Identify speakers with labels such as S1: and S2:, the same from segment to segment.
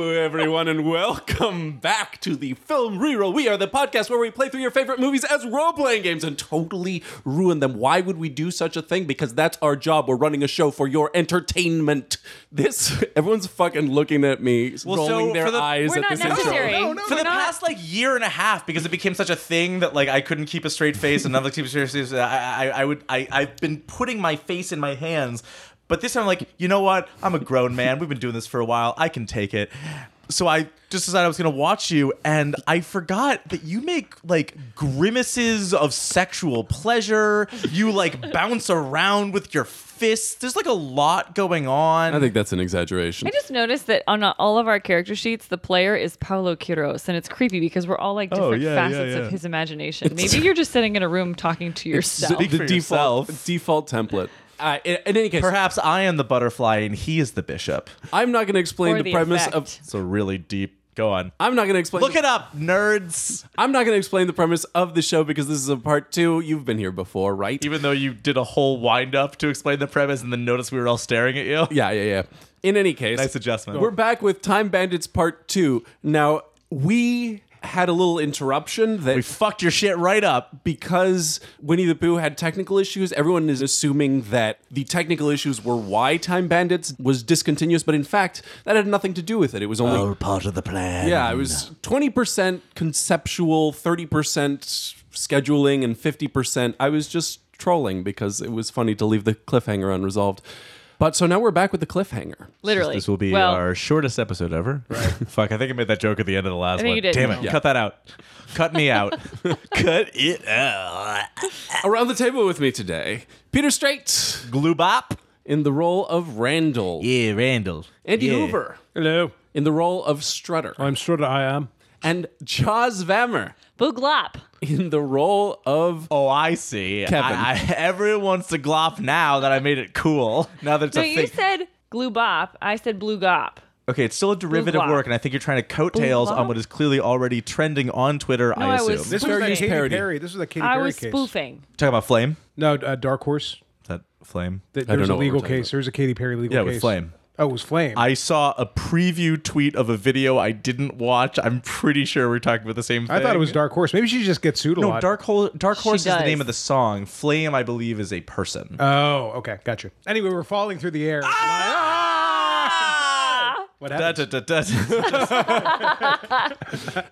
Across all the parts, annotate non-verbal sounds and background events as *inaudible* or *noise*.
S1: everyone, and welcome back to the Film Reroll. We are the podcast where we play through your favorite movies as role playing games and totally ruin them. Why would we do such a thing? Because that's our job. We're running a show for your entertainment. This, *laughs* everyone's fucking looking at me, rolling
S2: so
S1: their
S2: for the-
S1: eyes
S3: We're
S1: at
S3: not
S1: this
S3: necessary.
S1: intro.
S3: No, no,
S2: for the
S3: We're not-
S2: past like year and a half because it became such a thing that like I couldn't keep a straight face and another keep a straight face. I, I, I would I I've been putting my face in my hands, but this time I'm like you know what I'm a grown man. We've been doing this for a while. I can take it. So I just decided I was gonna watch you, and I forgot that you make like grimaces of sexual pleasure. You like bounce around with your fists. There's like a lot going on.
S1: I think that's an exaggeration.
S3: I just noticed that on uh, all of our character sheets, the player is Paulo Quiros, and it's creepy because we're all like different
S2: Oh, yeah, yeah,
S3: facets
S2: yeah.
S3: of his
S2: *laughs*
S3: imagination. Maybe you're just sitting in a room talking to yourself.
S1: the, the
S2: for
S1: default
S2: yourself.
S1: default template. Uh, in, in any case,
S2: Perhaps I am the butterfly and he is the bishop.
S1: I'm not going to explain
S3: Or
S1: the,
S3: the
S1: premise
S3: effect.
S1: of.
S2: So really deep. Go on.
S1: I'm not going to explain.
S2: *laughs* Look
S1: the-
S2: it up, nerds.
S1: I'm not going to explain the premise of the show because this is a part two. You've been here before, right?
S2: Even though you did a whole wind up to explain the premise and then noticed we were all staring at *laughs* you.
S1: Yeah, yeah, yeah. In any case,
S2: Nice adjustment.
S1: We're back with Time Bandits Part Two. Now we had a little interruption that
S2: We fucked your shit right up.
S1: because Winnie the Pooh had technical issues, everyone is assuming that the technical issues were why Time Bandits was discontinuous, but in fact, that had nothing to do with it. It was only
S2: part of the plan.
S1: yeah, it was 20% conceptual, 30% scheduling, and 50%. I was just trolling because it was funny to leave the cliffhanger unresolved. But so now we're back with the cliffhanger.
S3: Literally,
S2: This will be
S3: well,
S2: our shortest episode ever. *laughs* Fuck, I think I made that joke at the end of the last
S3: think
S2: one.
S3: you did.
S2: Damn it.
S3: Yeah.
S2: Cut that out. Cut me *laughs* out. Cut it out.
S1: Around the table with me today, Peter Strait
S2: Glue bop.
S1: in the role of Randall,
S2: Yeah, Randall.
S1: Andy
S2: Yeah.
S1: Hoover
S4: Hello,
S1: in the role of Strutter,
S4: I'm sure that I am.
S1: and Jaws Vammer
S3: Booglop.
S1: in the role of.
S2: Oh, I see.
S1: Kevin.
S2: I, I, everyone wants to glop now that I made it cool. Now that it's
S3: No,
S2: a
S3: you
S2: thing.
S3: said glue bop. I said blue gop.
S2: Okay, it's still a derivative
S3: Blah.
S2: work, and I think you're trying to coattails
S3: Blah.
S2: on what is clearly already trending on Twitter.
S3: No,
S2: I
S3: I
S2: assume.
S3: was-
S4: This
S1: Fair
S4: was that
S1: use
S4: Katy
S1: parody.
S4: Perry. This was that Katy
S3: I
S4: Perry
S3: was
S4: case.
S3: spoofing.
S2: Talking about Flame.
S4: No, uh, Dark Horse.
S2: That Flame.
S1: I
S4: Th- There
S1: don't
S4: was a
S1: know what
S4: legal
S1: we're talking
S4: case. There was a Katy Perry legal
S2: Yeah,
S4: case.
S2: with Flame.
S4: Oh, it was Flame.
S2: I saw a preview tweet of a video I didn't watch. I'm pretty sure we're talking about the same thing.
S4: I thought it was Dark Horse. Maybe she just gets sued a
S2: No,
S4: lot.
S2: Dark, Hole, Dark
S3: She
S2: Horse is the
S3: does.
S2: name of the song. Flame, I believe, is a person.
S4: Oh, okay, gotcha. Anyway, we're falling through the air.
S2: Ah!
S4: What
S2: *laughs* Da,
S4: happened?
S2: da, da, da.
S4: *laughs*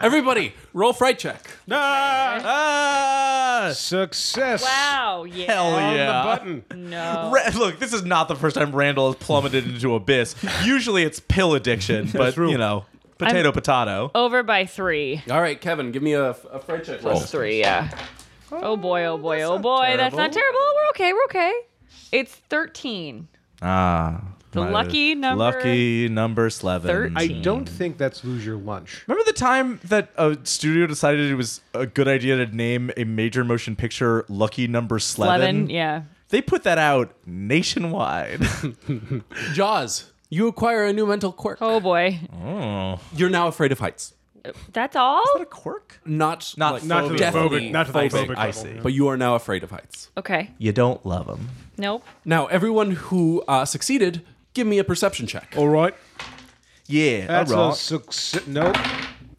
S1: Everybody, roll fright check.
S4: Ah!
S2: ah!
S4: Success.
S3: Wow. Yeah.
S2: Hell
S4: On
S2: yeah.
S4: the button.
S3: No.
S2: Ra- Look, this is not the first time Randall has plummeted into abyss. Usually it's pill addiction, but
S4: true.
S2: you know, potato potato.
S3: Over by three.
S1: All right, Kevin, give me a, a fright check roll.
S3: Plus three. Yeah. Oh boy. Oh boy. Oh
S2: not
S3: boy. That's not
S2: terrible.
S3: terrible. We're okay. We're okay. It's thirteen.
S2: Ah.
S3: The
S2: my-
S3: lucky number-
S2: Lucky number 11.
S3: Thirteen.
S4: I don't think that's lose your lunch.
S2: Remember the time that a studio decided it was a good idea to name a major motion picture Lucky Number 11?
S3: Eleven. Yeah.
S2: They put that out *laughs* nationwide.
S1: Jaws, you acquire a new mental quirk.
S3: Oh boy.
S2: Oh.
S1: You're now afraid of heights.
S3: That's all?
S2: a quirk?
S1: Not
S2: Not
S1: like,
S2: not to the
S1: definitely
S4: phobic- not to the
S1: phobic,
S4: phobic
S2: I see.
S1: but you are now afraid of heights.
S3: Okay.
S2: You don't love them.
S3: Nope.
S1: Now, everyone who uh, succeeded, give me a perception check.
S4: All right.
S2: Yeah,
S4: That's
S2: all
S4: a
S2: right.
S4: success. Nope.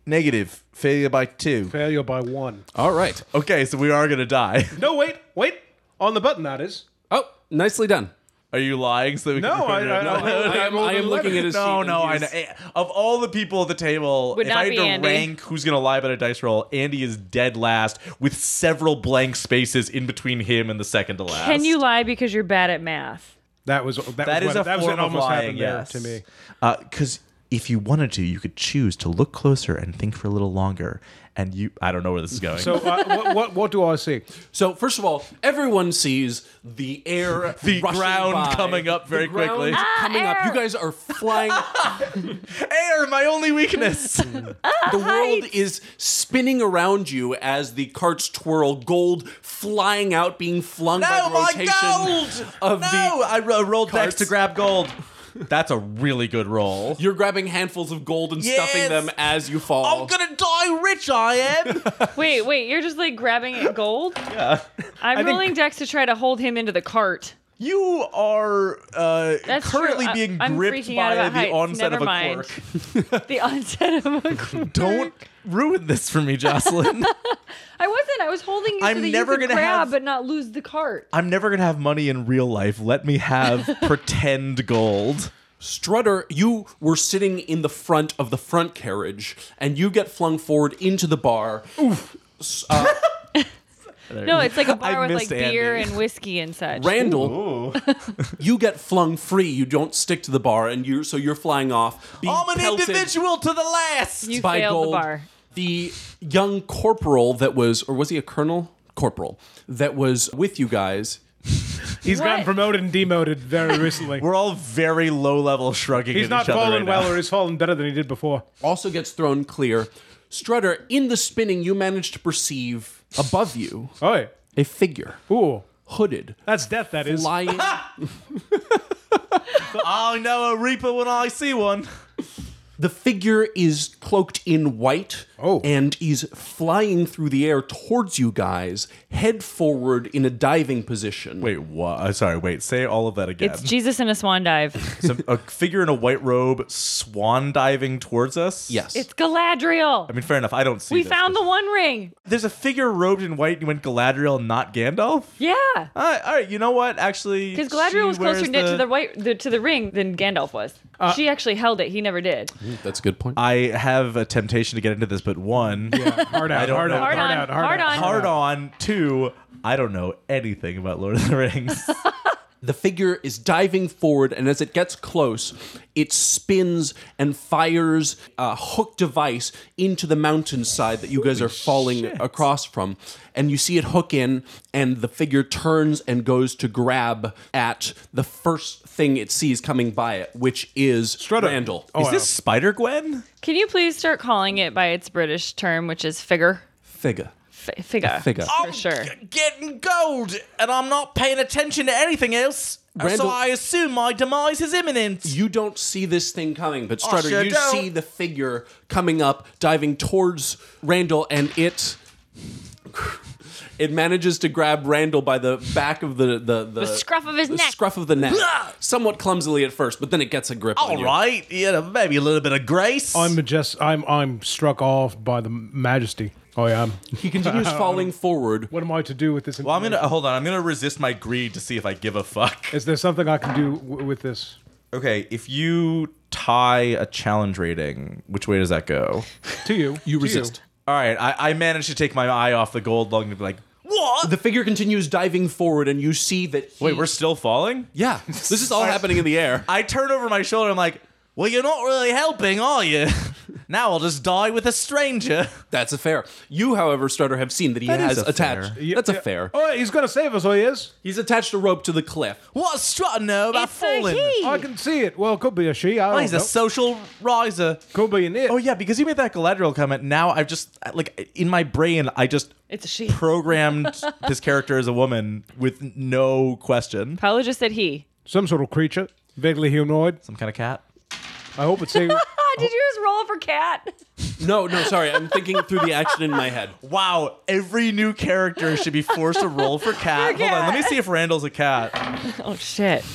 S2: Negative. Failure by two.
S4: Failure by one.
S1: All right.
S2: Okay, so we are going to die. *laughs*
S4: No, wait, wait. On the button, that is.
S1: Oh, nicely done.
S2: Are you lying? So that we
S4: No,
S2: can
S4: I- I- I-
S1: I am, *laughs* I am looking at his
S2: No,
S1: sheet
S2: no, I
S1: and
S2: know.
S1: he's-
S2: Eh, Of all the people at the table,
S3: Would
S2: if
S3: not
S2: I had
S3: be
S2: to
S3: Andy.
S2: rank who's going to lie about a dice roll, Andy is dead last with several blank spaces in between him and the second to last.
S3: Can you lie because you're bad at math?
S4: That was that,
S2: That
S4: was
S2: is
S4: what,
S2: a
S4: that was
S2: form
S4: what almost
S2: of lying,
S4: happened there
S2: yes.
S4: to me.
S2: Because if you wanted to, you could choose to look closer and think for a little longer. And you, I don't know where this is going.
S4: So uh, *laughs* what, what what do I see?
S1: So, first of all, everyone sees the air,
S2: *laughs* The
S1: rushing
S2: ground
S1: by.
S2: coming up very
S1: The ground
S2: quickly.
S1: Coming up,
S3: air.
S1: you guys are flying.
S2: *laughs* air, my only
S4: *laughs*
S2: weakness.
S1: the world is spinning around you as the carts twirl. Gold flying out, being flung by
S2: no,
S1: the
S2: my
S1: rotation
S2: gold.
S1: of
S2: no,
S1: the
S2: I ro- rolled
S1: carts.
S2: decks to grab gold. That's a really good
S4: *laughs*
S2: roll.
S1: You're grabbing handfuls of gold and stuffing
S2: Yes. Oh,
S1: them as you fall.
S2: I'm gonna die rich. I
S4: *laughs*
S2: am. *laughs*
S3: Wait, wait, you're just like grabbing at gold? Yeah. I'm
S2: think-
S3: rolling decks to try to hold him into the cart.
S2: You are uh,
S3: That's true.
S2: currently
S3: I-
S2: being
S3: I'm
S2: gripped
S3: freaking out
S2: by
S3: about
S2: the
S3: heights.
S2: onset of
S3: Never
S2: a
S3: mind.
S2: quirk. *laughs*
S3: *laughs* the onset of a quirk.
S2: Don't ruin this for me,
S3: *laughs*
S2: Jocelyn.
S3: I wasn't. I was holding you
S2: I'm
S3: so that
S2: never
S3: you could
S2: gonna
S3: grab
S2: have-
S3: but not lose the cart.
S2: I'm never gonna have money in real life. Let me
S3: *laughs*
S2: have pretend gold.
S1: Strutter, you were sitting in the front of the front carriage, and you get flung forward into the bar. S- uh,
S3: No, it's like a
S2: *laughs* I
S3: bar with like
S2: missed Andy.
S3: beer and whiskey and such.
S1: Randall, you get flung free. You don't stick to the bar, and you so you're flying off. being
S2: I'm an
S1: pelted
S2: individual to the last.
S3: You
S1: by
S3: failed
S1: gold.
S3: the bar.
S1: The young corporal that was, or was he a colonel? Corporal that was with you guys.
S4: He's gotten
S3: What?
S4: promoted and demoted very recently.
S2: We're all very low level shrugging.
S4: he's
S2: at
S4: not
S2: each other
S4: fallen
S2: right
S4: well,
S2: now. *laughs*
S4: or he's fallen better than he did before.
S1: also gets thrown clear. Strutter, in the spinning, you manage to perceive above you
S4: Oh,
S1: a figure,
S4: ooh,
S1: hooded,
S4: that's death. That is.
S2: *laughs*
S1: lying.
S2: I know a reaper when I see one.
S1: the figure is cloaked in white
S4: Oh.
S1: and is flying through the air towards you guys, head forward in a diving position.
S2: Wait, what? Uh, Sorry, wait. Say all of that again.
S3: It's Jesus in a swan dive.
S2: *laughs* Some- a figure in a white robe swan diving towards us.
S1: Yes.
S3: It's Galadriel.
S2: I mean, fair enough. I don't see.
S3: we
S2: this,
S3: found
S2: but-
S3: the One Ring.
S2: There's a figure robed in white. and You went Galadriel, not Gandalf.
S3: Yeah.
S2: All right, all right, you know what?
S1: *laughs*
S2: Actually,
S3: Because
S2: she
S3: Galadriel was
S2: wears
S3: closer knit to the white the, to the ring than Gandalf was.
S1: Uh,
S3: she actually held it. He never did.
S1: That's a good point.
S2: I have a temptation to get into this, but one,
S4: Hard
S2: I
S4: out,
S2: don't
S4: hard
S2: know.
S4: out, hard
S3: Hard on,
S4: out, hard
S3: hard
S4: out.
S3: on.
S2: hard on. Two, I don't know anything about Lord of the Rings.
S1: The figure is diving forward, and as it gets close, it spins and fires a hook device into the mountainside that you guys are falling across from. And you see it hook in, and the figure turns and goes to grab at the first thing it sees coming by it, which is Randall.
S4: Oh,
S2: Is this Spider Gwen?
S3: Can you please start calling it by its British term, which is figure?
S1: figure.
S3: F- figure.
S1: Figure.
S2: Oh,
S3: For sure.
S2: getting gold, and I'm not paying attention to anything else.
S1: Randall- I
S2: assume my demise is imminent.
S1: You don't see this thing coming, but Strutter,
S2: sure
S1: you
S2: don't.
S1: see the figure coming up, diving towards Randall, and it it manages to grab Randall by the back of the the, the,
S3: scruff of his
S1: the
S3: neck.
S1: scruff of the neck, somewhat clumsily at first, but then it gets a grip. on
S2: All
S1: you.
S2: right, yeah, maybe a little bit of grace.
S4: I'm majest- I'm I'm struck off by the majesty. I am.
S1: he
S2: *laughs*
S1: continues falling forward.
S4: What am I to do with this?
S2: Well, I'm gonna hold on. I'm gonna resist my greed to see if I give a fuck.
S4: Is there something I can do w- with this?
S2: Okay, if you tie a challenge rating, which way does that go?
S4: To you.
S1: You
S4: To
S1: resist.
S2: All right, I, I managed to take my eye off the gold lug and be like, "What?
S1: The figure continues diving forward, and you see that. he-
S2: Wait, we're still falling."
S1: yeah. This is
S2: *laughs*
S1: all happening in the air.
S2: I turn over my shoulder. I'm like, "Well, you're not really helping, are you? *laughs* now I'll just die with a stranger." *laughs*
S1: That's a fair. You, however, Strutter, have seen that he
S2: That
S1: has
S2: is a
S1: attached.
S2: fair.
S4: Yeah,
S1: That's a
S4: yeah.
S1: fair.
S4: Oh, he's gonna save us. Oh, he is.
S1: He's attached a rope to the cliff.
S2: What's Strutter know about
S3: It's a
S2: falling?
S3: he.
S4: I can see it. Well, it could be a she. I
S2: Oh,
S4: don't
S2: he's
S4: know.
S2: a social riser.
S4: could be an it.
S2: Oh yeah, because you made that Galadriel comment. Now I've just like in my brain, I just
S3: It's a she.
S2: programmed this character as a woman with no question.
S3: Paolo just
S1: *laughs*
S3: said he.
S4: Some sort of creature, vaguely humanoid.
S2: Some kind of cat.
S4: I hope *laughs* it's a.
S3: Ah, *laughs* did you just roll for cat? *laughs*
S1: No, no, sorry. I'm thinking through the action in my head.
S2: Wow, every new character should be forced to roll
S3: *laughs*
S2: for cat.
S3: For
S2: Hold on, let me
S3: cat.
S2: see if Randall's a cat.
S3: Oh shit.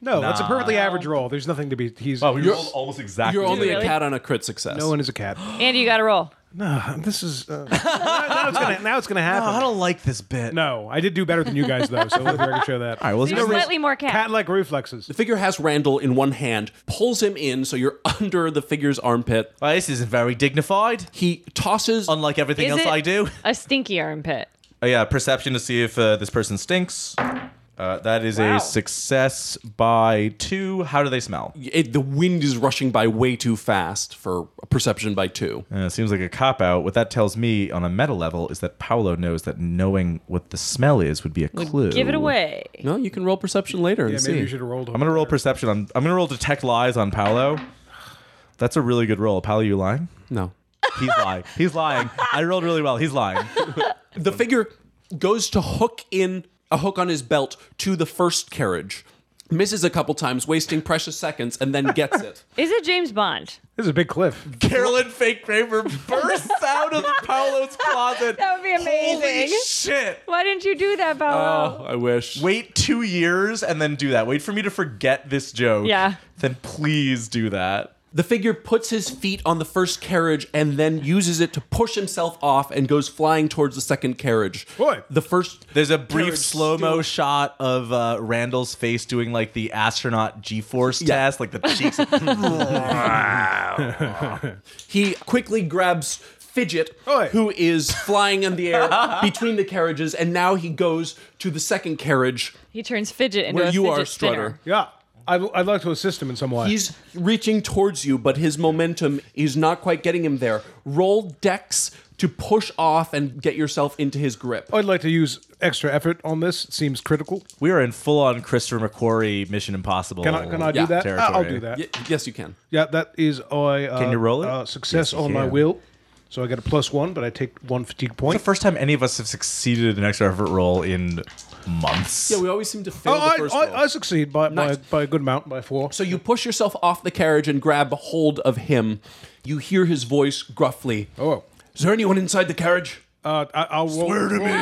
S4: No, that's a perfectly average roll. There's nothing to be. He's.
S2: Wow, we
S1: You're-
S2: rolled almost
S1: *laughs*
S2: exactly.
S1: You're only
S3: Really?
S1: a cat on a crit success.
S4: no one is a cat. *laughs*
S3: Andy, you got to roll.
S4: no, this is. Uh, *laughs* now, now it's gonna. Now it's gonna
S2: Oh, I
S4: happen.
S2: don't like this bit.
S4: No, I did do better than you guys though, so let the record show that.
S2: All right, well,
S3: You're
S2: let's go.
S3: slightly more cat.
S4: Cat-like reflexes.
S1: the figure has Randall in one hand, pulls him in, so you're *laughs* under the figure's armpit.
S2: Well, this isn't very dignified,
S1: He tosses.
S2: unlike everything
S3: Is
S2: else
S3: it
S2: I do.
S3: A stinky armpit.
S2: Oh, yeah, perception to see if uh, this person stinks. Uh, that is
S3: Wow.
S2: a success by two. How do they smell?
S1: it, the wind is rushing by way too fast for a perception by two.
S2: Uh, it seems like a cop out. What that tells me on a meta level is that Paolo knows that knowing what the smell is would be a clue.
S3: Give it away.
S1: No, you can roll perception later and
S4: Yeah,
S1: see.
S4: maybe you should have rolled.
S2: I'm gonna roll perception. On, I'm gonna roll detect lies on Paolo. That's a really good roll. Paolo, you lying?
S1: no.
S3: *laughs*
S2: He's lying. He's lying. I rolled really well. He's lying.
S1: The figure goes to hook in a hook on his belt to the first carriage. misses a couple times, wasting precious seconds, and then gets it.
S3: Is it James Bond?
S4: This is a big cliff.
S2: Carolyn Fake Graver bursts out of Paolo's closet.
S3: That would be amazing.
S2: Holy shit.
S3: Why didn't you do that, Paolo?
S1: *laughs* Oh, I wish.
S2: Wait two years and then do that. Wait for me to forget this joke.
S3: Yeah.
S2: Then please do that.
S1: The figure puts his feet on the first carriage and then uses it to push himself off and goes flying towards the second carriage.
S4: Boy.
S1: The first.
S2: There's a brief
S1: Jared
S2: slow mo shot of uh, Randall's face doing like the astronaut G force
S1: Yeah.
S2: test, like the
S3: *laughs*
S2: cheeks.
S1: He quickly grabs Fidget,
S4: Oi.
S1: who is flying in the *laughs* air between the carriages, and now he goes to the second carriage
S3: He turns fidget into
S1: where
S3: a
S1: you
S3: fidget
S1: are, Strutter.
S3: spinner.
S4: Yeah. I'd, I'd like to assist him in some way.
S1: He's reaching towards you, but his momentum is not quite getting him there. Roll dex to push off and get yourself into his grip.
S4: I'd like to use extra effort on this. It seems critical.
S2: we are in full on Christopher McQuarrie Mission Impossible.
S4: Can I, can I
S1: Yeah.
S4: do that? I- I'll
S2: Territory.
S4: do that. Yeah,
S1: Y- yes, you can.
S4: that is I. Uh,
S2: Can you roll it?
S4: Uh,
S2: Yes,
S4: success
S2: you
S4: on my
S2: can.
S4: will. So I get a plus one, but I take one fatigue point.
S2: It's the first time any of us have succeeded in an extra effort roll in months.
S1: Yeah, we always seem to fail
S4: Oh,
S1: the
S4: I,
S1: first roll.
S4: I, I succeed by,
S1: Nice.
S4: by, by a good amount, by four.
S1: So you push yourself off the carriage and grab hold of him. You hear his voice gruffly.
S4: Oh.
S1: Is there anyone inside the carriage?
S4: Uh, I, I'll roll,
S2: Swear to me.
S4: roll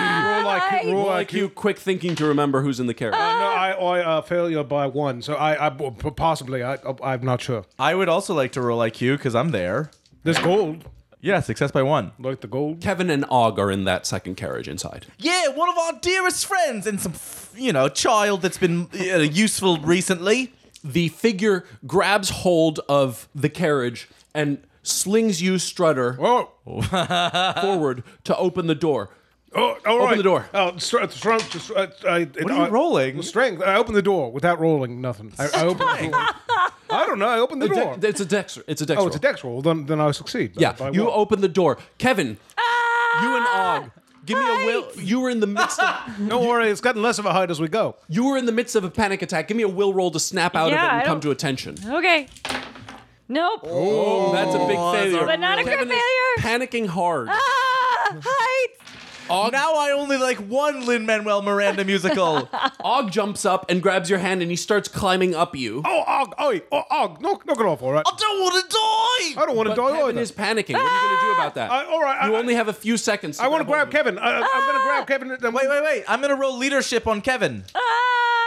S4: like, roll
S1: Roll
S4: like
S1: IQ,
S4: you.
S1: quick thinking to remember who's in the carriage.
S4: No, I, I uh, failure by one, so I, I possibly I, I'm not sure.
S2: I would also like to roll IQ because I'm there.
S4: There's gold,
S2: Yeah, success by one.
S4: like the gold.
S1: Kevin and Og are in that second carriage inside.
S2: Yeah, one of our dearest friends and some, f- you know, child that's been uh, useful recently.
S1: The figure grabs hold of the carriage and slings you, Strutter,
S4: Oh,
S1: *laughs* forward to open the door.
S4: oh, all right.
S1: the door.
S4: Oh, str- str- str- uh, I, what
S2: are you rolling?
S4: Strength. I open the door without rolling nothing. I, I open the door. I don't know. I open the
S1: De-
S4: door.
S1: it's a dex. It's a dex.
S4: Oh,
S1: roll.
S4: it's a dex roll. Then, then I succeed. by-
S1: Yeah,
S4: by
S1: you
S4: one.
S1: open the door, Kevin. You and
S3: Ah.
S1: Og. Give me a will. You were in the midst of
S4: Don't worry, it's gotten less of a height as we go.
S1: you were in the midst of a panic attack. Give me a will roll to snap out
S3: Yeah,
S1: of it
S3: I
S1: and come
S3: don't-
S1: to attention.
S3: Ah! Okay. Nope.
S1: Oh, that's a big failure.
S3: But not a crit
S1: Kevin is Panicking hard.
S3: Ah, heights.
S1: Og,
S2: Now I only like one Lin Manuel Miranda *laughs* musical.
S1: Og jumps up and grabs your hand and he starts climbing up you.
S4: Oh, og, oi, oh, og, knock, knock it off. All right.
S2: I don't want to die.
S4: I don't want to
S1: But
S4: die
S1: Kevin
S4: either.
S1: is panicking. What are you going to do about that?
S4: Ah, I- all right,
S1: You
S4: I-
S1: only have a few seconds.
S4: I want to
S1: hold
S4: grab
S1: him.
S4: Kevin. I, I, I'm going to grab Kevin. and Then
S2: Wait, wait, wait. I'm going to roll leadership on Kevin.
S3: Ah!
S1: Um,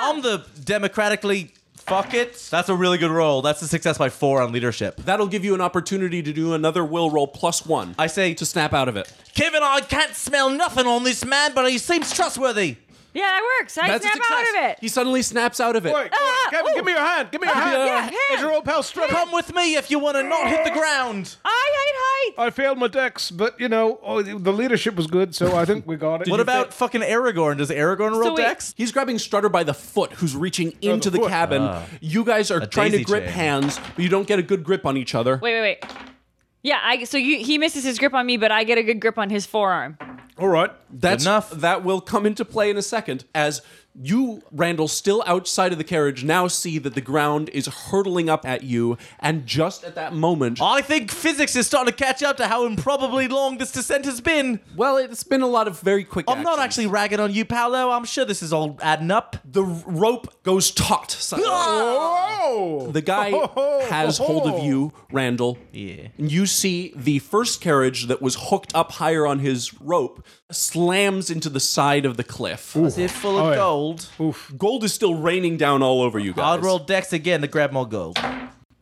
S2: I'm the democratically fuck it. That's a really good roll. That's a success by four on leadership.
S1: That'll give you an opportunity to do another will roll plus one
S2: I say,
S1: to snap out of it.
S2: Kevin, I can't smell nothing on this man, but he seems trustworthy.
S3: Yeah, that works. I
S1: That's a
S3: snap
S1: success.
S3: out of it.
S1: He suddenly snaps out of it.
S4: Wait, all right,
S3: Ah,
S4: Kevin,
S3: ooh.
S4: give me your hand. Give me your hand.
S1: yeah,
S4: There's
S3: hand.
S4: your old pal Strip.
S2: Come with me if you want to not hit the ground.
S3: I
S1: Oh.
S3: hate heights.
S4: I failed my dex, but you know, oh, the leadership was good, so I think we got it.
S2: What about fucking Aragorn? Does Aragorn roll
S3: wait-
S2: decks?
S1: He's grabbing Strutter by the foot, who's reaching into the,
S4: foot.
S1: cabin. you guys are trying to
S2: Ah. daisy
S1: grip
S2: chain.
S1: hands, but you don't get a good grip on each other.
S3: Wait, wait, wait. Yeah, I, so you, he misses his grip on me, but I get a good grip on his forearm.
S4: All right.
S1: That's
S2: enough.
S1: That will come into play in a second as you, Randall, still outside of the carriage, now see that the ground is hurtling up at you, and just at that moment,
S2: I think physics is starting to catch up to how improbably long this descent has been.
S1: well, it's been a lot of very quick.
S2: I'm not
S1: actions.
S2: actually ragging on you, Paolo. I'm sure this is all adding up.
S1: The rope goes taut. suddenly.
S2: Ah!
S4: Oh.
S1: The
S2: *laughs*
S1: guy has hold of you, Randall.
S2: oh. Yeah.
S1: And you see the first carriage that was hooked up higher on his rope slams into the side of the cliff.
S2: Is it full
S4: Oh,
S2: of
S4: yeah.
S2: gold?
S1: Gold is still raining down all over you guys.
S2: I'll roll decks again to grab more gold.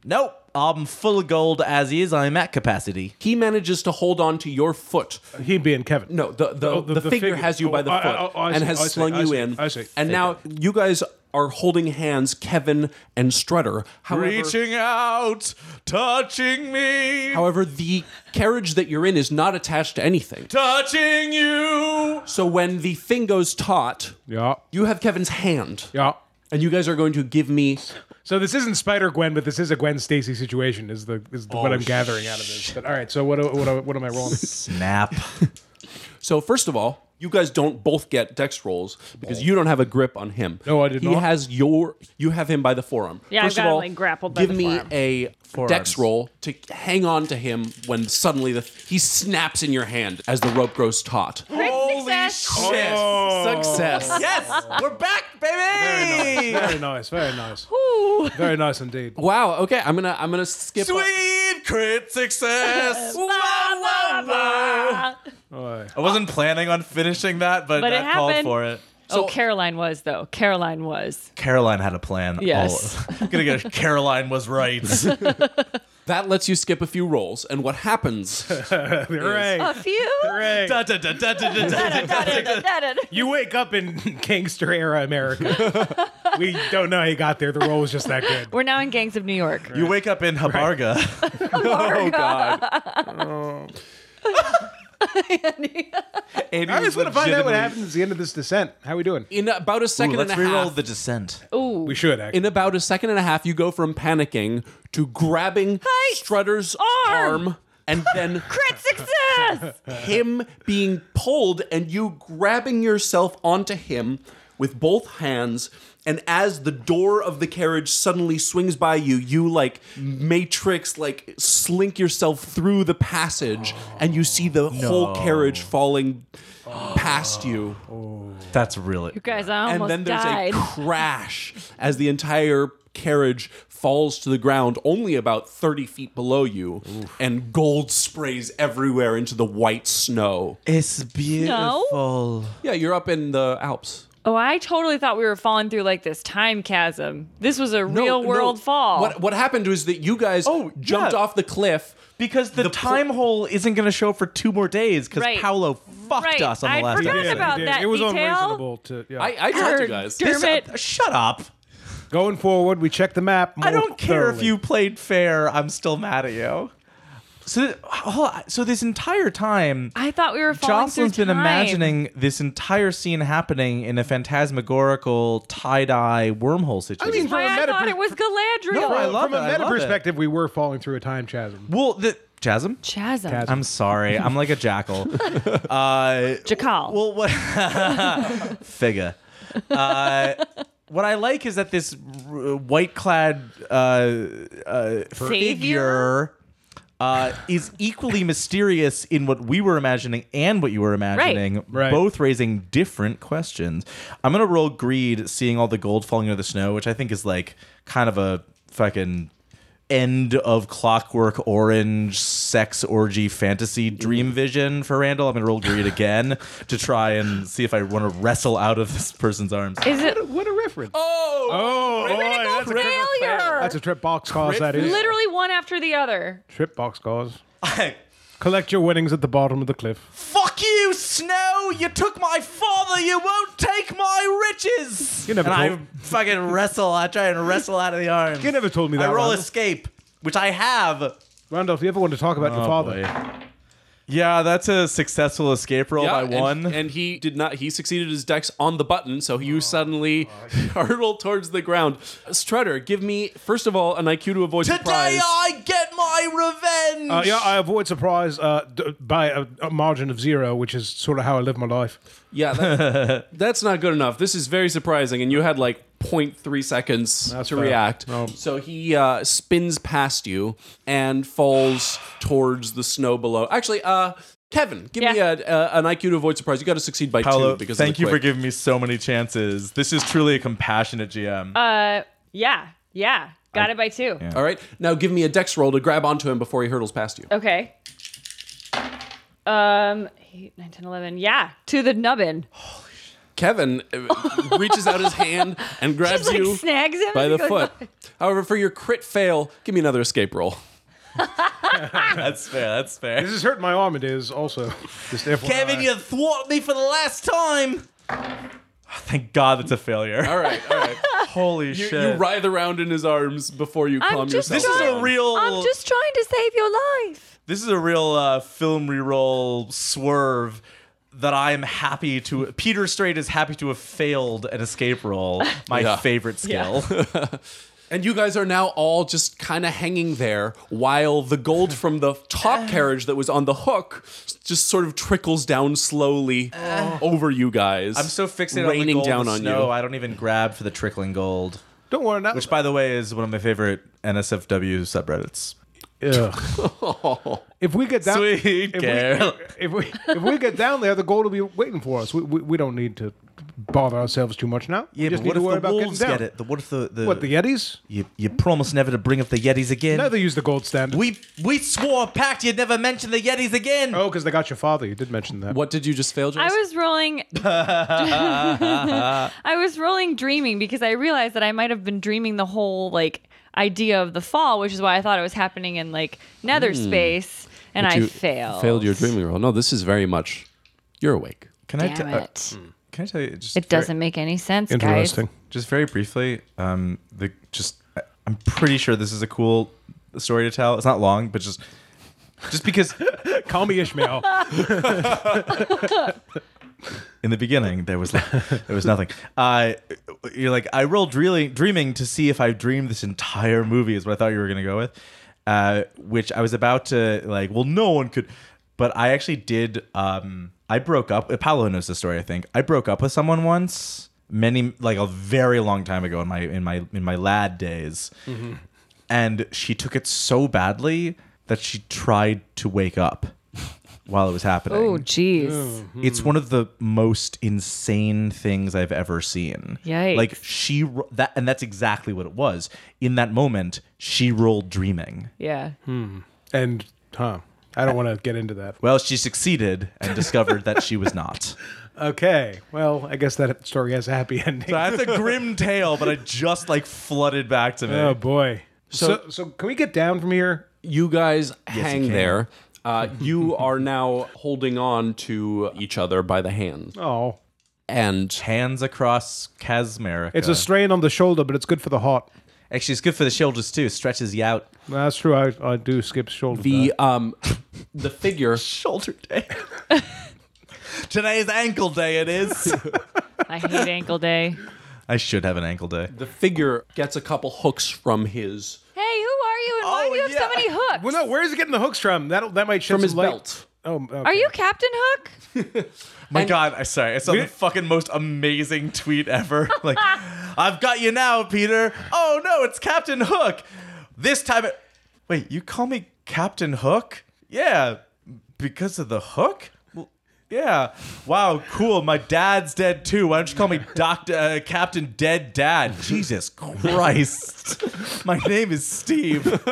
S2: Nope. I'm full of gold as is. I'm at capacity.
S1: He manages to hold on to your foot.
S4: He being Kevin.
S1: No, the the,
S4: Oh,
S1: the,
S4: the- the
S1: figure,
S4: figure.
S1: has you by the
S4: Oh, I-
S1: foot
S4: I- I
S1: and
S4: see,
S1: has
S4: I see,
S1: slung
S4: I
S1: you
S4: see,
S1: in.
S4: I see.
S1: And now you guys are holding hands, Kevin and Strutter. However,
S2: out, touching me,
S1: however, the carriage that you're in is not attached to anything.
S2: touching you.
S1: So when the thing goes taut,
S4: Yeah.
S1: you have Kevin's hand.
S4: Yeah.
S1: And you guys are going to give me
S4: So this isn't Spider Gwen, but this is a Gwen Stacy situation. Is the is what I'm gathering out of this. But all right. So what what what am I rolling?
S2: Snap.
S1: So first of all, you guys don't both get dex rolls because you don't have a grip on him.
S4: No, I did
S1: he
S4: not.
S1: has your. You have him by the forearm.
S3: Yeah, I've
S1: first
S3: got
S1: of
S3: him,
S1: all,
S3: like, grappled by
S1: give
S3: the
S1: me
S3: forearm.
S1: a dex
S2: Forearms.
S1: roll to hang on to him when suddenly the he snaps in your hand as the rope grows taut.
S3: Crit success. Success.
S2: shit. Oh. *laughs*
S1: Success.
S2: *laughs* Yes, we're back, baby.
S4: Very nice. Very nice.
S3: Ooh.
S4: Very nice indeed.
S1: Wow. Okay. I'm gonna I'm gonna skip.
S2: Sweet crit success. Wow, wow, wow.
S4: Boy.
S2: I wasn't planning on finishing that, but,
S3: But it
S2: that called
S3: happened.
S2: for it.
S1: So-
S3: oh, Caroline was though. Caroline was.
S2: Caroline had a plan.
S3: Yes.
S2: All- *laughs* I'm gonna get Caroline was *laughs* right.
S1: That lets you skip a few rolls, and what
S2: *laughs*
S1: happens?
S4: Hooray.
S3: A few.
S4: Hooray.
S2: Da, da, da, da, da, da, da, da.
S4: You wake up in *laughs* gangster era America. *laughs* we don't know how you got there. The role was just that
S3: *laughs*
S4: good.
S3: We're now in Gangs of New York.
S2: You wake up in Habarga.
S1: *laughs*
S3: *laughs*
S1: oh God.
S2: Andy
S4: I
S2: was
S4: just want to find out
S2: legitimately-
S4: what happens at the end of this descent. How we doing?
S1: In about a
S2: Ooh,
S1: second
S2: let's
S1: and a
S2: reroll
S1: half.
S2: the descent.
S3: Ooh.
S4: We should actually.
S1: in about a second and a half, you go from panicking to grabbing
S3: Hey,
S1: Strutter's
S3: arm.
S1: arm and then
S3: Crit success.
S1: him being pulled and you grabbing yourself onto him with both hands and as the door of the carriage suddenly swings by you you like matrix like slink yourself through the passage and you see the whole carriage falling past you
S2: That's really.
S3: Guys, I
S1: and
S3: almost
S1: then there's
S3: died. *laughs*
S1: a crash as the entire carriage falls to the ground only about 30 feet below you and gold sprays everywhere into the white snow
S2: It's beautiful.
S1: yeah you're up in the alps
S3: oh, I totally thought we were falling through like this time chasm. This was a
S1: No,
S3: real
S1: no.
S3: world fall.
S1: What what happened was that you guys
S2: Oh,
S1: jumped
S2: yeah.
S1: off the cliff.
S2: Because the, time hole isn't going to show up for two more days because
S3: Right.
S2: Paolo fucked
S3: Right.
S2: us on the
S3: I'd
S2: last
S3: forgotten
S2: episode.
S3: about- that
S4: It was
S3: detail.
S4: unreasonable to. Yeah.
S1: I, I told you guys.
S3: This- Dermot.
S2: uh, shut up.
S4: Going forward, we check the map.
S2: I
S4: more
S2: don't care if
S4: thoroughly.
S2: you played fair. I'm still mad at you. So, hold on. so this entire time,
S3: I thought we were falling
S2: Jocelyn's
S3: through
S2: been
S3: time.
S2: imagining this entire scene happening in a phantasmagorical tie-dye wormhole
S4: I
S2: situation.
S4: mean, from
S3: Why
S4: a
S3: I
S4: meta
S3: thought
S4: per-
S3: it was
S2: *laughs*
S3: Galadriel.
S2: No, Oh, I love
S4: from
S2: it,
S4: a
S2: I
S4: meta
S2: love it.
S4: perspective, we were falling through a time chasm.
S2: well, the chasm.
S3: Chasm.
S4: Chasm.
S2: I'm sorry. I'm like a
S3: *laughs*
S2: jackal. uh,
S3: Jackal.
S2: well, what? Figure. Uh, what I like is that this r- white-clad uh, figure uh, is equally mysterious in what we were imagining and what you were imagining,
S4: Right.
S2: both raising different questions. I'm gonna roll greed, seeing all the gold falling into the snow, which I think is like kind of a fucking end of clockwork orange sex orgy fantasy dream vision for Randall. I'm gonna roll greed again to try and see if I want to wrestle out of this person's arms.
S3: Is it
S4: What a reference!
S1: oh,
S4: oh, boy, that's, a trip,
S3: failure?
S4: that's a trip box cause. That is
S3: Literally one after the other.
S4: trip box cause. Collect your winnings at the bottom of the cliff.
S2: Fuck you, Snow! You took my father. You won't take my riches.
S4: You never
S2: and
S4: told-
S2: I fucking wrestle. I try and wrestle out of the arms.
S4: You never told me that,
S2: I roll
S4: Randall.
S2: escape, which I have.
S4: Randolph, you ever want to talk about your
S2: Oh,
S4: father?
S2: Yeah, that's a successful escape roll by
S1: and-
S2: one.
S1: And, he did not. He succeeded his dex on the button, so you suddenly *laughs* hurtle towards the ground. Strutter, give me first of all an IQ to avoid surprise.
S2: I get my revenge.
S4: Uh, yeah, I avoid surprise uh, d- by a, a margin of zero, which is sort of how I live my life.
S1: Yeah, that- that's not good enough. This is very surprising, and you had like 0.3 seconds
S4: That's
S1: to
S4: fair.
S1: react.
S4: No.
S1: So he uh, spins past you and falls towards the snow below. Actually, uh, Kevin, give me
S3: Yeah.
S1: a, a, an IQ to avoid surprise. You got to succeed by
S2: Paolo,
S1: two because of
S2: uh, thank
S1: the
S2: you for
S1: quick.
S2: giving me so many chances. This is truly a compassionate GM.
S3: Uh, yeah, yeah. Got it by two.
S1: All right, now give me a dex roll to grab onto him before he hurtles past you.
S3: Okay. Um, eight, nine, ten, eleven. Yeah, to the nubbin.
S1: Kevin uh, reaches out his hand
S3: *laughs*
S1: and grabs
S3: Just, like,
S1: you
S3: snags him
S1: by
S3: and
S1: the
S3: goes,
S1: foot. However, for your crit fail, give me another escape roll.
S2: *laughs* that's fair. That's fair.
S4: This is hurting my arm. It is also *laughs* just FYI.
S2: thwart me for the last time. Thank God that's a failure.
S1: All right, all right.
S2: Holy
S1: You,
S2: shit.
S1: you writhe around in his arms before you
S3: I'm
S1: calm
S3: just
S1: yourself.
S2: This is a
S1: down.
S2: real.
S3: I'm just trying to save your life.
S2: This is a real uh, film reroll swerve that I am happy to. Peter Strait is happy to have failed an escape
S1: *laughs*
S2: roll. My
S1: Yeah.
S2: favorite skill. *laughs*
S1: And you guys are now all just kind of hanging there while the gold from the
S3: Uh.
S1: top carriage that was on the hook just sort of trickles down slowly
S3: Uh.
S1: over you guys.
S2: I'm so fixated on the
S1: raining
S2: gold
S1: down
S2: and
S1: on
S2: snow,
S1: you.
S2: I don't even grab for the trickling gold,
S4: Don't worry. Now,
S2: which by the way is one of my favorite NSFW subreddits.
S4: Ugh.
S2: *laughs*
S4: if we get down,
S2: Sweet
S4: if,
S2: girl.
S4: We, if we if we get down there, the gold will be waiting for us. We, we, we don't need to bother ourselves too much now. we
S2: Yeah,
S4: just
S2: but what
S4: need
S2: if
S4: to worry
S2: the
S4: about
S2: wolves
S4: getting down.
S2: get it? The, what if the, the
S4: What the Yetis?
S2: you, you promise never to bring up the Yetis again?
S4: No, they use the gold standard.
S2: we we swore a pact you'd never mention the Yetis again.
S4: oh, because they got your father. You did mention that.
S1: What did you just fail,
S3: I
S1: Jason?
S3: was rolling. *laughs* I was rolling dreaming because I realized that I might have been dreaming the whole like idea of the fall, which is why I thought it was happening in like nether space, and I failed.
S1: Failed your dreaming role. No, this is very much. You're awake.
S2: Can
S3: Damn
S2: I? uh,
S3: it!
S2: can I tell you? Just
S3: it doesn't make any sense, guys.
S4: Interesting.
S2: just very briefly um the just I- i'm pretty sure this is a cool story to tell it's not long but just just because
S4: *laughs* Call me Ishmael.
S2: in the beginning there was there was nothing uh you're like i rolled really dreaming to see if i dreamed this entire movie is what i thought you were gonna go with uh which i was about to like well no one could but i actually did um i broke up apollo knows the story i think i broke up with someone once many like a very long time ago in my in my in my lad days and she took it so badly that she tried to wake up *laughs* while it was happening
S3: Oh, jeez.
S2: it's one of the most insane things I've ever seen.
S3: Yikes.
S2: Like she ro- that, and that's exactly what it was. In that moment, she rolled dreaming.
S3: Yeah.
S4: and huh, I don't want to get into that.
S2: Well, she succeeded and discovered that she was not.
S4: *laughs* Okay. Well, I guess that story has a happy *laughs* ending.
S2: That's a grim tale, but it just like flooded back to me.
S4: oh boy. So,
S1: So-
S4: so can we get down from here?
S1: You guys hang
S2: you can.
S1: there. Uh, you are now holding on to each other by the hand.
S4: Oh,
S1: And
S2: Hands across Casmerica.
S4: it's a strain on the shoulder, but it's good for the heart.
S2: Actually, it's good for the shoulders too. Stretches you out.
S4: That's true. I, I do skip shoulder.
S1: the um the figure
S2: Shoulder day.
S4: *laughs*
S2: Today's ankle day. It
S4: *laughs*
S2: is.
S3: I hate ankle day.
S2: I should have an ankle day.
S1: the figure gets a couple hooks from his
S3: Hey, who are you and why
S2: Oh,
S3: do you have
S2: yeah.
S3: so many hooks?
S4: Well, no. Where is he getting the hooks from? That that might shed
S1: from
S4: some
S1: his
S4: light.
S1: belt.
S4: Oh, okay.
S3: Are you Captain Hook?
S2: My God, I sorry, I saw
S4: We-
S2: the fucking most amazing tweet ever. *laughs* like, I've got you now, Peter. Oh no, it's Captain Hook. This time, it- wait, you call me Captain Hook? Yeah, because of the hook. Well, Yeah. Wow. Cool. My dad's dead too. Why don't you call me Doctor uh, Captain Dead Dad? Jesus Christ. *laughs* My name is Steve.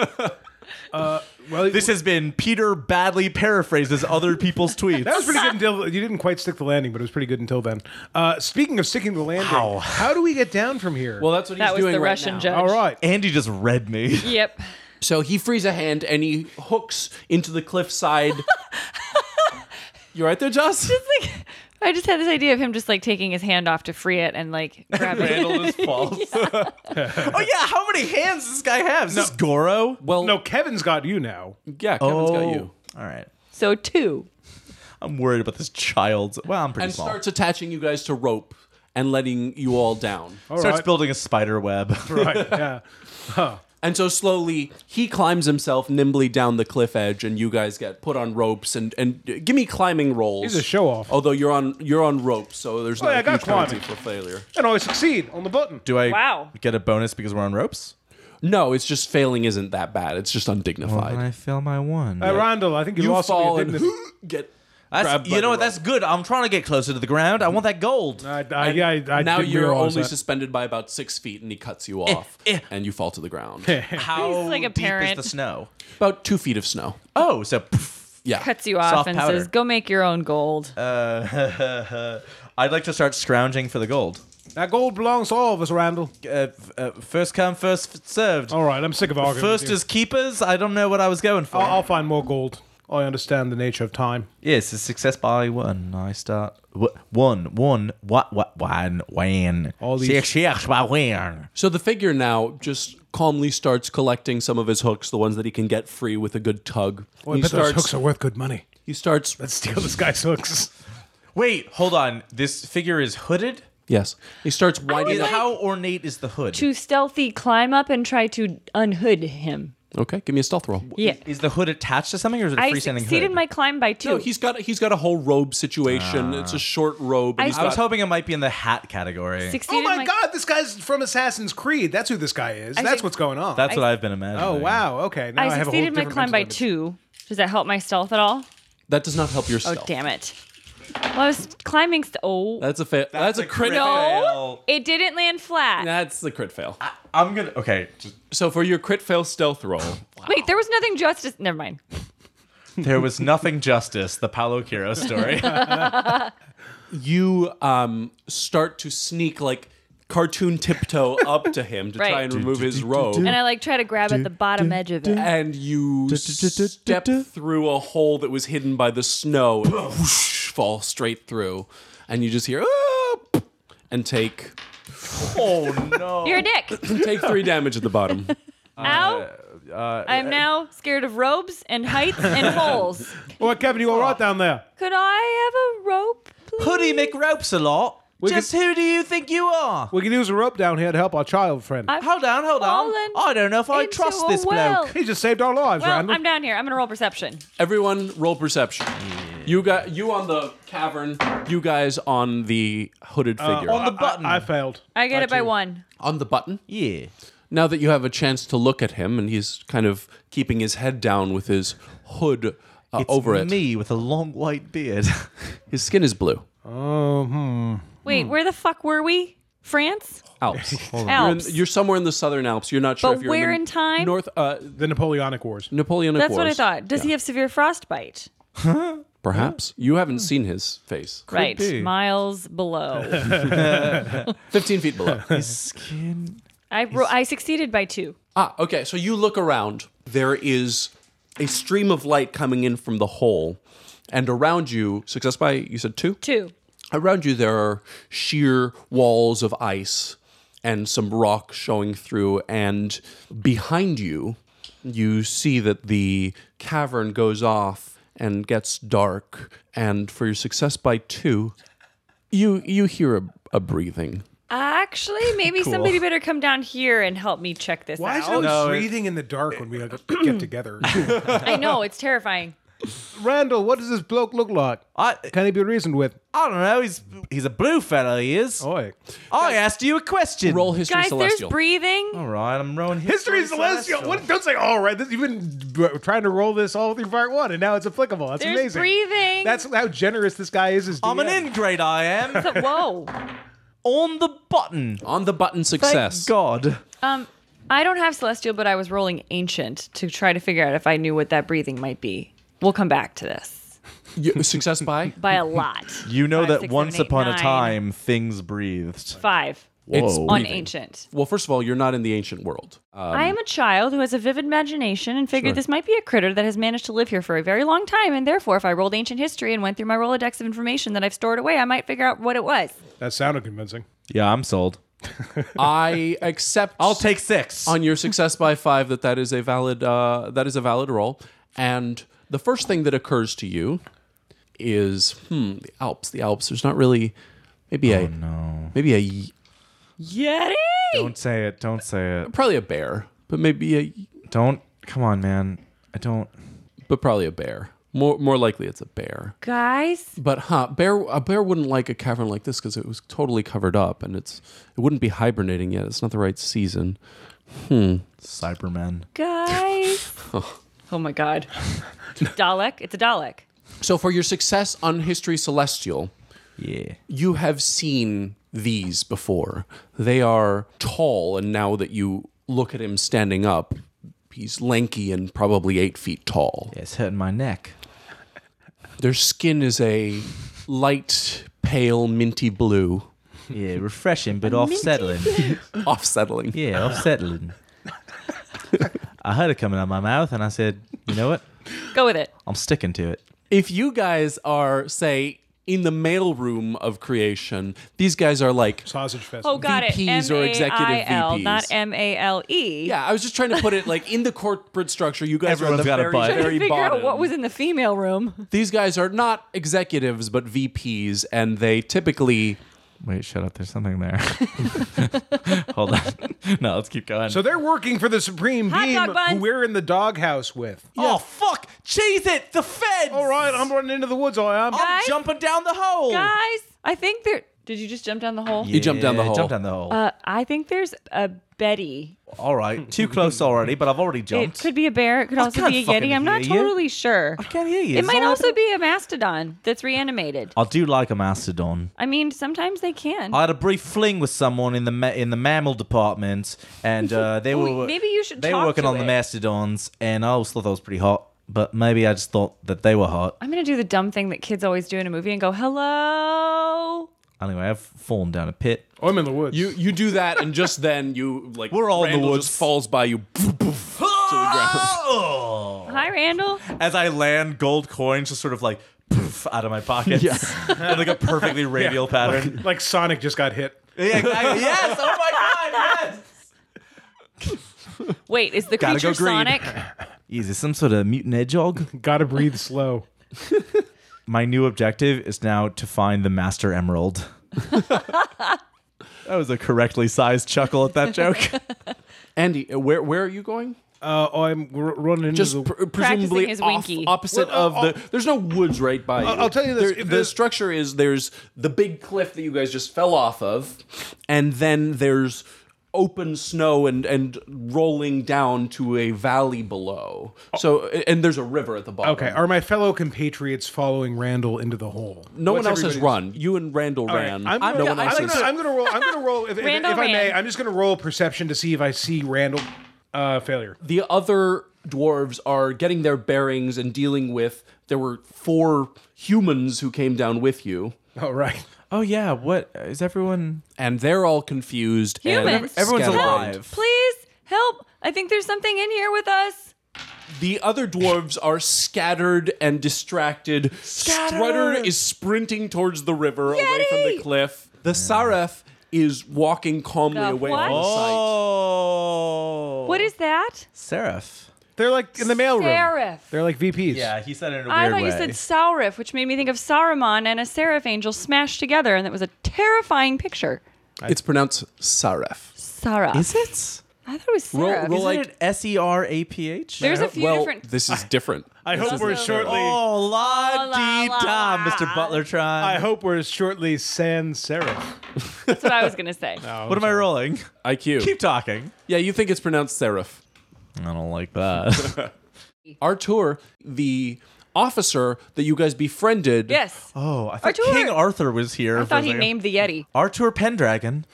S4: Well,
S2: This has been Peter badly paraphrases other people's tweets.
S4: that was pretty good until you didn't quite stick the landing, but it was pretty good until then. Uh, speaking of sticking the landing,
S2: How?
S4: how do we get down from here?
S1: Well, that's what
S3: That
S1: he's
S3: was
S1: doing
S3: the
S1: right
S3: Russian
S1: now.
S3: judge.
S4: all right.
S2: Andy just read me.
S3: Yep.
S1: So he frees a hand and he hooks into the cliffside. *laughs* you right there, Joss?
S3: It's like I just had this idea of him just like taking his hand off to free it and like grabbing it.
S2: Randall is false. oh yeah, how many hands does this guy have? Is this Goro?
S1: Well,
S4: *laughs* No, Kevin's got you now.
S1: yeah, Kevin's got you.
S2: Oh, All right.
S3: So two.
S2: I'm worried about this child's. Well, I'm pretty
S1: And
S2: small.
S1: starts attaching you guys to rope and letting you all down.
S4: All
S2: starts
S4: right.
S2: building a spider web. *laughs*
S4: right.
S1: *laughs*
S4: Yeah.
S1: And so slowly he climbs himself nimbly down the cliff edge, and you guys get put on ropes and and uh, give me climbing rolls.
S4: He's a show-off.
S1: Although you're on you're on ropes, so there's no
S4: yeah, I got
S1: huge penalty
S4: climbing.
S1: for failure.
S4: And I succeed on the button.
S2: Do I
S3: Wow.
S2: get a bonus because we're on ropes?
S1: No, it's just failing isn't that bad. It's just undignified.
S2: fail my one.
S4: Uh, Randall, I think you,
S1: you
S4: lost all your
S1: fall and
S4: dignity.
S1: *laughs* get.
S2: That's, you know what? That's good. I'm trying to get closer to the ground. I want that gold.
S4: *laughs* I, I, *laughs* yeah, I, I
S1: now
S4: didn't
S1: you're
S4: realize
S1: only
S4: that. Eh,
S1: suspended by about six feet, and he cuts you off, and you fall to the ground.
S2: How
S3: He's like a
S2: deep
S3: parent.
S2: is the snow?
S1: about two feet of snow.
S2: Oh, so pff,
S1: Yeah,
S3: Cuts you off
S2: Soft
S3: and
S2: powder.
S3: says, "Go make your own gold."
S2: uh, I'd like to start scrounging for the gold.
S4: that gold belongs to all of us, Randall.
S2: Uh, f- uh, first come, first f- served.
S4: All right, I'm sick of arguing.
S2: First
S4: with you.
S2: is keepers. I don't know what I was going for.
S4: I'll, I'll find more gold. I understand the nature of time.
S2: Yes, it's success by one. I start wh- one, one, what, what, one, one.
S4: All these-
S2: Success by one.
S1: So the figure now just calmly starts collecting some of his hooks, the ones that he can get free with a good tug. he starts.
S4: are worth good money.
S1: he starts.
S4: Let's steal this guy's hooks.
S2: Wait, hold on. This figure is hooded.
S1: Yes, he starts
S2: Is-
S1: winding.
S2: How ornate is the hood?
S3: to stealthy climb up and try to unhood him.
S1: Okay, give me a stealth roll.
S3: Yeah.
S2: Is the hood attached to something, or is it a
S3: I
S2: freestanding
S3: succeeded
S2: hood?
S3: my climb by two.
S1: No, he's got he's got a whole robe situation.
S4: Ah.
S1: it's a short robe. and
S3: I-
S1: he's
S2: I was
S1: got-
S2: hoping it might be in the hat category.
S3: succeeded
S4: Oh my
S3: my-
S4: God! This guy's from Assassin's Creed. That's who this guy is.
S3: I
S4: That's
S3: think-
S4: what's going on.
S2: That's what I've been imagining.
S4: oh wow. Okay. Now I,
S3: I
S4: have a whole
S3: succeeded my
S4: different
S3: climb
S4: mental
S3: by
S4: image.
S3: two. Does that help my stealth at all?
S1: that does not help your stealth.
S3: Oh, damn it. Well, I was climbing. St- oh,
S1: That's a fa- that's, a crit.
S3: No.
S2: fail.
S3: it didn't land flat.
S1: That's the crit fail.
S2: I'm gonna. Okay, just,
S1: So for your crit fail stealth roll,
S3: Wait, there was nothing justice. Never mind.
S2: there was nothing justice. The Paulo Quiro story.
S1: you um, start to sneak like cartoon tiptoe up to him to try
S3: Right.
S1: and remove his robe.
S3: And I like try to grab at the bottom edge of it.
S1: And you step through a hole that was hidden by the snow and whoosh, fall straight through. And you just hear "Ah!" and take
S2: oh no.
S3: You're a dick.
S1: take three damage at the bottom.
S3: Ow. I'm now scared of robes and heights and holes.
S4: Well, Kevin, you all right down there?
S3: Could I have a rope, please?
S2: Hoodie McRopes a lot. Just who do you think you are?
S4: We can use a rope down here to help our child friend.
S3: I've
S2: Hold on, hold on.
S3: fallen
S2: I don't know if I
S3: into
S2: trust
S3: a
S2: this
S3: well.
S2: bloke.
S4: he just saved our lives,
S3: Well,
S4: Randall.
S3: I'm down here. I'm gonna roll perception.
S1: Everyone, roll perception. You got you on the cavern. You guys on the hooded figure
S4: oh.
S2: on the button.
S4: I, I failed.
S3: I get it by
S4: too.
S3: one.
S1: on the button.
S2: yeah.
S1: Now that you have a chance to look at him, and he's kind of keeping his head down with his hood uh,
S2: It's
S1: over it.
S2: me with a long white beard.
S1: His skin is blue.
S3: Wait, where the fuck were we? France?
S1: Alps. You're, in-
S3: Alps.
S1: you're somewhere in the southern Alps. You're not sure.
S3: But
S1: if you're
S3: where
S1: in,
S3: in
S1: the
S3: time?
S1: North uh,
S4: The Napoleonic Wars.
S1: Napoleonic
S3: That's
S1: Wars.
S3: what I thought. Does he have severe frostbite?
S1: Perhaps you haven't seen his face.
S3: right.
S2: be.
S3: Miles below.
S1: Fifteen feet below.
S2: Skin.
S3: I ro- I succeeded by two.
S1: Ah, okay. So you look around. There is a stream of light coming in from the hole, and around you, success by you said two.
S3: Two.
S1: Around you, there are sheer walls of ice and some rock showing through. And behind you, you see that the cavern goes off and gets dark. And for your success by two, you you hear a, a breathing.
S3: Actually, maybe somebody better come down here and help me check this
S4: Why is it
S3: out.
S4: always breathing in the dark when we *clears throat* get together?
S3: I know it's terrifying.
S4: *laughs* Randall, what does this bloke look like?
S2: *laughs* I,
S4: Can he be reasoned with?
S2: I don't know. He's he's a blue fella. He is.
S4: Oi.
S2: I asked you a question.
S1: Roll history
S3: Guys,
S1: celestial.
S3: there's breathing.
S2: All right, I'm rolling history,
S4: History is celestial. What, don't say all right. This, you've been trying to roll this all through part one, and now it's applicable. That's
S3: There's
S4: amazing.
S3: breathing.
S4: That's how generous this guy is. As
S2: I'm an
S4: DM.
S2: ingrate. I *laughs* am
S3: *laughs* So- whoa.
S2: on the button.
S1: On the button
S2: Thank
S1: success.
S2: God.
S3: Um, I don't have celestial, but I was rolling ancient to try to figure out if I knew what that breathing might be. We'll come back to this
S1: You- success by
S3: by a lot.
S2: You know
S3: Five,
S2: that
S3: six,
S2: once
S3: seven, eight,
S2: upon a
S3: nine.
S2: time things breathed.
S3: Five
S1: It's
S2: Whoa.
S3: on
S1: breathing.
S3: ancient.
S1: Well, first of all, you're not in the ancient
S2: *laughs*
S1: world.
S3: I am a child who has a vivid imagination and figured this might be a critter that has managed to live here for a very long time. And therefore, if I rolled ancient history and went through my Rolodex of information that I've stored away, I might figure out what it was.
S4: That sounded convincing.
S2: Yeah, I'm sold.
S1: I accept.
S2: I'll take six.
S1: on your success by five that that is a valid uh, that is a valid roll. And the first thing that occurs to you is hmm the Alps. The Alps. There's not really maybe a Oh, no. maybe a y-
S3: Yeti!
S2: don't say it. Don't say it.
S1: probably a bear, but maybe a
S2: Don't. Come on, man. I don't.
S1: but probably a bear. More more likely it's a bear.
S3: Guys,
S1: But huh, bear a bear wouldn't like a cavern like this because it was totally covered up and it's it wouldn't be hibernating yet. It's not the right season.
S2: Cybermen.
S3: guys. oh my God. *laughs* Dalek? It's a Dalek.
S1: So for your success on History Celestial,
S2: Yeah.
S1: you have seen these before. They are tall, and now that you look at him standing up, he's lanky and probably eight feet tall.
S2: It's hurting my neck.
S1: Their skin is a light, pale, minty
S2: *laughs*
S1: blue,
S2: Yeah, refreshing but offsettling.
S1: offsettling.
S2: Yeah, offsettling. I heard it coming out of my mouth and I said, you know what?
S3: Go with it.
S2: I'm sticking to it.
S1: If you guys are, say, in the mailroom of creation, these guys are like.
S4: Sausage fest.
S3: Oh, got
S1: VPs
S3: it.
S1: or executive
S3: M-A-I-L, Not
S1: VPs.
S3: M A L E. *laughs*
S1: Yeah, I was just trying to put it like in the corporate structure. You guys are
S2: Everyone's
S1: at the
S2: got a
S1: very,
S2: butt. Trying to
S1: very
S3: figure
S1: bottom.
S3: out what was in the female room.
S1: These guys are not executives, but VPs, and they typically
S2: Wait, shut up. There's something there. *laughs* Hold on. *laughs* No, let's keep going.
S4: So they're working for the supreme
S3: Hot
S4: being
S3: dog bun.
S4: who we're in the doghouse with.
S2: Oh fuck! Chase it! The feds!
S4: All right, I'm running into the woods. I am.
S2: I'm
S3: Guys?
S2: jumping down the hole.
S3: Guys, I think there. Did you just jump down the hole?
S1: You jumped down the
S2: Yeah,
S1: hole.
S2: Jumped down the hole.
S3: Uh, I think there's a Betty.
S2: All right, too close already, but I've already
S3: It
S2: jumped.
S3: could be a bear. It could also
S2: can't
S3: be a
S2: fucking
S3: Yeti. I'm not
S2: hear you.
S3: totally sure.
S2: I can't hear you.
S3: It
S2: Is
S3: might
S2: that
S3: also
S2: happening?
S3: be a mastodon that's reanimated.
S2: I do like a mastodon.
S3: I mean, sometimes they can.
S2: I had a brief fling with someone in the ma- in the mammal department, and
S3: *laughs*
S2: uh, they
S3: Ooh,
S2: were
S3: maybe you should
S2: They were
S3: talk
S2: working
S3: to
S2: on the
S3: it.
S2: mastodons, and I always thought that was pretty hot. But maybe I just thought that they were hot.
S3: I'm gonna do the dumb thing that kids always do in a movie and go,
S2: Oh.
S3: "Hello."
S2: Anyway, I've fallen down a pit.
S4: Oh, I'm in the woods.
S1: You you do that, and just then you like
S2: We're all in the
S1: Randall
S2: woods.
S1: Just falls by you. Poof, poof, to the ground.
S2: Oh!
S3: Hi, Randall.
S2: As I land, gold coins just sort of like poof out of my pockets *laughs* in like a perfectly radial pattern.
S4: *laughs* like Sonic just got hit.
S2: Yeah, exactly. *laughs* yes! Oh my god! Yes!
S3: Wait, is the
S2: Gotta go
S3: creature
S2: green. *laughs*
S3: Sonic?
S2: Is this some sort of mutant hedgehog?
S4: Got to breathe slow.
S2: My new objective is now to find the Master *laughs* Emerald. that was a correctly sized chuckle at that joke.
S1: Andy, uh, where where are you going?
S4: *laughs* Uh, oh, I'm r- running into
S1: Just
S4: the.
S1: pr- presumably
S3: his
S1: off-
S3: winky.
S1: opposite
S4: Well, uh,
S1: of the. There's no woods right by you.
S4: I'll tell you this,
S1: There-
S4: if
S1: the
S4: the-
S1: structure is there's the big cliff that you guys just fell off of, and then there's open snow and and rolling down to a valley below. So and there's a river at the bottom.
S4: okay, are my fellow compatriots following Randall into the hole?
S1: No
S4: What's
S1: one else has
S4: everybody's-
S1: run. You and Randall
S4: All right,
S1: ran.
S4: I'm,
S1: no
S4: gonna,
S1: one
S4: I'm,
S1: else
S4: gonna,
S1: has.
S4: I'm gonna roll. I'm
S1: *laughs*
S4: gonna roll. If, if,
S3: Randall
S4: if I may,
S3: ran.
S4: I'm just gonna roll perception to see if I see Randall. Uh, failure.
S1: the other dwarves are getting their bearings and dealing with there were four humans who came down with you
S4: All right.
S2: *laughs* oh, yeah. What is everyone?
S1: and they're all confused and
S3: Humans.
S2: Everyone's
S1: scattered.
S3: Help,
S2: alive.
S3: Please help. I think there's something in here with us.
S1: the other dwarves are scattered and distracted strutter is sprinting towards the river away from the
S3: Yeti!
S1: cliff the saref is walking calmly
S3: The
S1: away
S3: what?
S1: from the site
S2: Oh.
S3: What is that?
S2: Seraph?
S4: *laughs* They're like in the mailroom.
S3: Seraph.
S4: They're like VPs.
S2: Yeah, he said it in a
S3: I
S2: weird
S3: thought
S2: way.
S3: you said Saurif, which made me think of Saruman and a seraph angel smashed together, and that was a terrifying picture.
S1: it's pronounced saref
S3: Sarah.
S2: is it?
S3: I thought it was
S1: Roll-
S3: Seraph.
S1: roll
S2: Isn't
S1: like-
S2: it S E R A P H?
S3: There's a few
S1: well
S3: different.
S1: this is different
S4: I hope we're shortly.
S2: Oh, la
S3: Oh, la,
S2: dee
S3: la,
S2: da,
S3: la.
S2: Mr. Butler
S4: I
S2: Tron.
S4: hope we're shortly sans serif.
S3: That's what I was
S1: *laughs*
S3: gonna say.
S2: What am I rolling? *laughs*
S1: iq
S2: Keep talking.
S1: yeah you think it's pronounced serif
S2: I don't like that.
S1: artur the officer that you guys befriended
S3: Yes.
S2: *laughs* oh, I thought
S3: Artur.
S2: King Arthur was here.
S3: I thought he named the Yeti.
S2: Arthur Pendragon.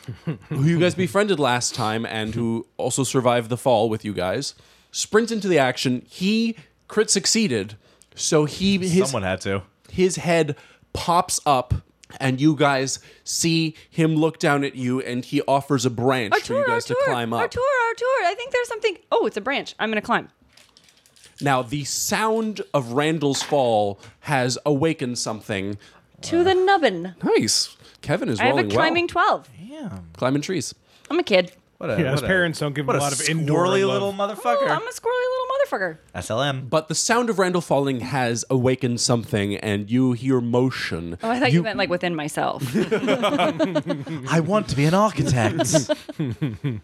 S1: who you guys befriended last time and who also survived the fall with you guys, sprints into the action. He crit succeeded, so he his
S2: Someone had to.
S1: his head pops up, and you guys see him look down at you, and he offers a branch for you
S3: Artur,
S1: guys
S3: Artur,
S1: to climb up.
S3: Artur, Artur. I think there's something. Oh, it's a branch. I'm gonna climb.
S1: Now the sound of Randall's fall has awakened something.
S3: To the nubbin.
S1: Nice, Kevin is
S3: I have a
S1: rolling
S3: climbing
S1: well.
S3: twelve.
S2: Damn.
S1: climbing trees.
S3: I'm a kid.
S2: What a,
S4: Yeah, his
S2: what a-
S4: parents don't give him
S2: what
S4: a lot of indoor
S2: squirrely
S4: love.
S2: little
S3: Oh,
S2: motherfucker.
S3: I'm a squirrely little motherfucker.
S2: SLM.
S3: *laughs*
S1: But the sound of Randall falling has awakened something, and you hear motion.
S3: Oh, I thought you, meant like
S1: *laughs*
S3: within myself.
S2: I want to be an architect.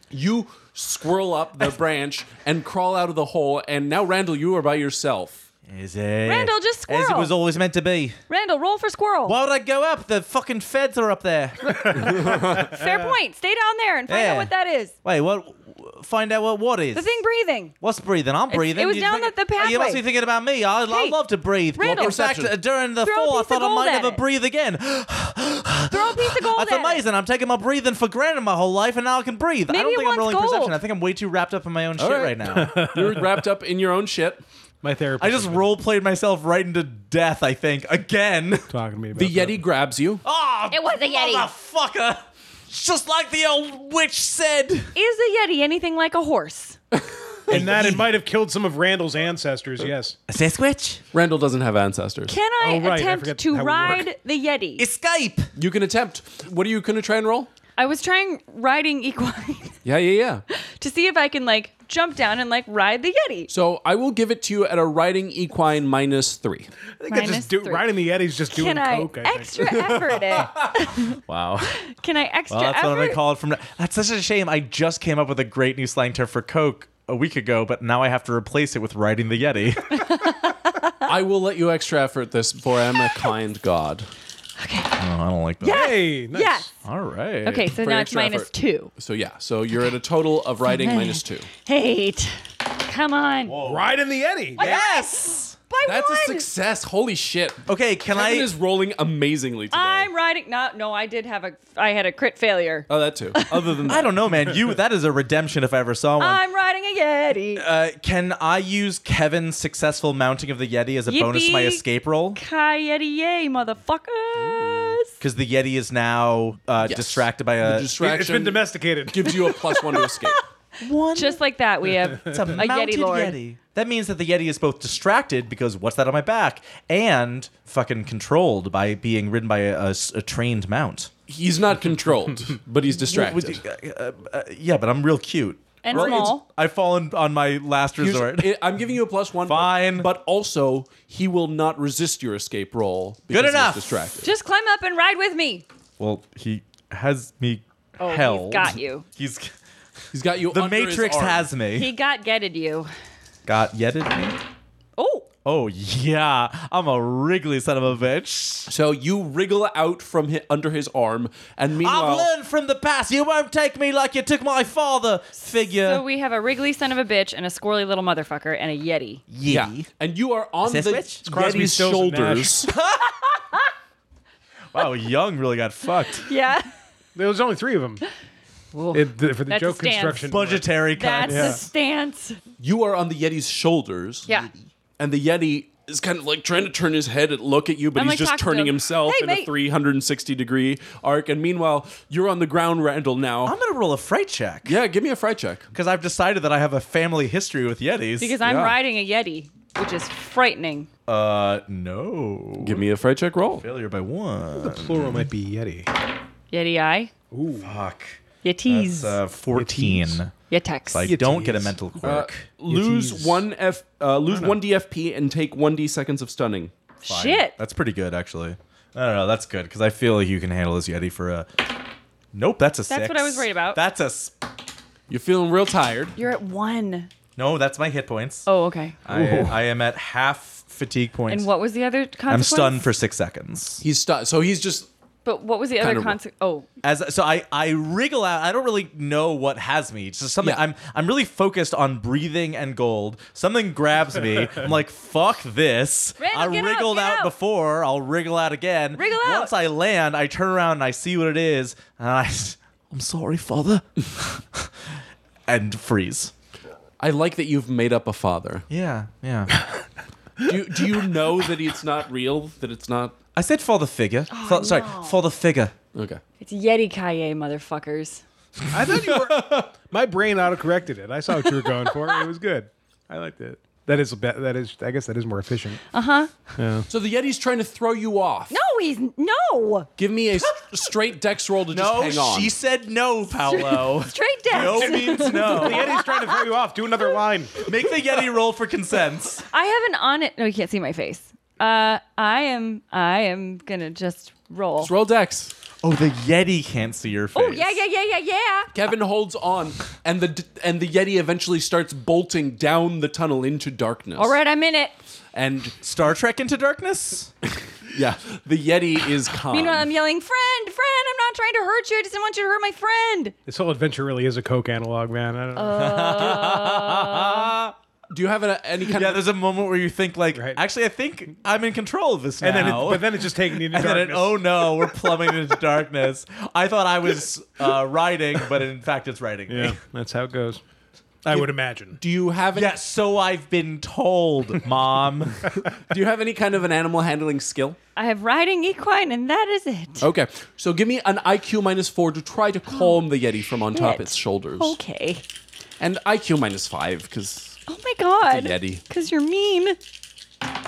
S1: You squirrel up *laughs* the branch and crawl out of the hole, and now Randall, you are by yourself.
S2: *laughs* Is it?
S3: Randall, just
S2: As it
S3: squirrel.
S2: was always meant to be.
S3: Randall, roll for squirrel.
S2: Why would I go up? The fucking feds are up
S3: *laughs*
S2: there.
S3: Fair point. Stay down there and find
S2: Yeah.
S3: out what that is.
S2: Wait, what? Find out what what is.
S3: The thing breathing.
S2: What's breathing? I'm breathing.
S3: it was
S2: You
S3: down
S2: think-
S3: the- the
S2: Oh, you must be
S3: pathway.
S2: thinking about me. I, I
S3: Hey,
S2: love to breathe.
S3: Randall.
S2: in fact,
S1: Perception.
S2: during the
S3: Throw a
S2: fall, I
S3: piece of
S2: thought I
S3: gold
S2: might
S3: at
S2: never
S3: it.
S2: breathe again.
S3: Throw a
S1: *laughs*
S3: piece of gold
S2: That's
S3: at it.
S2: amazing. I'm taking my breathing for granted my whole life, and now I can breathe. I
S3: Maybe
S2: don't
S3: it
S2: think I'm
S3: wants
S2: rolling
S3: gold.
S2: perception. I think I'm way too wrapped up in my own shit
S1: right.
S2: right
S4: *laughs*
S2: now.
S1: You're wrapped up in your own shit.
S4: My therapist.
S2: I just
S4: has been
S2: role played myself right into death, I think. Again. *laughs*
S4: talking to me about
S1: The
S4: that.
S1: Yeti grabs you.
S2: Oh,
S3: It was a Yeti.
S2: Motherfucker. Just like the old witch said.
S3: Is a yeti anything like a horse?
S4: and that it might have killed some of Randall's ancestors. Yes.
S2: Sasquatch?
S1: Randall doesn't have ancestors.
S3: Can I
S4: Oh, right. I
S3: attempt
S4: forget
S3: to
S4: how we
S3: ride the yeti?
S2: Escape.
S1: You can attempt. What are you going to try and roll?
S3: I was trying riding equine *laughs*
S1: Yeah, yeah, yeah.
S3: to see if I can like jump down and like ride the Yeti.
S1: So I will give it to you at a riding equine minus three.
S4: I think I
S3: Minus
S4: just do,
S3: three.
S4: riding the Yeti's just doing
S3: Can I
S4: coke. I think.
S3: extra effort it? *laughs*
S2: Wow.
S3: Can I extra
S2: Well, that's what I'm
S3: effort?
S2: gonna call it from. That's such a shame. I just came up with a great new slang term for Coke a week ago, but now I have to replace it with riding the
S3: *laughs*
S2: Yeti.
S3: Uh.
S1: I will let you extra effort this, for I am a
S3: *laughs*
S1: kind god.
S3: okay.
S2: Oh, I don't like that.
S4: Hey, nice.
S3: Yes.
S2: All right.
S3: Okay, so
S1: For
S3: now it's
S1: extra
S3: minus
S1: effort.
S3: two.
S1: So yeah, so you're at a total of riding minus two.
S3: Eight. Come on.
S4: riding the Yeti. Yeah.
S2: Yes.
S3: By
S1: That's
S3: one.
S1: a success. Holy shit.
S2: Okay. Can
S1: Kevin
S2: I?
S1: is rolling amazingly today.
S3: I'm riding. No, no, I did have a. I had a crit failure.
S1: oh, that
S2: *laughs*
S1: too. Other than that,
S2: I don't know, man. You that is a redemption if I ever saw one.
S3: I'm riding a Yeti.
S2: Uh, can I use Kevin's successful mounting of the Yeti as a bonus to my
S3: Yippee.
S2: escape roll?
S3: Kai Yeti Yay, motherfuckers.
S2: Because the Yeti is now uh,
S1: Yes.
S2: distracted by
S1: the
S2: a.
S1: distraction
S4: It's been domesticated.
S1: gives you a plus one to escape.
S2: one.
S3: Just like that, we have
S2: It's a, mounted
S3: Yeti lord.
S2: That means that the Yeti is both distracted because what's that on my back and fucking controlled by being ridden by a, a s- a trained mount.
S1: He's not
S2: *laughs*
S1: controlled, but he's
S2: Would
S1: distracted.
S2: you- uh, uh, yeah, but I'm real cute.
S3: and
S1: Right.
S3: small.
S2: I've fallen on my last
S1: Here's-
S2: resort.
S1: it- I'm giving you a plus one. but-
S2: Fine.
S1: but also he will not resist your escape roll. Because
S2: enough.
S1: He's distracted.
S3: Just climb up and ride with me.
S2: well, he has me
S3: Oh, he's
S2: held.
S3: got you.
S2: He's
S1: He's got you.
S2: *laughs* the
S1: under his
S2: Matrix
S1: arm.
S2: has me.
S3: He got getted you.
S2: got yeted me.
S3: Oh,
S2: Oh yeah, I'm a wriggly son of a bitch.
S1: So you wriggle out from hi- under his arm, and meanwhile,
S2: I've learned from the past. You won't take me like you took my father. Figure.
S3: so we have a Wrigley son of a bitch and a squirrely little motherfucker and a Yeti.
S1: yeah, and you are on the
S2: Is this rich? It's
S4: Crosby,
S1: Yeti's
S4: Stills, and Nash.
S2: *laughs*
S1: shoulders.
S2: Wow, Young really got fucked.
S3: Yeah.
S4: There was only three
S3: *laughs*
S4: of them.
S3: Whoa.
S4: It, the, for the
S3: That's a
S4: joke
S3: stance.
S4: construction.
S2: *laughs* Budgetary cut.
S3: *laughs* That's the stance.
S1: you are on the Yeti's shoulders.
S3: Yeah.
S1: and the Yeti is kind of like trying to turn his head and look at you, but
S3: I'm,
S1: he's
S3: like,
S1: just
S3: talking to
S1: turning
S3: him.
S1: himself
S3: Hey,
S1: in a
S3: mate.
S1: 360 degree arc. And meanwhile, you're on the ground, Randall. Now,
S2: I'm gonna roll a fright check
S1: yeah, give me a fry check.
S2: because I've decided that I have a family history with Yetis.
S3: Because I'm
S1: Yeah.
S3: riding a Yeti, which is frightening.
S2: uh no
S1: Give me a fry check roll.
S2: failure by one.
S4: Plural might be Yeti.
S3: Yeti I.
S2: Fuck.
S3: Yetis.
S2: It's uh, fourteen.
S4: Yetis.
S3: Yetex.
S2: I don't get a mental quirk.
S1: Uh, Lose
S4: Yetis.
S1: one f uh, lose one DFP and take one d seconds of stunning.
S2: Fine.
S3: Shit.
S2: That's pretty good actually. I don't know. That's good because I feel like you can handle this Yeti for a. Nope, that's a six.
S3: what I was worried about.
S2: That's a. s-
S1: You're feeling real tired.
S3: You're at one.
S2: No, that's my hit points.
S3: Oh, okay.
S2: I, I am at half fatigue points.
S3: And what was the other consequence?
S2: I'm stunned for six seconds.
S1: He's stu- so he's just
S3: But what was the
S1: Kind
S3: other
S1: of-
S3: consequence? Oh,
S2: as so I, I wriggle out. I don't really know what has me. It's just something
S1: Yeah.
S2: I'm I'm really focused on breathing and gold. Something grabs *laughs* me. I'm like, fuck this.
S3: Randall,
S2: I
S3: get out,
S2: wriggled
S3: get
S2: out,
S3: out.
S2: before. I'll wriggle out again.
S3: Wriggle out.
S2: Once I land, I turn around and I see what it is, and I I'm sorry, father. *laughs* and freeze.
S1: I like that you've made up a father.
S2: Yeah, yeah.
S1: Do you, do you know that it's not real? That it's not
S2: I said for the figure. For- Sorry,
S3: Oh, no.
S2: for the figure.
S1: okay.
S3: it's Yeti Kaye, motherfuckers.
S4: I thought you were. My brain autocorrected it. I saw what you were going for. It was good. I liked it. That is a be- that is. I guess that is
S3: *laughs*
S4: more efficient.
S1: So the Yeti's trying to throw you off.
S3: No, he's no
S1: Give me a
S3: *laughs*
S1: s- straight dex roll to just
S2: No,
S1: hang on.
S2: she said
S1: *laughs*
S2: no, Paolo.
S3: straight death.
S2: no means
S4: The
S2: no.
S4: Yeti's trying to throw you off. Do another line.
S2: Make the Yeti roll for consent.
S3: I have an on it. No, you can't see my face. Uh, I am. I am gonna just roll.
S1: Just roll dex.
S2: Oh, the Yeti can't see your face.
S3: oh yeah, yeah, yeah, yeah, yeah.
S1: Kevin holds on, and the d- and the Yeti eventually starts bolting down the tunnel into darkness.
S3: All right, I'm in it.
S1: And
S2: Star Trek Into Darkness?
S1: yeah, the Yeti
S3: *laughs*
S1: is calm.
S3: Meanwhile, I'm yelling, friend, friend. I'm not trying to hurt you. I just didn't want you to hurt my friend.
S4: This whole adventure really is a Coke analog, man. I don't know.
S3: Uh.
S1: Do you have an, any kind
S2: Yeah,
S1: of?
S2: there's a moment where you think like,
S4: Right.
S2: actually, I think I'm in control of this now.
S4: and then, it, but then it's just taking you into
S2: And then it,
S4: darkness.
S2: oh no, we're plummeting into darkness. I thought I was uh, riding, but in fact, it's riding me.
S4: yeah, that's how it goes. I would imagine.
S1: Do you have any,
S2: Yeah, so I've been told, *laughs* Mom.
S1: Do you have any kind of an animal handling skill?
S3: I have riding equine, and that is it.
S1: Okay, so give me an IQ minus four to try to calm the Yeti from on top
S3: shit.
S1: its shoulders,
S3: Okay.
S1: and IQ minus five because
S3: Oh my god.
S1: The Yeti.
S3: Because you're mean.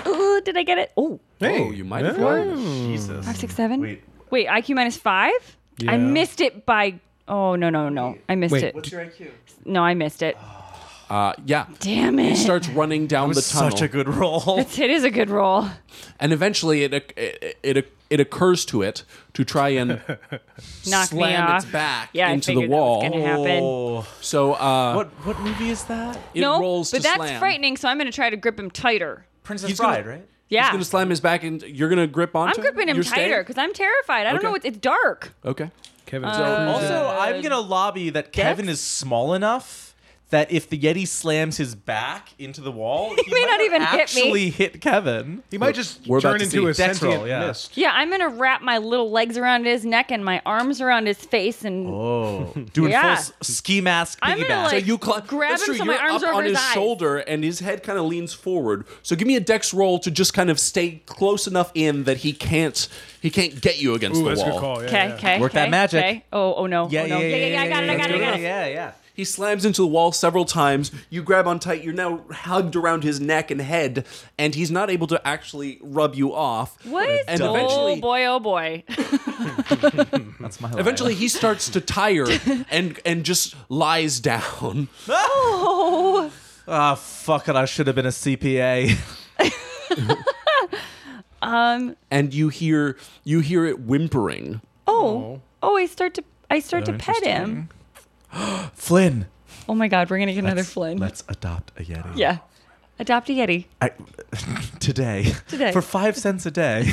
S3: Ooh, did I get it? Oh,
S4: Hey,
S1: oh, you might have
S4: yeah.
S1: gotten it.
S2: Jesus.
S3: five, six, seven.
S2: Wait.
S3: Wait, IQ minus five?
S4: Yeah.
S3: I missed it by. Oh no no no! I missed
S4: Wait,
S3: it.
S2: What's your IQ?
S3: No, I missed it.
S1: Uh, yeah.
S3: Damn it!
S1: He starts running down the tunnel.
S2: Such a good role.
S3: It's- it is a good roll.
S1: and eventually it, it it it occurs to it to try
S3: *laughs*
S1: and
S3: Knock me
S1: slam
S3: off.
S1: its back
S3: Yeah, I
S1: into the
S3: figured that was
S1: wall.
S3: gonna happen.
S2: Oh.
S1: So uh,
S2: What what movie is that?
S1: it
S3: no,
S1: rolls
S3: but
S1: to
S3: that's
S1: slam.
S3: frightening. So I'm gonna try to grip him tighter.
S2: Princess
S1: He's gonna-
S2: Bride, right?
S1: He's
S3: Yeah,
S1: gonna slam his back, and you're gonna grip onto.
S3: I'm gripping him
S1: You're
S3: tighter
S1: staying?
S3: because I'm terrified. I don't
S1: Okay.
S3: know. It's, it's dark.
S1: Okay.
S4: Kevin.
S3: Uh,
S2: Also, I'm gonna lobby that Kevin is small enough that if the Yeti slams his back into the
S3: *laughs*
S2: wall, he,
S3: may
S2: might
S3: not even hit me.
S2: actually hit Kevin.
S4: he might just
S1: We're about
S4: turn
S1: to
S4: into a
S1: see
S2: Dex
S4: sentient
S2: roll, yeah.
S4: mist.
S3: Yeah, I'm gonna wrap my little legs around his neck and my arms around his face, and
S4: *laughs*
S2: Oh, doing
S3: Yeah.
S2: full s- ski mask
S3: I'm gonna,
S2: piggyback.
S1: So
S3: like-
S1: you cl-
S3: grab
S1: that's
S3: him
S1: true,
S3: so my
S1: you're
S3: arms
S1: up
S3: are over
S1: on
S3: his
S1: his
S3: eyes.
S1: shoulder, and his head kind of leans forward. So give me a dex roll to just kind of stay close enough in that he can't he can't get you against
S4: Ooh,
S1: the
S4: that's a
S1: wall.
S4: good call. Yeah,
S3: okay,
S4: yeah.
S3: okay,
S2: Work that
S3: okay,
S2: magic.
S3: okay. Oh, oh no,
S2: yeah,
S3: oh, no.
S2: yeah, yeah,
S3: yeah, I got it, I got it, I got it.
S2: Yeah, yeah.
S1: He slams into the wall several times. You grab on tight. You're now hugged around his neck and head, and he's not able to actually rub you off.
S3: What is
S1: And
S3: oh
S1: eventually-
S3: boy,
S1: *laughs*
S3: oh boy.
S2: That's my line.
S1: Eventually, he starts to
S3: *laughs*
S1: tire and and just lies down.
S3: Oh,
S2: Ah, fuck it. I should have been a *laughs* CPA.
S1: And you hear you hear it whimpering.
S3: oh, oh! I start to, I start to pet him.
S2: Flynn.
S3: Oh my God, we're gonna get another Flynn.
S2: Let's adopt a Yeti.
S3: yeah, adopt a yeti.
S2: I, *laughs* today.
S3: Today.
S2: For five cents a
S3: *laughs*
S2: day.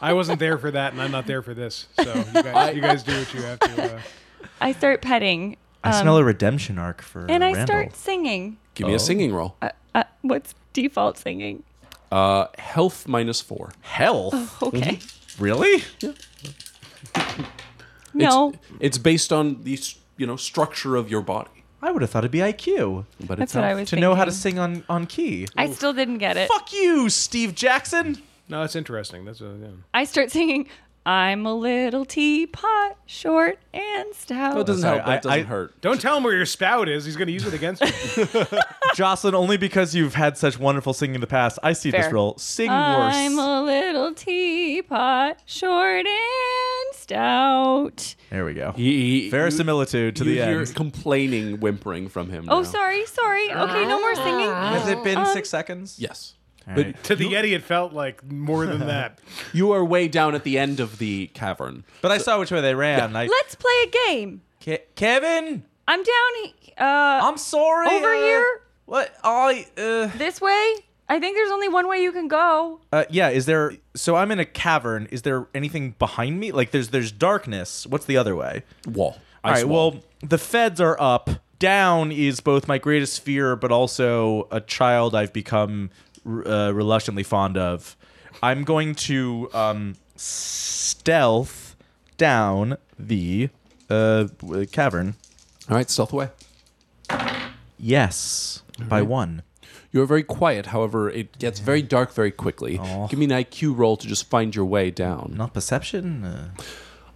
S4: I wasn't there for that, and I'm not there for this. So you guys, you guys do what you have to. Uh,
S3: I start petting,
S2: I smell a redemption arc for
S3: Um, and I
S2: Randall.
S3: start singing.
S1: Give
S2: Oh.
S1: me a singing roll.
S3: Uh, what's default singing?
S1: Uh, health minus four.
S2: Hell.
S3: Okay,
S2: Really?
S3: no,
S1: It's, it's based on the s- you know structure of your body,
S2: I would have thought it'd be IQ.
S1: but
S3: that's
S1: it's
S3: what I
S1: health.
S2: to
S3: was
S2: know how to
S3: thinking.
S2: sing on, on key.
S3: I still didn't get it.
S2: Fuck you, Steve
S3: *laughs*
S2: Jackson.
S4: no, that's interesting. That's a, yeah.
S3: I start singing, I'm a little teapot, short and stout.
S1: Well, it doesn't
S2: Sorry,
S1: help. That
S2: I- I-
S1: doesn't hurt.
S4: Don't tell him where your spout is. He's going to use it against you.
S2: Jocelyn, only because you've had such wonderful singing in the past, I see this
S3: Fair.
S2: role. Sing
S3: I'm
S2: worse.
S3: a little teapot, short and stout.
S2: There we go.
S1: He- he-
S2: Verisimilitude to
S1: you
S2: the
S1: hear
S2: end.
S1: complaining, whimpering from him.
S3: Oh,
S1: now.
S3: sorry, sorry. Okay, no more singing.
S2: Has it been
S3: Oh,
S2: six
S3: um,
S2: seconds?
S1: Yes.
S2: All right.
S4: to the Yeti, it felt like more *laughs* than that.
S1: You are way down at the end of the cavern.
S2: But I saw which way they ran. I,
S3: Let's play a game.
S2: Ke- Kevin,
S3: I'm down he- uh,
S2: I'm sorry.
S3: Over
S2: uh,
S3: here?
S2: What? I. Uh,
S3: this way. I think there's only one way you can go.
S2: uh, yeah. Is there? So I'm in a cavern. Is there anything behind me? Like there's there's darkness. What's the other way?
S1: Wall.
S2: All
S1: Ice
S2: right.
S1: wall.
S2: Well, the feds are up. Down is both my greatest fear, but also a child I've become r- uh, reluctantly fond of. I'm going to um, stealth down the uh, w- cavern.
S1: All right, stealth away.
S2: Yes, by one.
S1: You are very quiet, however, it gets very dark very quickly.
S2: Oh.
S1: Give me an IQ roll to just find your way down.
S2: Not perception. Uh,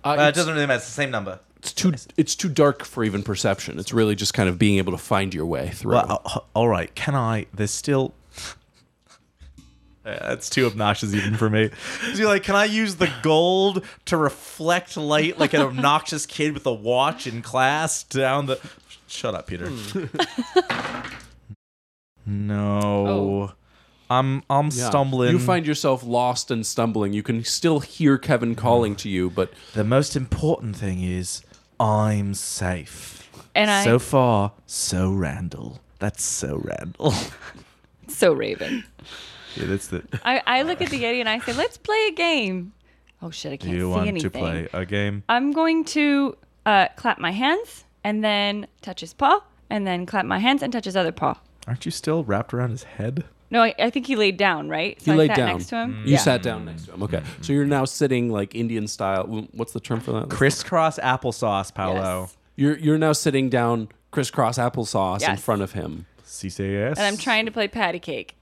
S1: Uh,
S2: uh, it
S1: it's,
S2: doesn't really matter. It's the same number.
S1: it's too it's too dark for even perception. It's really just kind of being able to find your way through.
S2: Well, uh, h- all right. Can I? There's still. *laughs* Yeah, That's too obnoxious even for me. So *laughs* you're like, can I use the gold to reflect light like an obnoxious kid with a watch in class down the? Shut up, Peter. Hmm. no, I'm I'm
S1: Oh. Yeah.
S2: stumbling.
S1: You find yourself lost and stumbling. You can still hear Kevin calling to you, but
S2: the most important thing is I'm safe.
S3: And I
S2: so far, so Randall. That's so Randall. *laughs*
S3: so Raven.
S2: yeah, that's the.
S3: I, I look at the Yeti and I say, "Let's play a game." Oh shit, I can't
S2: Do
S3: see
S2: you want
S3: anything.
S2: to play a game?
S3: I'm going to uh, clap my hands and then touch his paw and then clap my hands and touch his other paw.
S2: Aren't you still wrapped around his head?
S3: No, I, I think he laid down, right?
S1: he
S3: So I
S1: laid
S3: sat
S1: down. Mm.
S3: next to him.
S4: Mm.
S1: You
S3: Yeah.
S1: sat down next to him. Okay,
S4: Mm-hmm.
S1: so you're now sitting like Indian style. What's the term for that?
S2: Crisscross applesauce, Paolo.
S3: Yes.
S1: You're you're now sitting down crisscross applesauce in
S3: Yes.
S1: front of him.
S2: CCAS.
S3: And I'm trying to play patty cake.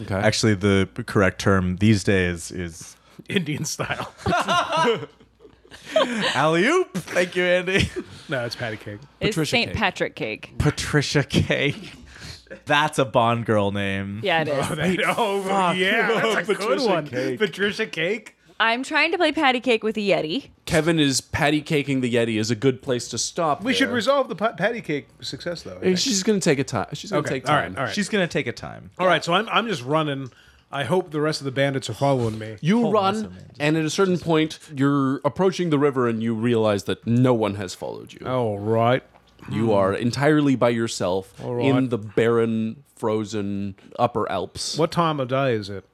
S1: Okay.
S2: Actually, the correct term these days is
S4: Indian style.
S2: alley oop. *laughs* Thank you, Andy.
S4: No, it's patty cake.
S3: it's
S1: Patricia
S3: St.
S1: cake.
S3: Patrick cake.
S2: Patricia K. That's a Bond girl name.
S1: *laughs*
S3: Yeah, it is.
S4: Oh, yeah, that's a good one. Patricia Cake.
S3: I'm trying to play patty cake with a Yeti.
S1: Kevin is patty caking the Yeti is a good place to stop.
S4: We should
S1: there.
S4: resolve the pa- patty cake success though. I think.
S1: She's gonna take a time. She's gonna
S4: Okay,
S1: take time.
S4: all right, all right.
S2: She's gonna take a time.
S4: All right, so I'm I'm just running. I hope the rest of the bandits are following me.
S1: You
S2: Hold on a
S1: run,
S2: second.
S1: and at a certain point, you're approaching the river, and you realize that no one has followed you.
S4: All right.
S1: You are entirely by yourself
S4: right.
S1: in the barren, frozen Upper Alps.
S4: What time of day is it?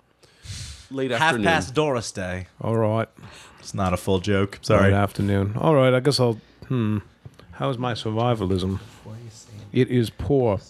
S1: late
S2: Half
S1: afternoon?
S2: past Doris Day.
S4: All right.
S2: It's not a full joke.
S4: Right
S2: Sorry.
S4: afternoon. All right. I guess I'll. Hmm. How's my survivalism? It is poor.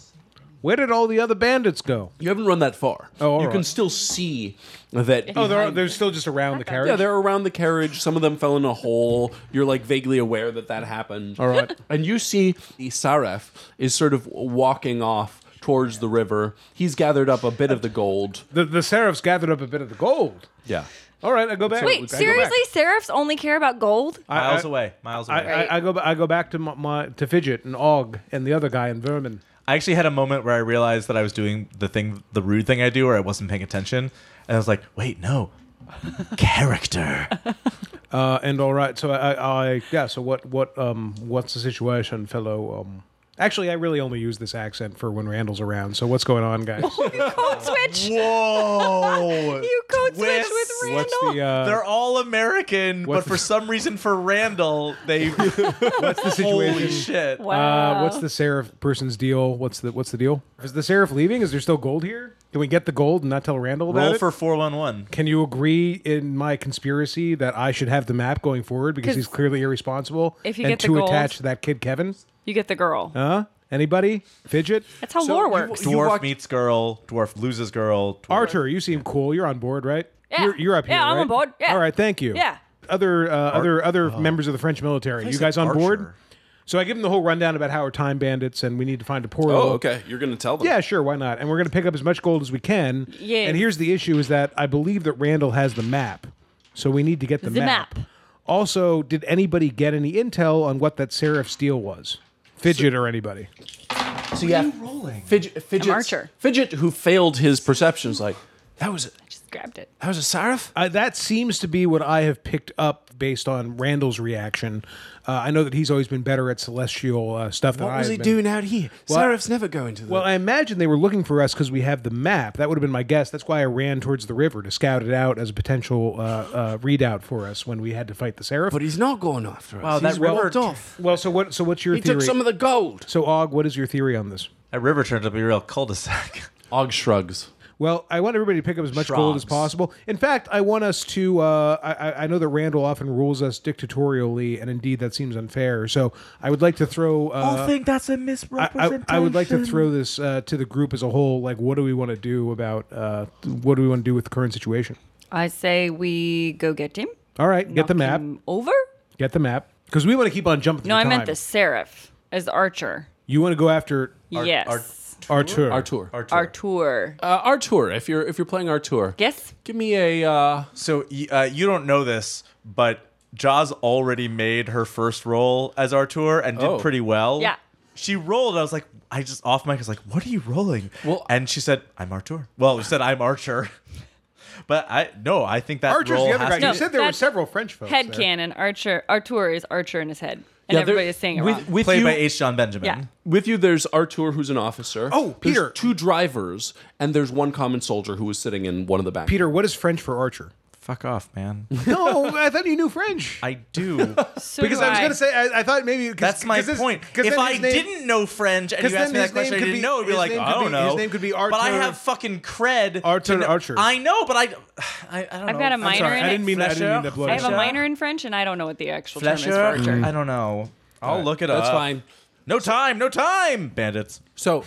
S4: Where did all the other bandits go?
S1: You haven't run that far.
S4: Oh, all
S1: you can
S4: right.
S1: still see that.
S4: Oh, they're they're still just around the carriage.
S1: yeah, they're around the carriage. Some of them fell in a hole. You're like vaguely aware that that happened.
S3: *laughs*
S4: all right.
S1: And you see Isaref is sort of walking off towards the river. He's gathered up a bit of the gold.
S4: The the seraphs gathered up a bit of the gold.
S1: Yeah.
S4: All right, I go back. I
S3: Wait,
S4: go back.
S3: seriously? Seraphs only care about gold?
S1: Uh,
S4: I-
S2: Miles
S4: I-
S2: away. Miles away.
S4: I, I, I go ba- I go back to my, my to fidget and Og and the other guy and Vermin.
S2: I actually had a moment where I realized that I was doing the thing, the rude thing I do, where I wasn't paying attention, and I was like, "Wait,
S3: *laughs*
S2: no, character."
S4: Uh, and all right, so I, I, I yeah. So what what um what's the situation, fellow? Um, actually, I really only use this accent for when Randall's around. So what's going on, guys?
S3: Oh, Code switch.
S2: *laughs* Whoa!
S3: You code switch
S2: Twist.
S3: with Randall.
S4: what's the uh,
S2: They're all American, but
S4: what's-
S2: for some reason, for Randall, they
S4: *laughs* what's the situation?
S2: holy shit.
S3: wow.
S4: Uh, what's the seraph person's deal? What's the what's the deal? Is the seraph leaving? Is there still gold here? Can we get the gold and not tell Randall about
S2: Roll
S4: it?
S2: for four one one.
S4: Can you agree in my conspiracy that I should have the map going forward because
S3: 'Cause
S4: he's clearly irresponsible
S3: if you
S4: and
S3: get the
S4: too
S3: gold-
S4: attached to that kid Kevin?
S3: you get the girl.
S4: Huh? Anybody? Fidget?
S3: That's how
S1: uh, So
S3: lore
S1: you-
S3: works.
S1: You
S2: Dwarf
S1: walked-
S2: meets girl. Dwarf loses girl. Dwarf.
S4: Archer, you seem cool. You're on board, right?
S3: Yeah.
S4: You're, you're up here.
S3: Yeah, I'm
S4: right?
S3: on board. Yeah.
S4: All right, thank you.
S3: Yeah.
S4: Other uh, other other members of the French military. You guys on board?
S2: Oh. Archer.
S4: So I give them the whole rundown about how we're time bandits and we need to find a portal.
S1: Oh, okay. You're gonna tell them.
S4: Yeah, sure, why not? And we're going to pick up as much gold as we can.
S3: Yeah.
S4: And here's the issue is that I believe that Randall has the map. So we need to get the,
S3: The
S4: map.
S3: map.
S4: Also, did anybody get any intel on what that Seraph deal was? Fidget or anybody?
S1: So yeah, Fidget, Fidget,
S3: Archer.
S1: Fidget, who failed his perceptions, like that was
S3: Just grabbed it.
S1: that was a seraph.
S4: Uh, that seems to be what I have picked up based on Randall's reaction. Uh, I know that he's always been better at celestial uh, stuff than
S1: What
S4: I
S1: was
S4: have
S1: he
S4: been.
S1: doing out here?
S4: Well-
S1: Seraphs never go into the.
S4: Well, I imagine they were looking for us because we have the map. That would have been my guess. That's why I ran towards the river to scout it out as a potential uh, uh, readout for us when we had to fight the Seraph.
S1: but he's not going after us.
S2: Wow, that
S1: he's
S2: river-
S1: walked off.
S4: Well, so what? So what's your
S1: He
S4: theory?
S1: took some of the gold.
S4: so Og, what is your theory on this?
S2: That river turned up a real cul-de-sac.
S1: Og shrugs.
S4: Well, I want everybody to pick up as much gold as
S2: Shrugs. possible.
S4: possible. In fact, I want us to. Uh, I- I, I know that Randall often rules us dictatorially, and indeed that seems unfair. So I would like to throw. Uh,
S2: think that's a
S4: I,
S2: misrepresentation.
S4: I, I would like to throw this uh, to the group as a whole. Like, what do we want to do about? Uh, what do we want to do with the current situation?
S3: I say we go get him.
S4: All right, get the
S3: knock
S4: map.
S3: him over?
S4: Get the map because we want to keep on jumping.
S3: No,
S4: through
S3: I meant
S4: time.
S3: the seraph as the archer.
S4: You want to go after
S3: yes.
S4: Artur.
S1: Artur.
S2: Archer.
S3: Artur.
S1: Uh, Artur. If you're if you're playing Artur,
S3: yes?
S1: give me a. Uh,
S2: So y- uh, you don't know this, but Jaws already made her first roll as Artur and did
S1: Oh.
S2: pretty well.
S3: Yeah.
S2: She rolled. I was like, I just off mic I was like, what are you rolling?
S1: Well-
S2: and she said, I'm Artur. Well, she said, I'm Archer. *laughs* But I no, I think that
S4: Archer's
S2: roll
S4: the other
S2: has
S4: guy.
S2: to
S3: No,
S4: you said there were
S3: that's
S4: several French folks.
S3: Head
S4: there.
S3: cannon. Archer. Artur is archer in his head.
S1: yeah,
S3: And
S1: there-
S3: everybody is saying it
S1: with,
S3: wrong.
S2: be
S1: with
S2: played
S1: you,
S2: by H. John Benjamin.
S3: Yeah.
S1: With you, there's Artur, who's an officer.
S4: Oh,
S1: There's
S4: Peter.
S1: two drivers, and there's one common soldier who was sitting in one of the back.
S4: Peter, what is French for Archer?
S2: Fuck off, man.
S4: *laughs* No, I thought you knew French.
S2: I do.
S3: So
S4: because
S3: do
S4: I, was going to say, I, I thought maybe cause,
S2: That's my
S4: 'cause this-
S2: point.
S4: 'cause
S2: If
S4: then
S2: I
S4: his name-
S2: didn't know French and
S4: 'cause
S2: you asked
S4: then
S2: me that
S4: his name
S2: question, I
S4: could
S2: didn't
S4: be-
S2: know. It'd be
S4: his
S2: like,
S4: name
S2: I
S4: could
S2: don't
S4: be-
S2: know.
S4: his name could be
S2: But I
S4: Arthur-
S2: have fucking cred. to
S4: Arthur
S2: know-
S4: Archer.
S2: I know, but I, *sighs* I, I don't know.
S3: I've got a
S2: I'm
S3: minor
S2: sorry.
S3: in
S4: I
S3: it.
S4: didn't mean that. I didn't mean
S2: Flesher?
S4: that. blow
S3: I have a
S2: Fletcher?
S3: minor in French and I don't know what the actual term is for
S2: Flesher?
S3: archer.
S2: I don't know. I'll look it up.
S1: That's fine.
S2: No time, no time, bandits.
S1: So,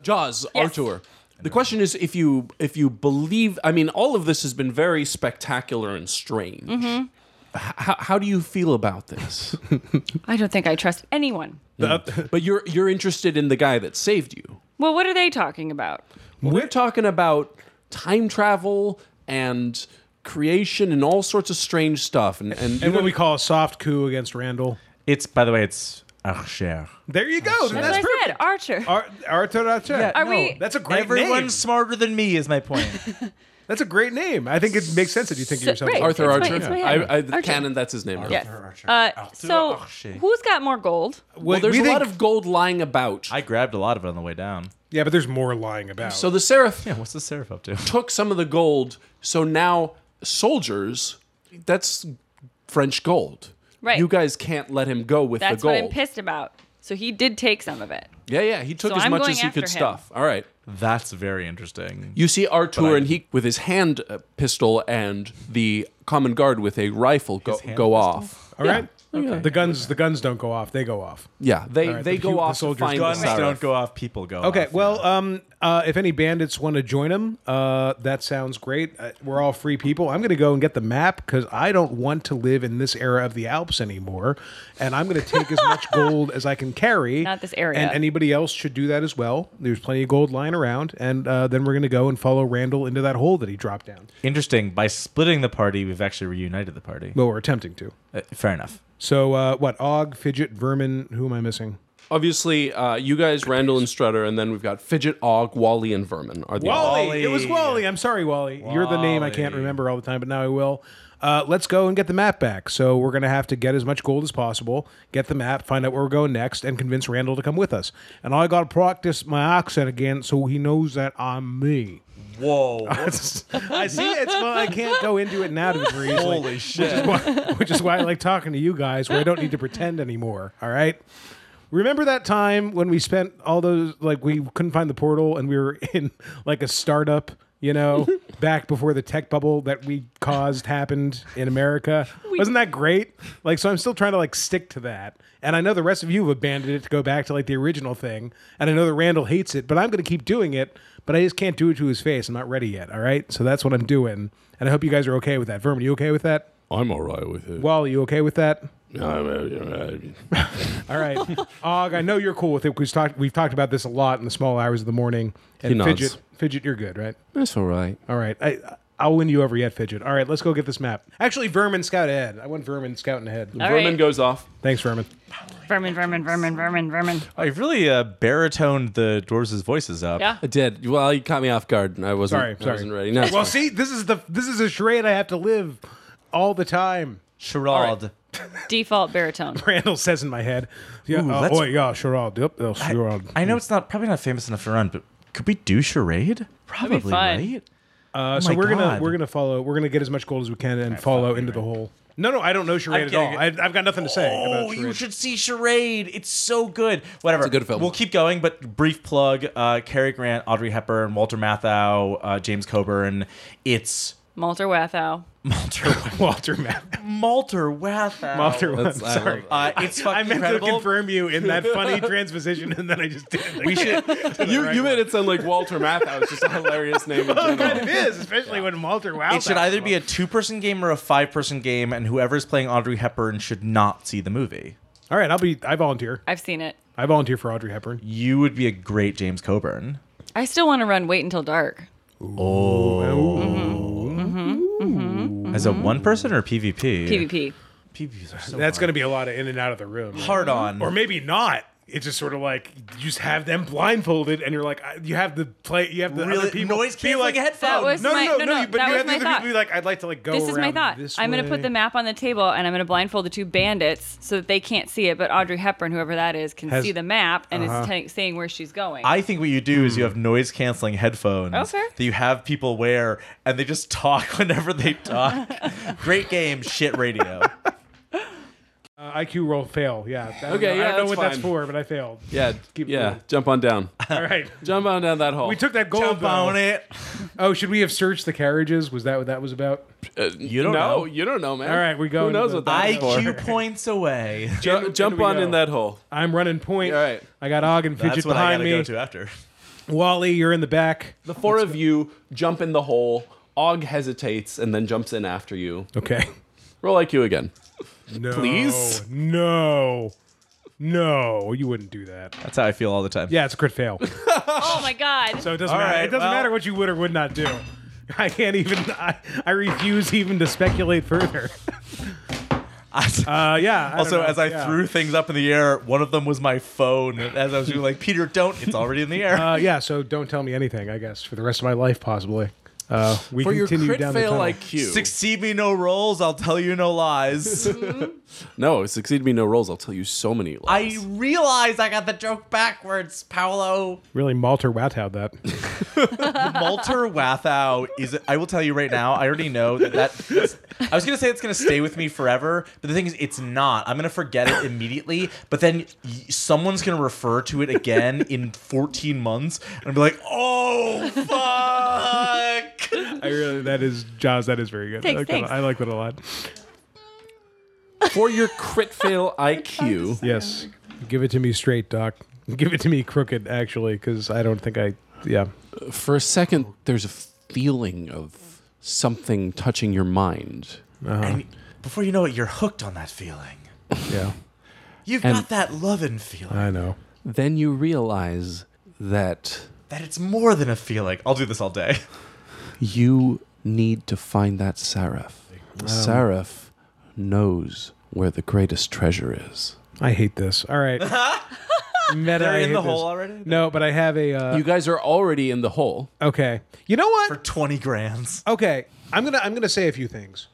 S1: Jaws,
S3: Yes.
S1: Artur. The question is if you if you believe. I mean, all of this has been very spectacular and strange.
S3: Mm-hmm.
S1: How, how do you feel about
S3: *laughs*
S1: this?
S3: I don't think I trust anyone.
S1: but you're you're interested in the guy that saved you.
S3: Well, what are they talking about?
S1: We're talking about time travel and creation and all sorts of strange stuff. And and, you
S4: And what
S1: don't-
S4: we call a soft coup against Randall.
S2: It's by the way, it's Archer.
S4: There you go.
S3: That's,
S4: That's
S3: what I said,
S4: perfect.
S3: Archer.
S4: Ar- Arthur Archer.
S3: Are we-
S4: That's a great
S2: Everyone's
S4: name.
S2: smarter than me is my *laughs* point.
S4: That's a great name. I think it makes sense that you think of
S3: So-
S4: yourself.
S3: right.
S4: as
S1: Arthur
S3: It's my-
S1: Archer.
S3: it's my
S1: I, I,
S3: Archer.
S1: Canon, that's his name.
S3: yes.
S2: Archer,
S3: Uh,
S2: Archer,
S3: so
S2: Archer.
S3: who's got more gold?
S1: Well, there's
S4: we
S1: a lot
S4: think-
S1: of gold lying about.
S2: *laughs* I grabbed a lot of it on the way down.
S4: Yeah, but there's more lying about.
S1: so the Seraph
S2: Yeah, what's the Seraph up to?
S1: took some of the gold, so now soldiers, that's French gold.
S3: Right.
S1: You guys can't let him go with
S3: That's
S1: the gold.
S3: what I'm pissed about. So he did take some of it.
S1: Yeah, yeah. He took
S3: So
S1: as
S3: I'm
S1: much
S3: going
S1: as he
S3: after
S1: could
S3: him.
S1: stuff. All right.
S2: That's very interesting.
S1: You see Artur
S2: I-
S1: and he with his hand uh, pistol and the common guard with a rifle go,
S2: hand
S1: go
S2: pistol?
S1: off.
S4: All right. The guns. The guns don't go off. They go off.
S1: Yeah, they
S4: All right,
S1: they
S4: the
S1: go
S4: pu- the
S1: off. to
S4: soldiers'
S1: find the
S2: Guns
S4: Guns
S1: Seraph.
S2: don't go off, people go
S4: Okay. Well, um, uh, if any bandits want to join them, uh, that sounds great. Uh, we're all free people. I'm going to go and get the map because I don't want to live in this era of the Alps anymore, and I'm going to take as
S3: *laughs*
S4: much gold as I can carry.
S3: Not this area.
S4: And anybody else should do that as well. There's plenty of gold lying around, and uh, then we're going to go and follow Randall into that hole that he dropped down.
S2: interesting. By splitting the party, we've actually reunited the party.
S4: Well, we're attempting to.
S2: Uh, fair enough.
S4: So uh, what? Og, Fidget, Vermin. Who am I missing?
S1: Obviously, uh, you guys, Randall and Strutter, and then we've got Fidget, Og, Wally, and Vermin are the
S2: Wally.
S4: It was Wally. I'm sorry, Wally. You're the name I can't
S2: Wally.
S4: remember all the time, but now I will. Uh, let's go and get the map back. So we're going to have to get as much gold as possible, get the map, find out where we're going next, and convince Randall to come with us. And I got to practice my accent again so he knows that I'm
S2: *laughs*
S4: me.
S2: Whoa.
S4: I see it's well, I can't go into it now to the degree.
S2: *laughs*
S4: it's like-
S2: Holy shit.
S4: why- which is why I like talking to you guys, where I don't need to pretend anymore. All right. Remember that time when we spent all those like we couldn't find the portal and we were in like a startup, you know, back before the tech bubble that we caused happened in America. Wasn't that great? Like so I'm still trying to like stick to that. And I know the rest of you have abandoned it to go back to like the original thing. And I know that Randall hates it, but I'm going to keep doing it, but I just can't do it to his face. I'm not ready yet, all right? So that's what I'm doing. And I hope you guys are okay with that. Vermin, you okay with that?
S1: I'm all right with it.
S4: Wally, you okay with that?
S1: I'm,
S2: *laughs*
S4: All right, Og. I know you're cool with it. 'cause We've talked. We've talked about this a lot in the small hours of the morning. And
S1: He nods.
S4: fidget, fidget, you're good, right?
S1: That's all right.
S4: All right. I, I'll win you over yet, fidget. All right, let's go get this map. Actually, Vermin scout ahead. I want Vermin scouting ahead.
S2: Uh,
S3: All
S1: Vermin
S3: right.
S1: goes off.
S4: Thanks, Vermin.
S3: Vermin, vermin, vermin, vermin, vermin.
S2: I've really uh, baritoned the dwarves' voices up.
S3: Yeah.
S1: I did. Well, you caught me off guard. and I wasn't.
S4: Sorry,
S1: I
S4: sorry.
S1: wasn't ready. No, it's
S4: Well,
S1: fine.
S4: see, this is the this is a charade I have to live all the time. *laughs*
S2: Sherrod.
S3: Default baritone.
S4: Randall says in my head. Yeah.
S2: Ooh,
S4: uh,
S2: let's-
S4: oh yeah, charade. Yep. Oh, charade.
S2: I know it's not probably not famous enough to run, but could we do charade? Probably,
S3: fun.
S2: right?
S4: Uh, so
S2: oh my
S4: we're gonna
S2: God.
S4: we're gonna follow. We're gonna get as much gold as we can and follow into the hole. No, no, I don't know charade at all.
S2: getting
S4: I, I've got nothing to say.
S2: Oh,
S4: about
S2: you
S4: charade.
S2: should see Charade. It's so good. Whatever.
S1: It's a good film.
S2: We'll keep going, but brief plug uh, Cary Grant, Audrey Hepburn, Walter Matthau, uh, James Coburn. It's *laughs*
S3: Malter Wathow.
S2: Malter,
S4: *laughs* Walter Matt.
S2: Malter Watthau.
S4: Walter, I'm *laughs*
S1: That's- I love
S4: sorry.
S1: it.
S2: Uh, it's fucking
S4: I meant
S2: incredible.
S4: to confirm you in
S3: *laughs*
S4: that funny transposition, and then I just did. it.
S2: we
S4: *laughs*
S2: should.
S1: you you made it sound like Walter Matthau. It's just a hilarious
S4: *laughs*
S1: name. In general.
S4: it is, especially when Walter Wow.
S2: It should either be a two-person game or a five-person game, and whoever's playing Audrey Hepburn should not see the movie.
S4: All right, I'll be. I volunteer.
S3: I've seen it.
S4: I volunteer for Audrey Hepburn.
S2: You would be a great James Coburn.
S3: I still want to run Wait Until Dark.
S2: As
S3: Mm-hmm.
S2: a one-person or PvP?
S3: PvP.
S2: PvPs are so
S4: That's going to be a lot of in and out of the room, right?
S2: hard on.
S4: or maybe not. It's just sort of like you just have them blindfolded, and you're like, I- you have the play, you have the
S2: really
S4: other people
S2: noise
S4: be
S2: canceling
S4: like,
S2: headphones.
S3: That was-
S4: no,
S3: My-
S4: no,
S3: no,
S4: no, no,
S3: no,
S4: But
S3: that
S4: you
S3: was
S4: have the
S3: my
S4: other people
S3: thought.
S4: be like, I'd like to like go.
S3: This is my
S4: around
S3: thought.
S4: This
S3: I'm going to
S4: way."
S3: put the map on the table and I'm going to blindfold the two bandits so that they can't see it, but Audrey Hepburn, whoever that is, can
S4: Has-
S3: see the map and
S1: Uh-huh.
S3: is t- saying where she's going.
S2: I think what you do is you
S4: Hmm.
S2: have noise canceling headphones
S3: Okay.
S2: that you have people wear, and they just talk *laughs* whenever they
S3: *laughs*
S2: talk. Great game, shit
S4: *laughs*
S2: radio.
S4: Uh, IQ roll fail. Yeah. I don't
S1: Okay,
S4: know-
S1: yeah,
S4: I don't know
S1: that's
S4: what that's
S1: fine.
S4: for, but I failed.
S1: Yeah,
S4: Keep it
S1: yeah.
S4: going.
S1: Jump on down.
S4: All
S2: *laughs*
S4: right.
S1: Jump on down that hole.
S4: We took that gold.
S2: Jump
S4: though.
S2: on it.
S4: Oh, should we have searched the carriages? Was that what that was about?
S1: you
S2: don't
S1: Uh, no,
S2: know.
S1: You don't know, man.
S4: All right, we're
S1: Who
S4: going
S1: knows
S4: to
S1: what
S4: the-
S1: that is for?
S2: IQ points away.
S1: Ju-
S4: in-
S1: jump
S4: in we
S1: on
S4: go.
S1: in that hole.
S4: I'm running point.
S1: All right.
S4: I got Og and Fidget
S2: That's what I
S4: behind
S2: gotta
S4: me.
S2: go to after.
S4: Wally, you're in the back.
S1: The four of you jump in the hole. Og hesitates and then jumps in after you.
S4: Okay.
S1: Roll IQ again.
S4: No.
S1: Please?
S4: No. No, you wouldn't do that.
S2: That's how I feel all the time.
S4: Yeah, it's a crit fail.
S3: oh my God.
S4: So it doesn't
S2: All
S4: matter.
S2: right,
S4: it doesn't
S2: well-
S4: matter what you would or would not do.
S2: *laughs*
S4: I can't even. I, I refuse even to speculate further. Uh, yeah. I
S2: also,
S4: don't know.
S2: as I
S4: Yeah.
S2: threw things up in the air, one of them was my phone. As I was doing, like, Peter, don't! It's already in the air.
S4: Uh, yeah, so don't tell me anything, I guess, for the rest of my life, possibly. Uh, we
S1: For your
S4: continue
S1: crit
S4: down
S1: fail
S4: the tunnel.
S1: IQ.
S2: Succeed me no rolls, I'll tell you no lies.
S1: no, succeed me no rolls. I'll tell you so many lies.
S2: I realize I got the joke backwards, Paolo.
S4: Really, Malter Watow that.
S2: Malter Wathau is. I will tell you right now. I already know that. that I was gonna say it's gonna stay with me forever, but the thing is, it's not. I'm gonna forget it immediately, but then y- someone's gonna refer to it again in 14 months, and I'll be like, "Oh fuck!"
S4: I really, that is, Jaws, that is very good.
S3: Thanks,
S4: I, like that,
S3: thanks.
S4: I like that a lot.
S1: For your crit fail
S4: *laughs*
S1: IQ.
S4: Yes. Give it to me straight, Doc. *laughs* Give it to me crooked, actually, because I don't think I, yeah.
S1: For a second, there's a feeling of something touching your mind.
S4: Uh-huh.
S2: And before you know it, you're hooked on that feeling.
S4: Yeah.
S2: You've
S1: And-
S2: got that lovin' feeling.
S4: I know.
S1: Then you realize that
S2: That it's more than a feeling. I'll do this all day. *laughs*
S1: you need to find that Seraph. The Seraph knows where the greatest treasure is.
S4: I hate this.
S2: *laughs*
S4: All right. Meta,
S2: They're
S4: I
S2: in
S4: hate
S2: the
S4: this.
S2: hole already.
S4: No, but I have a, uh,
S1: You guys are already in the hole.
S4: okay. You know what?
S2: For 20 grands.
S4: okay. I'm going to, I'm going to say a few things.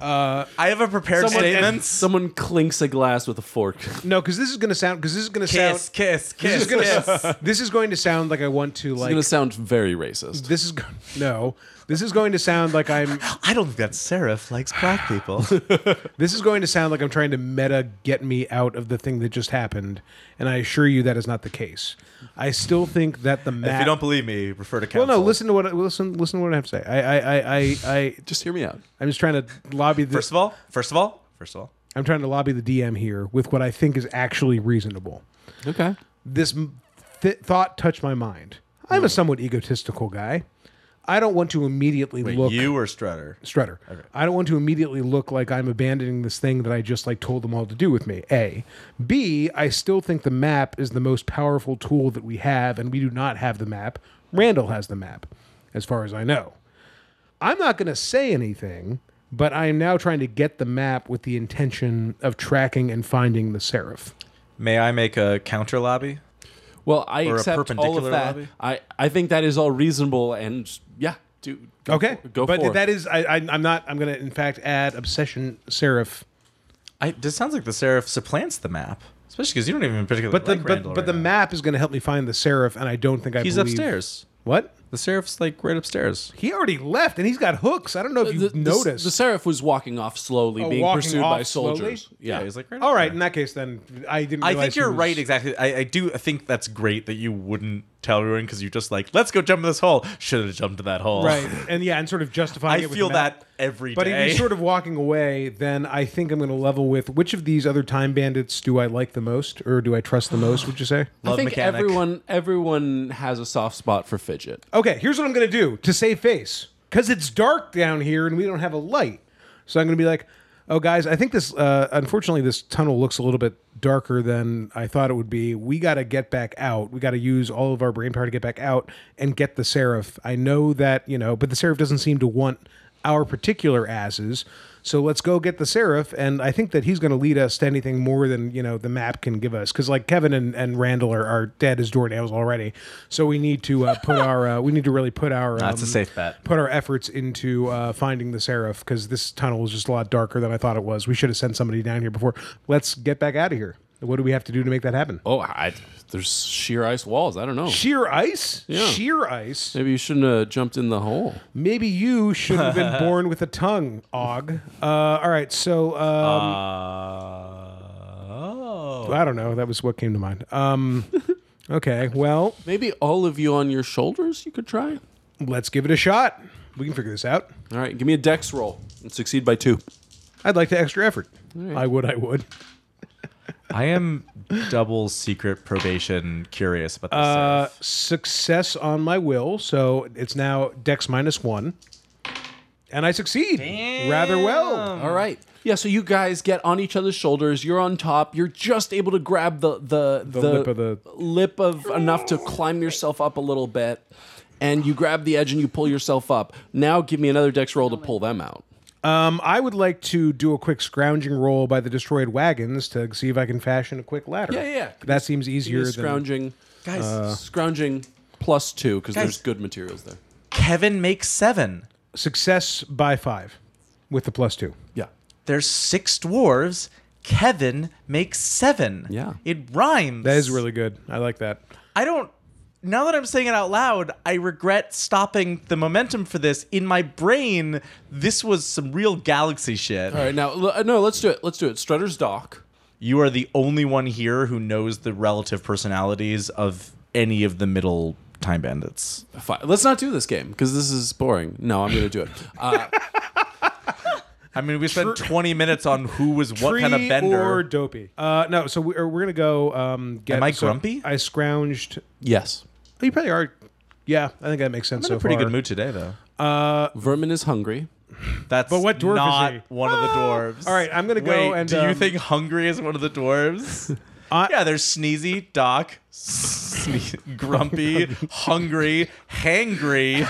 S2: I have a prepared statement.
S1: someone clinks a glass with a fork.
S4: No, because this is going to sound, because this is going to sound,
S2: Kiss, kiss,
S4: this
S2: kiss,
S4: is going *laughs*
S2: kiss.
S4: to, this is going to sound like I want to,
S1: It's
S4: like,
S1: going to sound very racist.
S4: this is, go- no, this is going to sound like I'm,
S2: I don't think that Seraph likes black
S4: *sighs*
S2: people.
S4: This is going to sound like I'm trying to meta get me out of the thing that just happened, and I assure you that is not the case. I still think that the map.
S2: if you don't believe me, refer to
S4: well,
S2: counsel.
S4: no. Listen to what I- listen. Listen to what I have to say. I I I I, I
S1: Just hear me out.
S4: I'm just trying to lobby the.
S2: First of all, first of all, first of all,
S4: I'm trying to lobby the DM here with what I think is actually reasonable.
S1: Okay.
S4: This m- th- thought touched my mind.
S2: Hmm.
S4: I'm a somewhat egotistical guy. I don't want to immediately
S2: wait,
S4: look.
S2: you or Strutter?
S4: Strutter. I don't want to immediately look like I'm abandoning this thing that I just like told them all to do with me. A. B. I still think the map is the most powerful tool that we have, and we do not have the map. Randall has the map, as far as I know. I'm not going to say anything, but I am now trying to get the map with the intention of tracking and finding the seraph.
S2: May I make a counter lobby?
S1: Well, I
S2: Or a
S1: accept all of
S2: perpendicular
S1: that.
S2: lobby?
S1: I, I think that is all reasonable and yeah, do go
S4: Okay,
S1: for, go
S4: but
S1: for
S4: that
S1: it.
S4: is I, I, I'm not. I'm going to in fact add obsession seraph
S2: I, this sounds like the Seraph supplants the map, especially because you don't even particularly
S4: But the
S2: like
S4: but,
S2: Randall
S4: but
S2: right
S4: the
S2: now.
S4: map is going to help me find the seraph, and I don't think I.
S2: He's
S4: believe-
S2: upstairs.
S4: What?
S2: The Seraph's like right upstairs.
S4: He already left, and he's got hooks. I don't know if you
S1: the,
S4: have
S1: the-
S4: noticed.
S1: the Seraph was walking off slowly,
S4: Oh,
S1: being
S4: walking
S1: pursued
S4: off
S1: by soldiers.
S4: slowly?
S1: Yeah,
S2: he's like right.
S4: All
S2: up
S4: right,
S2: there.
S4: in that case, then I didn't.
S2: I
S4: realize
S2: think
S4: he
S2: you're
S4: was-
S2: right. Exactly. I, I do think that's great that you wouldn't tell everyone because you just like let's go jump in this hole. Should have jumped in that hole. *laughs*
S4: Right, and yeah, and sort of justifying.
S2: I
S4: it with
S2: feel
S4: the map.
S2: that every
S4: But if
S2: day.
S4: he's sort of walking away, then I think I'm going to level with which of these other time bandits do I like the most, or do I trust the most? Would you say?
S1: I
S2: Love
S1: think
S2: mechanic.
S1: everyone everyone has a soft spot for fidget.
S4: Okay, here's what I'm going to do to save face because it's dark down here and we don't have a light. So I'm going to be like, oh, guys, I think this, uh, unfortunately, this tunnel looks a little bit darker than I thought it would be. We got to get back out. We got to use all of our brain power to get back out and get the Seraph. I know that, you know, but the Seraph doesn't seem to want our particular asses. So let's go get the Seraph. And I think that he's going to lead us to anything more than, you know, the map can give us. Because, like, Kevin and, and Randall are, are dead as doornails already. So we need to uh, put our, uh, we need to really put our, um,
S2: *laughs* That's a safe bet.
S4: Put our efforts into uh, finding the Seraph because this tunnel was just a lot darker than I thought it was. We should have sent somebody down here before. Let's get back out of here. What do we have to do to make that happen?
S1: Oh, I, there's sheer ice walls. I don't know.
S4: Sheer ice?
S1: Yeah.
S4: Sheer ice?
S1: Maybe you shouldn't have jumped in the hole.
S4: Maybe you should
S2: *laughs*
S4: have been born with a tongue, Og. Uh, all right, so um,
S2: Uh,
S4: I don't know. That was what came to mind.
S1: *laughs*
S4: Um, okay, well,
S1: Maybe all of you on your shoulders you could try.
S4: let's give it a shot. We can figure this out.
S1: All right, give me a dex roll and succeed by two.
S4: I'd like the extra effort. I would. I would.
S2: I am double secret probation curious about this.
S4: Uh,
S2: Seraph.
S4: success on my will, so it's now Dex minus one, and I succeed rather well.
S1: All right. Mm. Yeah, so you guys get on each other's shoulders. You're on top. You're just able to grab the the, the,
S4: lip of the-
S1: lip of enough to climb yourself up a little bit, and you grab the edge and you pull yourself up. Now give me another dex roll to pull them out.
S4: Um, I would like to do a quick scrounging roll by the destroyed wagons to see if I can fashion a quick ladder.
S1: Yeah, yeah, yeah.
S4: That seems easier than
S1: scrounging,
S2: Guys,
S1: uh, scrounging plus two because
S2: Guys.
S1: there's good materials there.
S2: Kevin makes seven.
S4: success by five with the plus two.
S1: Yeah.
S2: There's six dwarves. Kevin makes seven.
S1: Yeah.
S2: It rhymes.
S4: That is really good. I like that.
S2: I don't. Now that I'm saying it out loud, I regret stopping the momentum for this. In my brain, this was some real galaxy shit.
S1: All right, now l- uh, no, let's do it. Let's do it. Strutter's dock.
S2: You are the only one here who knows the relative personalities of any of the middle time bandits.
S1: Fi Let's not do this game because this is boring. No, I'm going to do it. Uh,
S2: I mean, we spent 20 minutes on who was what
S4: Tree
S2: kind of bender.
S4: or dopey? Uh, no. So we, are, we're gonna go. Um, get,
S2: Am I
S4: so
S2: grumpy?
S4: I scrounged.
S1: *laughs* yes.
S4: You probably are. Yeah, I think that makes sense.
S2: I'm
S4: so
S2: in a pretty
S4: far. Uh,
S2: good mood today, though.
S1: Vermin is hungry.
S2: That's but
S4: what dwarf is
S2: not
S4: he?
S2: one of the dwarves.
S4: all right, I'm gonna go
S2: Wait,
S4: and,
S2: do you
S4: um,
S2: think hungry is one of the dwarves?
S4: *laughs* I-
S2: yeah, there's sneezy, doc,
S4: *laughs*
S2: sne- grumpy, hungry, hangry,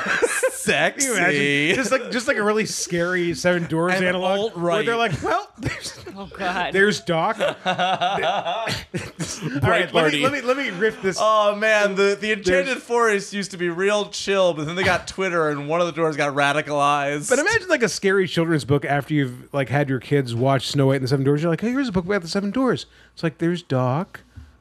S2: sexy.
S4: Can you imagine? Just like just like a really scary Seven Dwarves
S2: And
S4: analog, where
S2: alt-right.
S4: they're like, *laughs* "Well, there's,
S3: Oh God.
S4: there's *laughs* Doc." All right, let me,
S1: Party.
S4: let me let me riff this.
S2: Oh man, the, the enchanted forest used to be real chill, but then they got Twitter and one of the dwarves got radicalized.
S4: But imagine like a scary children's book after you've like had your kids watch Snow White and the Seven Doors. You're like, hey, here's a book about the Seven Doors. It's like there's Doc,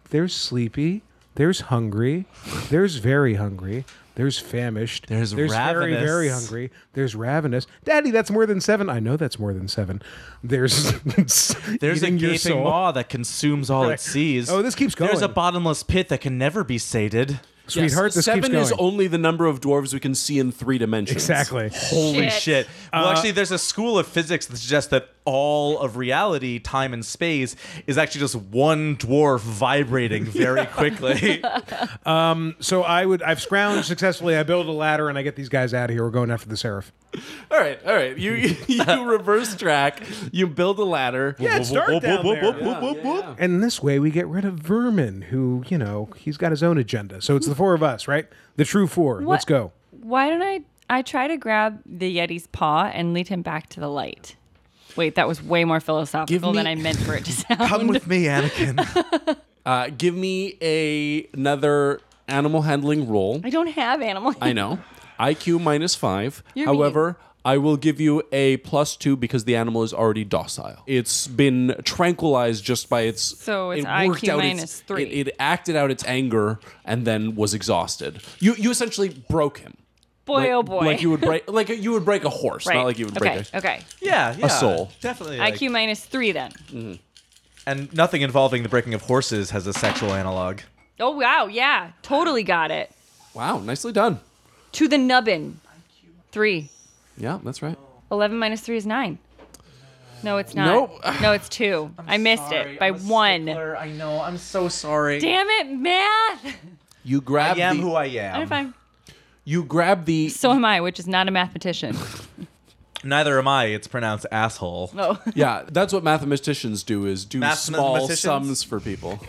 S4: there's Sleepy, there's Hungry, there's Very Hungry, there's Famished,
S2: There's
S4: very
S2: Ravenous.
S4: very hungry, there's Ravenous. Daddy, that's more than seven. I know that's more than seven. There's
S2: *laughs* There's a
S4: eating your
S2: gaping
S4: soul.
S2: maw that consumes all it sees.
S4: Oh, this keeps
S2: There's a
S4: going.
S2: bottomless pit that can never be sated.
S1: Yes,
S4: Sweetheart, this
S1: seven
S4: keeps going.
S1: is only the number of dwarves we can see in three dimensions.
S4: *laughs* exactly.
S2: Holy
S3: Shit.
S2: shit. Well, actually, there's a school of physics that suggests that all of reality, time, and space is actually just one dwarf vibrating *laughs* very quickly.
S4: So I would I've scrounged successfully. I build a ladder and I get these guys out of here. We're going after the Seraph.
S1: All right, all right. You *laughs*
S3: *laughs*
S1: you reverse track. You build a ladder.
S4: Yeah, it's dark down there.
S1: yeah.
S4: And this way, we get rid of Vermin, who, you know, he's got his own agenda. So it's the four of us, right? The true four.
S3: What-
S4: Let's go.
S3: Why don't I? I try to grab the Yeti's paw and lead him back to the light. Wait, that was way more philosophical
S1: me-
S3: than I meant for it
S1: *laughs*
S3: to sound.
S2: Come with me, *laughs* Anakin.
S1: Uh, give me a another animal handling roll.
S3: I don't have animal.
S1: I know. IQ minus five.
S3: You're
S1: However, I will give you a plus two because the animal is already docile. It's been tranquilized just by its.
S3: So it's
S1: it worked
S3: IQ
S1: out its-
S3: minus three.
S1: It, it acted out its anger and then was exhausted. You you essentially broke him.
S3: *laughs* boy,
S1: like,
S3: oh boy.
S1: Like you would break, like you would break a horse,
S3: Right.
S1: not like you would
S3: okay.
S1: break a.
S3: okay.
S2: yeah, yeah.
S1: soul.
S2: Definitely. like-
S3: IQ minus three then.
S2: and nothing involving the breaking of horses has a sexual analog.
S3: Oh wow, yeah, totally got it.
S1: Wow, nicely done.
S3: To the nubbin. Three.
S1: Yeah, that's right.
S3: 11 minus 3 is 9. No, it's not.
S1: Nope.
S3: No, it's 2. i missed it by 1.
S2: I know. I'm so sorry.
S3: Damn it, math!
S1: You grab
S2: I am
S1: the.
S2: who I am.
S3: I'm fine.
S1: you grab the.
S3: So am I, which is not a mathematician.
S2: Neither am I. It's pronounced asshole.
S3: No.
S1: yeah, that's what mathematicians do: is do small
S2: Mathematicians?
S1: sums for
S2: *laughs*
S1: people.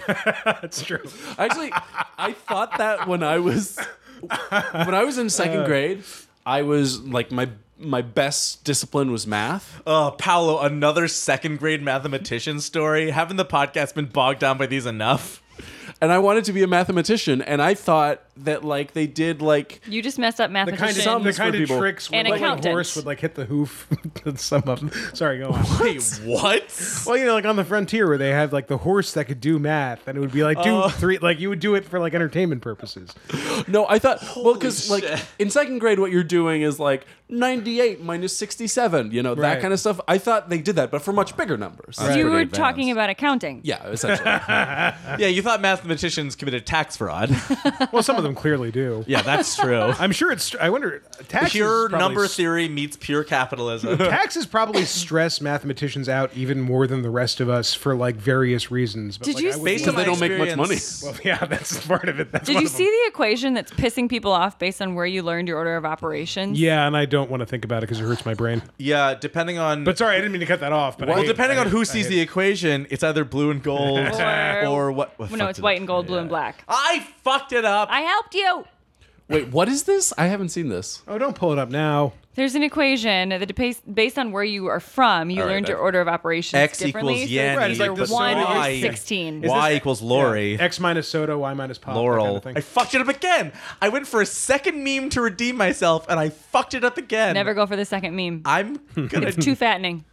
S4: That's true.
S1: Actually, I thought that when I was when I was in
S2: Uh.
S1: second grade, I was like my my best discipline was math.
S2: Oh, Paolo, another second grade mathematician story. Haven't the podcast been bogged down by these enough?
S1: And I wanted to be a mathematician and I thought that like they did like
S3: You just messed up
S4: The kind
S3: mathematician.
S4: of, the
S1: Sums
S4: kind
S1: for
S4: of
S1: people.
S4: tricks where
S3: An
S4: like, a
S3: accountant.
S4: horse would like hit the hoof *laughs* to sum up. Sorry, go on.
S2: Wait, what?
S4: Well, you know, like on the frontier where they have like the horse that could do math, and it would be like do three, like you would do it for like entertainment purposes.
S1: no, I thought well cuz like
S2: shit.
S1: in second grade what you're doing is like 98 minus 67, you know,
S4: Right.
S1: that kind of stuff. I thought they did that but for much bigger numbers.
S3: You were
S2: pretty
S3: talking
S2: advanced.
S3: about accounting.
S1: Yeah,
S4: *laughs*
S1: essentially.
S2: Yeah, you thought mathematicians committed tax
S4: *laughs*
S2: fraud.
S4: Well, some of them clearly do.
S2: yeah, that's true.
S4: I'm sure it's. I wonder. Taxes
S2: Pure
S4: probably
S2: number theory meets pure
S4: *laughs*
S2: capitalism.
S4: taxes probably stress mathematicians out even more than the rest of us for like various reasons. But,
S3: Did
S4: like,
S3: you
S4: I would-
S2: Based
S1: Because
S2: on
S1: they
S2: my
S1: don't make much
S2: experience-
S4: Well, *laughs* yeah, that's part of it. That's
S3: Did
S4: one
S3: you
S4: of
S3: see
S4: them.
S3: the equation that's pissing people off based on where you learned your order of operations?
S4: Yeah, and I don't want to think about it because it hurts my brain.
S2: Yeah, depending on.
S4: But sorry, I didn't mean to cut that off. But I
S2: well,
S4: hate-
S2: depending
S4: I
S2: on
S4: hate-
S2: who
S4: I
S2: sees
S4: hate
S2: the
S4: it.
S2: equation, it's either blue and
S4: *laughs*
S2: gold
S3: Or-
S2: or, what? what
S3: No,
S2: fuck
S3: it's
S2: did
S3: white
S2: I-
S3: and gold, blue and
S2: yeah.
S3: black.
S2: I fucked it up.
S3: I helped you.
S1: Wait, what is this? I haven't seen this.
S4: Oh, don't pull it up now.
S3: There's an equation that depends based on where you are from, you
S1: All right,
S3: learned your
S1: I-
S3: order of operations
S2: X
S3: differently.
S2: equals
S3: so it's
S2: yen.
S4: Right, it's
S3: either
S4: like the
S3: one
S4: Y.
S3: or sixteen.
S4: Is
S2: y
S4: this-
S2: equals Lori.
S4: X minus soda, Y minus
S2: Oh,
S4: pop. that
S2: Laurel.
S4: kind
S2: I
S4: of thing.
S2: fucked it up again. I went for a second meme to redeem myself, and I fucked it up again.
S3: Never go for the second meme.
S2: I'm gonna.
S1: Hmm.
S3: it's too fattening.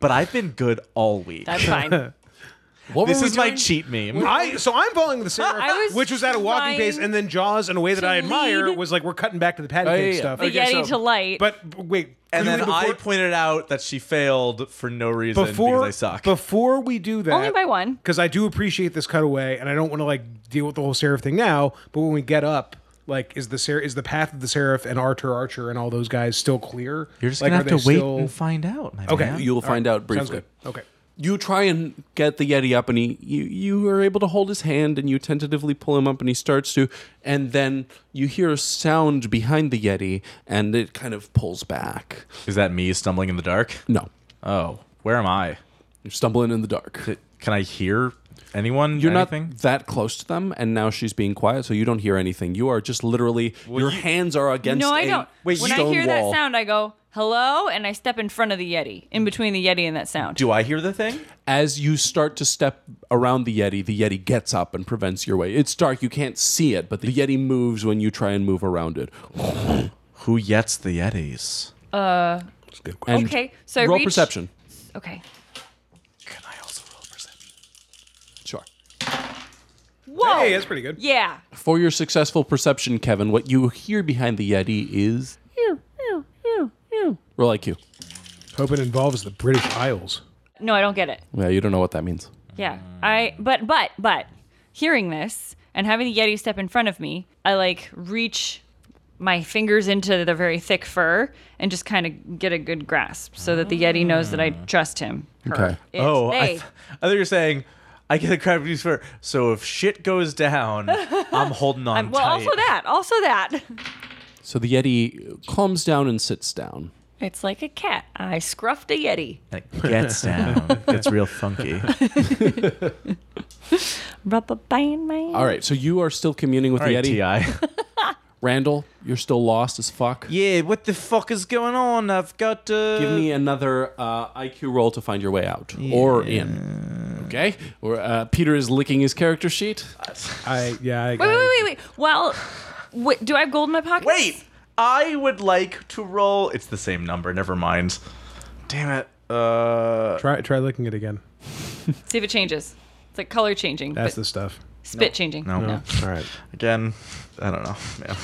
S2: but I've been good all
S1: *laughs*
S2: week.
S3: That's fine.
S1: What
S2: This
S1: were we
S2: is my
S1: doing?
S2: cheat meme.
S4: I so I'm following the same,
S3: *laughs* I was
S4: which was at a walking pace,
S3: trying
S4: and then Jaws in a way that
S3: to
S4: I admire
S3: lead-
S4: was like we're cutting back to the patty
S1: Oh,
S4: cake
S1: yeah, yeah.
S4: stuff.
S3: The
S1: Okay,
S3: Yeti
S1: so-
S3: to light.
S4: But b- wait,
S2: And then
S4: really
S2: I
S4: before,
S2: pointed out that she failed for no reason
S4: before
S2: because I suck.
S4: before we do that,
S3: Only by one.
S4: because I do appreciate this cutaway, and I don't want to like deal with the whole serif thing now. But when we get up. Like is the ser- is the path of the serif and Arthur Archer and all those guys still clear?
S2: You're just
S4: Like,
S2: gonna
S4: are
S2: have
S4: they
S2: to wait
S4: still-
S2: and find out. My
S4: Okay.
S2: man.
S1: You'll find out briefly.
S4: Sounds good. Okay.
S1: you try and get the yeti up and he you you are able to hold his hand and you tentatively pull him up and he starts to and then you hear a sound behind the yeti and it kind of pulls back
S2: Is that me stumbling in the dark?
S1: no
S2: Oh, where am I?
S1: you're stumbling in the dark
S2: Can I hear anyone?
S1: you're
S2: anything?
S1: not that close to them and now she's being quiet so you don't hear anything you are just literally your
S2: you-
S1: hands are against
S3: no, I
S1: a
S3: don't. when I
S1: stone
S3: hear
S1: wall.
S3: that sound, I go hello, and I step in front of the Yeti, in between the Yeti and that sound.
S2: Do I hear the thing?
S1: as you start to step around the yeti the yeti gets up and prevents your way it's dark you can't see it but the yeti moves when you try and move around it
S2: Who yets the Yetis?
S1: and
S3: Okay, so I
S1: roll
S3: reach-
S1: perception
S3: okay.
S2: Can I also roll perception?
S1: Sure.
S3: Whoa.
S4: Hey, that's pretty good.
S3: yeah.
S1: For your successful perception, Kevin, what you hear behind the Yeti is roll IQ.
S4: Hope it involves the British Isles.
S3: No, I don't get it.
S1: Yeah, you don't know what that means.
S3: Yeah. I but but but hearing this and having the Yeti step in front of me, I like reach my fingers into the very thick fur and just kind of get a good grasp so that the Yeti knows that I trust him. her,
S1: Ah. Okay.
S3: it,
S2: Oh, I,
S3: they.
S2: th- I thought you were saying I get a crab juice for. So if shit goes down,
S3: *laughs*
S2: I'm holding on.
S3: well,
S2: tight.
S3: also that, also that.
S1: So the Yeti calms down and sits down.
S3: It's like a cat. I scruffed a Yeti.
S2: And it gets
S3: *laughs*
S2: down. It's real funky.
S3: Rubber band man.
S1: All right, so you are still communing with
S2: All right,
S1: the Yeti.
S2: Ti.
S1: Randall, you're still lost as fuck.
S2: yeah, what the fuck is going on? I've got. Uh...
S1: Give me another uh, IQ roll to find your way out or in. Okay? Or uh, Peter is licking his character sheet.
S4: I yeah. I
S3: Wait, wait, wait, wait. Well, wait, do I have gold in my pocket?
S2: Wait, I would like to roll. It's the same number. Never mind. Damn it. Uh.
S4: Try try licking it again.
S3: See if it changes. It's like color changing,
S4: That's
S3: but
S4: the stuff.
S3: spit changing.
S2: No.
S4: All right.
S2: Again, I don't know. Man.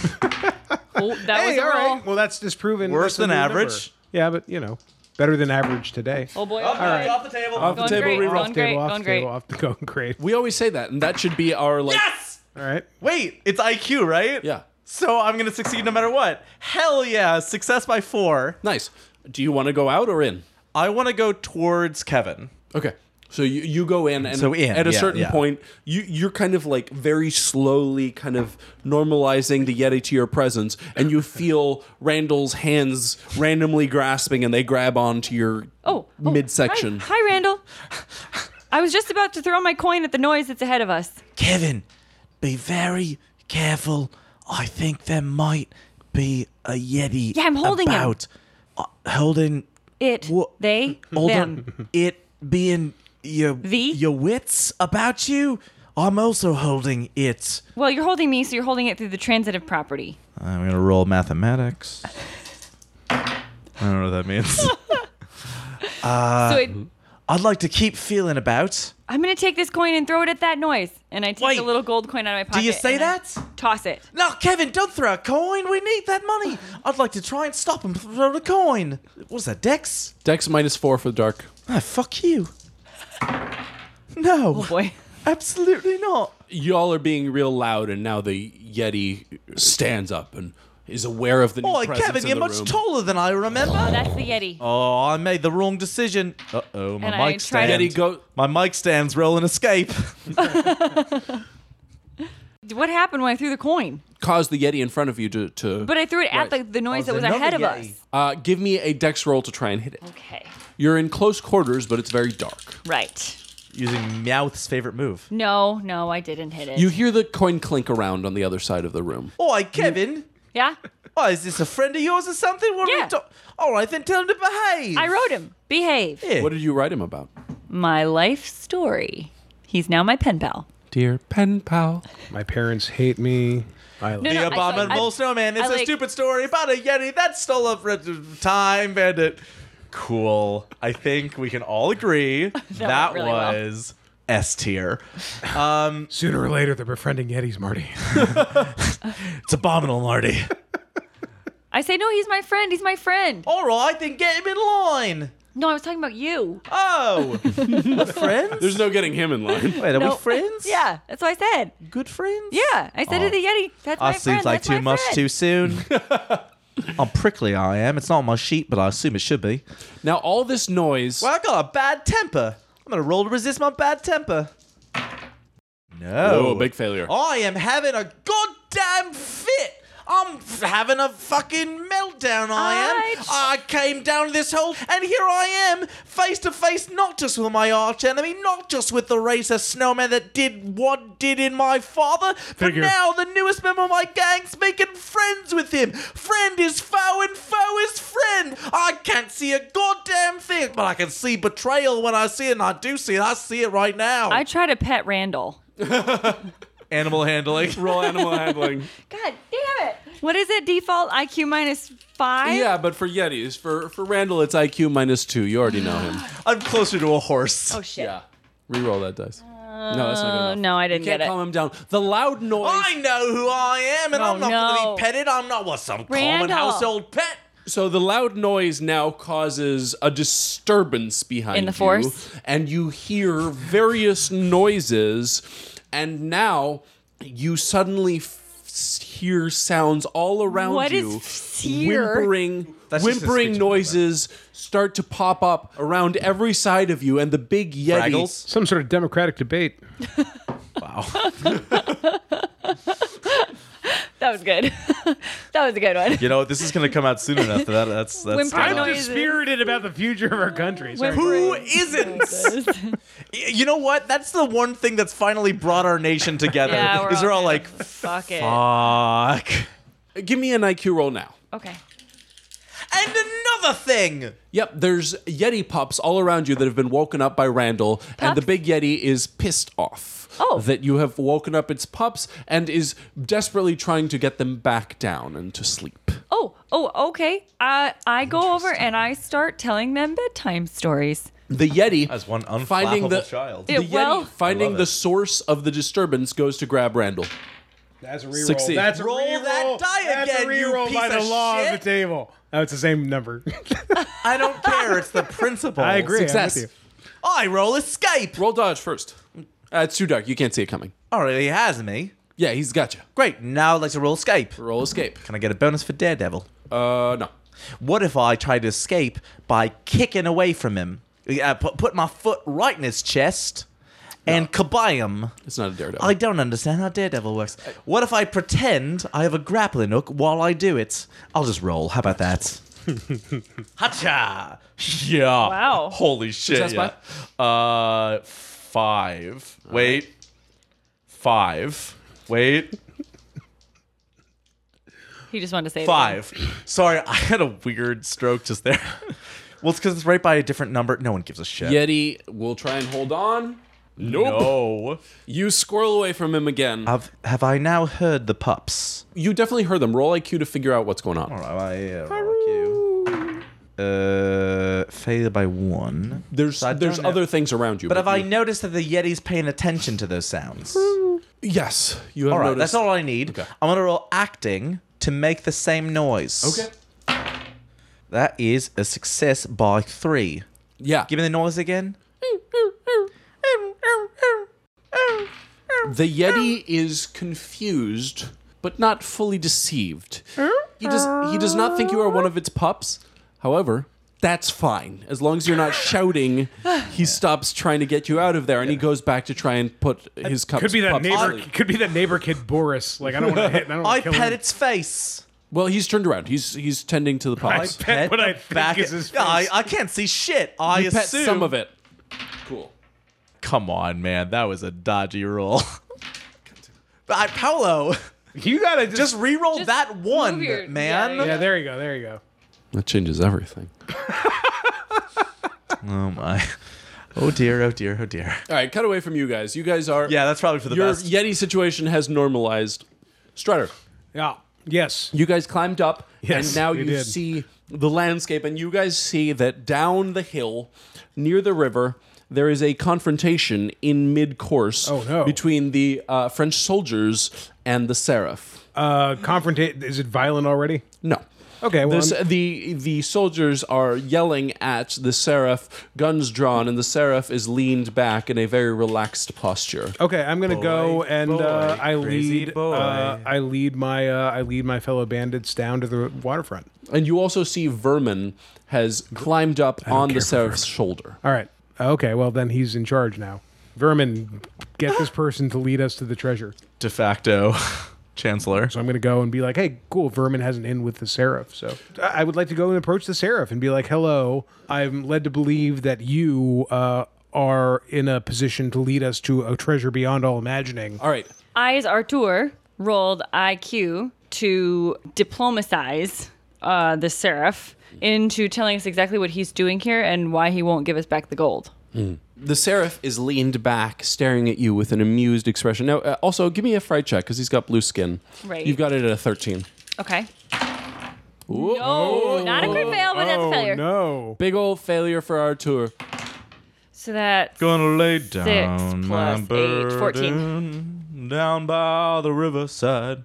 S3: Oh, that was
S4: Hey,
S3: a
S4: all
S3: roll.
S4: right. Well, that's disproven.
S2: Worse
S4: That's a
S2: than
S4: new
S2: average.
S4: number. Yeah, but you know, better than average today.
S3: Oh boy.
S2: Up,
S3: All right.
S2: off the table.
S1: Off the
S3: Going
S1: table,
S3: great,
S1: reroll.
S3: going great,
S4: off
S3: going
S4: the table,
S3: great.
S4: off *laughs* the going great.
S1: We always say that, and that should be our like.
S2: Yes.
S4: All right.
S2: Wait, it's IQ, right?
S1: Yeah.
S2: So I'm gonna succeed no matter what. Hell yeah! Success by four.
S1: Nice. Do you want to go out or in?
S2: I want to go towards Kevin.
S1: Okay. So you, you go in and
S2: So in,
S1: at a
S2: yeah,
S1: certain
S2: yeah.
S1: point you you're kind of like very slowly kind of normalizing the yeti to your presence and you feel Randall's hands randomly grasping and they grab onto your
S3: Oh, oh,
S1: midsection.
S3: Hi, hi, Randall. *laughs* I was just about to throw my coin at the noise that's ahead of us.
S5: Kevin, be very careful. I think there might be a Yeti.
S3: Yeah, I'm holding him.
S5: about. Uh, holding
S3: It,
S5: Wha-
S3: they,
S5: hold
S3: them.
S5: on. it being your
S3: The?
S5: your wits about you. I'm also holding it.
S3: Well, you're holding me, so you're holding it through the transitive property.
S2: I'm gonna roll mathematics. I don't know what that means. *laughs*
S3: so it,
S5: *laughs* I'd like to keep feeling about.
S3: I'm gonna take this coin and throw it at that noise, and I take
S5: Wait.
S3: the little gold coin out of my pocket.
S5: you say
S3: and I
S5: that?
S3: Toss it.
S5: No, Kevin, don't throw a coin. We need that
S2: *laughs*
S5: money. I'd like to try and stop him from throwing a coin. What's that, Dex?
S1: Dex minus four for dark.
S5: Ah, fuck you. No,
S3: Boy,
S5: absolutely not.
S1: Y'all are being real loud and now the yeti stands up and is aware of the new
S5: Boy,
S1: presence
S5: Kevin,
S1: in
S5: you're
S1: the
S5: much
S1: room.
S5: taller than I remember.
S3: *laughs* that's the Yeti.
S2: oh, I made the wrong decision. Uh oh, my
S3: And I
S2: mic
S3: tried to-
S2: stand.
S1: Yeti go
S2: my mic stand's rolling escape. *laughs*
S3: What happened when I threw the coin?
S1: cause the yeti in front of you to to
S3: But I threw it at the,
S1: Right.
S3: the noise that was
S5: another
S3: ahead of
S5: Yeti.
S3: us.
S1: uh, give me a dex roll to try and hit it.
S3: Okay.
S1: You're in close quarters, but it's very dark.
S3: Right.
S2: Using Meowth's favorite move.
S3: No, no, I didn't hit it.
S1: You hear the coin clink around on the other side of the room.
S5: Boy, Kevin,
S3: yeah?
S2: Oh, is this a friend of yours or something? What are
S3: Yeah.
S2: we talk- All right, then tell him to behave.
S3: I wrote him. Behave.
S2: Yeah.
S1: What did you write him about?
S3: My life story. He's now my pen pal.
S1: Dear pen pal.
S4: My parents hate me. I
S3: No, no,
S2: the
S3: I-
S2: abominable
S3: I-
S2: snowman. It's
S3: I
S2: a
S3: like-
S2: stupid story about a yeti that stole a fr- time bandit.
S6: Cool. I think we can all
S3: *laughs*
S6: agree that,
S3: went really well.
S6: was S tier.
S4: Sooner or later, they're befriending Yetis, Marty.
S6: It's abominable,
S3: *laughs*
S6: Marty.
S3: I say, no, he's my friend. He's my friend.
S2: All right, then get him in line.
S3: No, I was talking about you.
S2: Oh, *laughs* we're friends.
S1: There's no getting him in
S5: *laughs*
S1: line.
S2: Wait, are
S3: No.
S2: we friends?
S3: Oh, *laughs* Yeah, that's what I said.
S2: good friends.
S3: Yeah, I said to the Yeti, that's my
S2: I
S3: friend.
S2: seems like
S3: that's
S2: too
S3: my
S2: much
S3: friend.
S2: too
S3: *laughs*
S2: soon. I'm prickly, I am. It's not on my sheet, but I assume it should be.
S1: now, all this noise.
S2: Well, I got a bad temper. I'm gonna roll to resist my bad temper. No.
S1: Oh, big failure.
S2: I am having a goddamn fit. I'm f- having a fucking meltdown. I am.
S3: I j-
S2: I came down this hole, and here I am, face to face, not just with my arch enemy, not just with the racist snowman that did what did in my father, but
S4: Figure.
S2: now the newest member of my gang's making friends with him. Friend is foe, and foe is friend. I can't see a goddamn thing, but I can see betrayal when I see it, and I do see it. I see it right now.
S3: I try to pet Randall.
S6: Animal
S3: *laughs*
S6: handling.
S1: Roll animal handling.
S3: God damn it. What is it? Default IQ minus five?
S1: *laughs* Yeah, but for Yetis, for for Randall, it's IQ minus two. You already know him.
S6: I'm closer to a horse.
S3: Oh, shit.
S1: Yeah. Reroll that dice. no, that's not
S3: Oh,
S1: good enough.
S3: no, I
S1: You
S3: didn't
S1: can't
S3: get it.
S1: calm him down. The loud noise.
S2: I know who I am, and
S3: Oh,
S2: I'm not
S3: no.
S2: going to be petted. I'm not what some common
S3: Randall.
S2: household pet.
S1: So the loud noise now causes a disturbance behind
S3: In the
S1: you,
S3: force?
S1: and you hear various noises, and now you suddenly f- hear sounds all around
S3: What is
S1: you.
S3: f- hear?
S1: Whimpering,
S6: That's just a
S1: whimpering
S6: speech
S1: noises start to pop up around every side of you, and the big yeti.
S6: Fraggles?
S4: *laughs* Some sort of democratic debate.
S3: That was good. *laughs* that was a good one.
S6: You know, this is going to come out soon enough. That, that's that's.
S3: Whimper
S6: uh,
S4: I'm
S3: noises.
S4: dispirited about the future of our country. Sorry.
S6: Who
S3: *laughs*
S6: isn't? Y- you know what? That's the one thing that's finally brought our nation together.
S3: Yeah, we're
S6: is they're all
S3: all
S6: like,
S3: Fuck it.
S6: fuck.
S1: Give me an IQ roll now.
S3: Okay.
S2: And another thing.
S1: Yep, there's Yeti pups all around you that have been woken up by Randall, and the
S3: Pups?
S1: big Yeti is pissed off.
S3: Oh.
S1: That you have woken up its pups and is desperately trying to get them back down and to sleep.
S3: Oh, oh, okay. I I go over and I start telling them bedtime stories.
S1: The Yeti,
S6: That's one
S1: finding the
S6: unflappable child.
S1: the
S3: Yeah,
S1: Yeti
S3: well-
S1: finding
S6: it.
S1: the source of the disturbance, goes to grab Randall.
S4: That's a reroll.
S1: Succeed.
S4: That's a
S2: Roll
S4: reroll.
S2: that die
S4: That's
S2: again,
S4: a
S2: you
S4: reroll
S2: piece
S4: by the
S2: of
S4: law of
S2: shit.
S4: the table. Oh, it's the same *laughs* number.
S2: I don't care. It's
S3: *laughs*
S2: the principle.
S4: I agree. I'm
S1: Success.
S4: with
S2: I roll escape.
S1: Roll dodge first. Uh, it's too dark. You can't see it coming.
S2: All right, he has me.
S1: Yeah, he's got you.
S2: Great. Now I'd like to roll escape.
S1: Roll escape.
S2: Can I get a bonus for Daredevil?
S1: Uh, no.
S2: What if I try to escape by kicking away from him? I put, put my foot right in his chest and kabam.
S1: It's not a daredevil.
S2: I don't understand how Daredevil works. What if I pretend I have a grappling hook while I do it? I'll just roll. How about that? Hacha!
S6: Yeah.
S3: Wow.
S6: Holy shit.
S1: Success
S6: Yeah. Uh, five. Wait. Five. Wait.
S3: He just wanted to say it again.
S6: Five.
S2: Sorry, I had a weird stroke just there. well, it's because it's right by a different number. No one gives a shit.
S1: Yeti will try and hold on. Nope.
S6: No.
S1: You squirrel away from him again.
S2: Have, have I now heard the pups?
S1: you definitely heard them. Roll IQ to figure out what's going on.
S2: All right, yeah, roll uh, you. Uh, failure by one.
S1: There's
S2: I don't
S1: there's
S2: know.
S1: other things around you.
S2: But have I
S1: you-
S2: noticed that the Yeti's paying attention to those sounds?
S1: Yes, you have
S2: All right,
S1: noticed.
S2: that's all I need. I'm gonna roll acting to make the same noise.
S1: Okay.
S2: That is a success by three.
S1: Yeah.
S2: Give me the noise again.
S1: The Yeti is confused, but not fully deceived. He does he does not think you are one of its pups. However, that's fine. As long as you're not shouting, he stops trying to get you out of there and he goes back to try and put his cups
S4: Could be that
S1: pups
S4: neighbor.
S1: asleep.
S4: Could be that neighbor kid Boris. Like I don't want to hit. I don't
S2: I
S4: *laughs* want to kill
S2: pet
S4: him.
S2: its face.
S1: Well, he's turned around. He's he's tending to the
S2: *laughs*
S4: I
S1: pups.
S4: pet what
S2: the
S4: I think
S2: back-
S4: is his face.
S2: Yeah, I, I can't see shit. I
S1: You pet
S2: assume
S1: some of it. Cool.
S6: Come on, man. That was a dodgy roll.
S2: *laughs* But I, Paolo,
S4: You gotta just,
S2: Just re-roll
S3: Just
S2: that one,
S3: move your-
S2: man.
S3: yeah,
S4: yeah. There you go. There you go.
S1: That changes everything.
S2: Oh my. Oh dear. Oh dear. Oh dear.
S1: All right, cut away from you guys. You guys are
S2: Yeah, that's probably for the
S1: your
S2: best.
S1: Yeti situation has normalized. Strutter,
S4: Yeah. Yes.
S1: you guys climbed up,
S4: Yes,
S1: and now
S4: we
S1: you
S4: did.
S1: see the landscape, and you guys see that down the hill, near the river, there is a confrontation in mid-course
S4: Oh, no.
S1: between the uh, French soldiers and the Seraph.
S4: Uh, confrontate. Is it violent already?
S1: No.
S4: Okay. Well,
S1: This,
S4: I'm-
S1: the the soldiers are yelling at the seraph, guns drawn, and the seraph is leaned back in a very relaxed posture.
S4: okay. I'm gonna go and uh,
S2: boy,
S4: I
S2: crazy
S4: lead.
S2: boy.
S4: Uh, I lead my. Uh, I lead my fellow bandits down to the waterfront.
S1: And you also see Vermin has climbed up on the
S4: care for
S1: Seraph's shoulder.
S4: All right. Okay. Well, then he's in charge now. Vermin, get this person to lead us to the treasure.
S2: De facto *laughs* chancellor.
S4: So I'm going to go and be like, hey, cool. Vermin has an in with the Seraph. So I I would like to go and approach the Seraph and be like, hello, I'm led to believe that you uh, are in a position to lead us to a treasure beyond all imagining.
S1: All right.
S3: I, as Artur, rolled IQ to diplomatize uh, the Seraph into telling us exactly what he's doing here and why he won't give us back the gold.
S1: The Seraph is leaned back, staring at you with an amused expression. Now, uh, also, give me a fright check because he's got blue skin.
S3: Right.
S1: You've got it at a 13.
S3: Okay. No, not a crit fail, but
S1: Oh,
S3: that's a failure.
S4: no.
S1: Big old failure for our tour.
S3: So that's
S2: Gonna lay
S3: Six
S2: down my
S3: plus eight, 14.
S2: burden down by the riverside,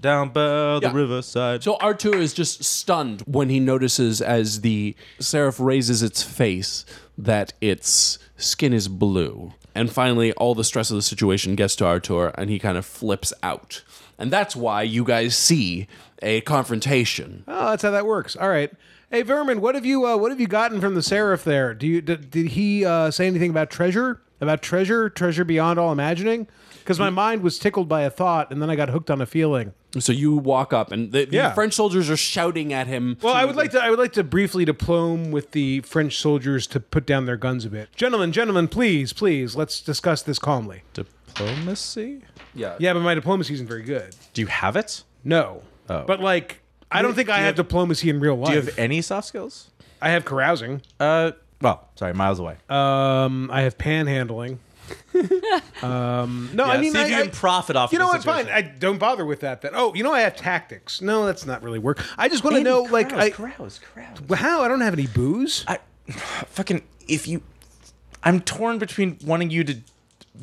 S2: down by
S1: Yeah.
S2: the riverside.
S1: So Artur is just stunned when he notices as the seraph raises its face that its skin is blue. And finally, all the stress of the situation gets to Artur and he kind of flips out. And that's why you guys see a confrontation.
S4: Oh, that's how that works. All right. Hey, Vermin, what have you uh, what have you gotten from the Seraph there? Do you did, did he uh, say anything about treasure? About treasure, treasure beyond all imagining? Because my mind was tickled by a thought, and then I got hooked on a feeling.
S1: So you walk up and the, the
S4: Yeah.
S1: French soldiers are shouting at him.
S4: Well, I would like to. I would like to briefly diplome with the French soldiers to put down their guns a bit. Gentlemen, gentlemen, please, please, let's discuss this calmly.
S2: Diplomacy?
S4: Yeah, but my diplomacy isn't very good.
S2: Do you have it?
S4: No,
S2: Oh.
S4: but like, I don't think I have diplomacy in real life.
S2: Do you have any soft skills?
S4: I have carousing.
S2: Uh, well, sorry, miles away.
S4: Um, I have panhandling. um, no, I
S2: Yeah,
S4: mean,
S2: see if
S4: I-
S2: you
S4: I-
S2: can profit off.
S4: You
S2: of
S4: know
S2: the
S4: what? Fine.
S2: situation.
S4: I don't bother with that. Then. Oh, you know, I have tactics. No, that's not really work. I just want to know, like, I,
S2: Crowds, crowds.
S4: how I don't have any booze.
S2: I fucking if you I'm torn between wanting you to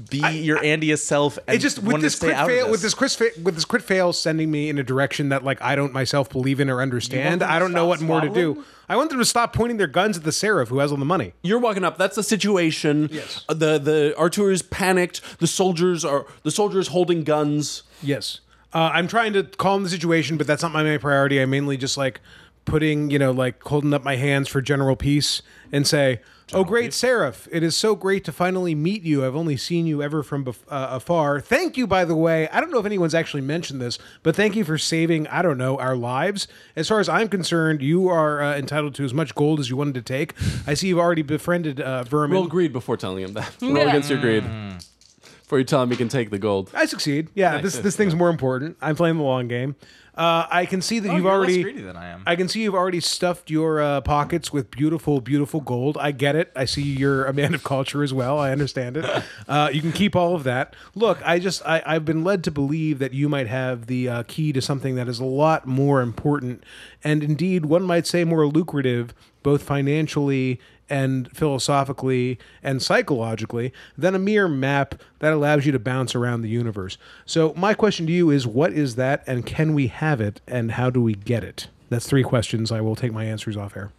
S2: be your Andia self and
S4: It just with
S2: wanting
S4: this
S2: to stay
S4: crit
S2: out
S4: fail,
S2: of
S4: with this crit fa- with this crit fail sending me in a direction that like I don't myself believe in or understand.
S2: them to
S4: I don't know
S2: stop
S4: what more to do.
S2: swaddling?
S4: I want them to stop pointing their guns at the seraph who has all the money.
S1: You're walking up. That's the situation.
S4: Yes.
S1: Uh, The the Artur is panicked. The soldiers are the soldiers holding guns.
S4: Yes, uh, I'm trying to calm the situation, but that's not my main priority. I mainly just like putting you know like holding up my hands for general peace and say. oh great Seraph! It is so great to finally meet you. I've only seen you ever from bef- uh, afar. Thank you, by the way. I don't know if anyone's actually mentioned this, but thank you for saving. I don't know our lives. As far as I'm concerned, you are uh, entitled to as much gold as you wanted to take. I see you've already befriended uh, Vermin.
S1: Roll greed before telling him that. Roll
S3: Yeah.
S1: against your greed.
S2: Mm.
S1: Before you tell him he can take the gold.
S4: I succeed. Yeah, this this thing's more important. I'm playing the long game. Uh, I can see that you've
S2: Oh, you're less
S4: already
S2: greedy than I am.
S4: I can see you've already stuffed your uh, pockets with beautiful, beautiful gold. I get it. I see you're a man of culture as well. I understand it. Uh, you can keep all of that. Look, I just I, I've been led to believe that you might have the uh, key to something that is a lot more important, and indeed, one might say more lucrative, both financially and philosophically and psychologically than a mere map that allows you to bounce around the universe. So, my question to you is what is that and can we have it and how do we get it? That's three questions. I will take my answers off air.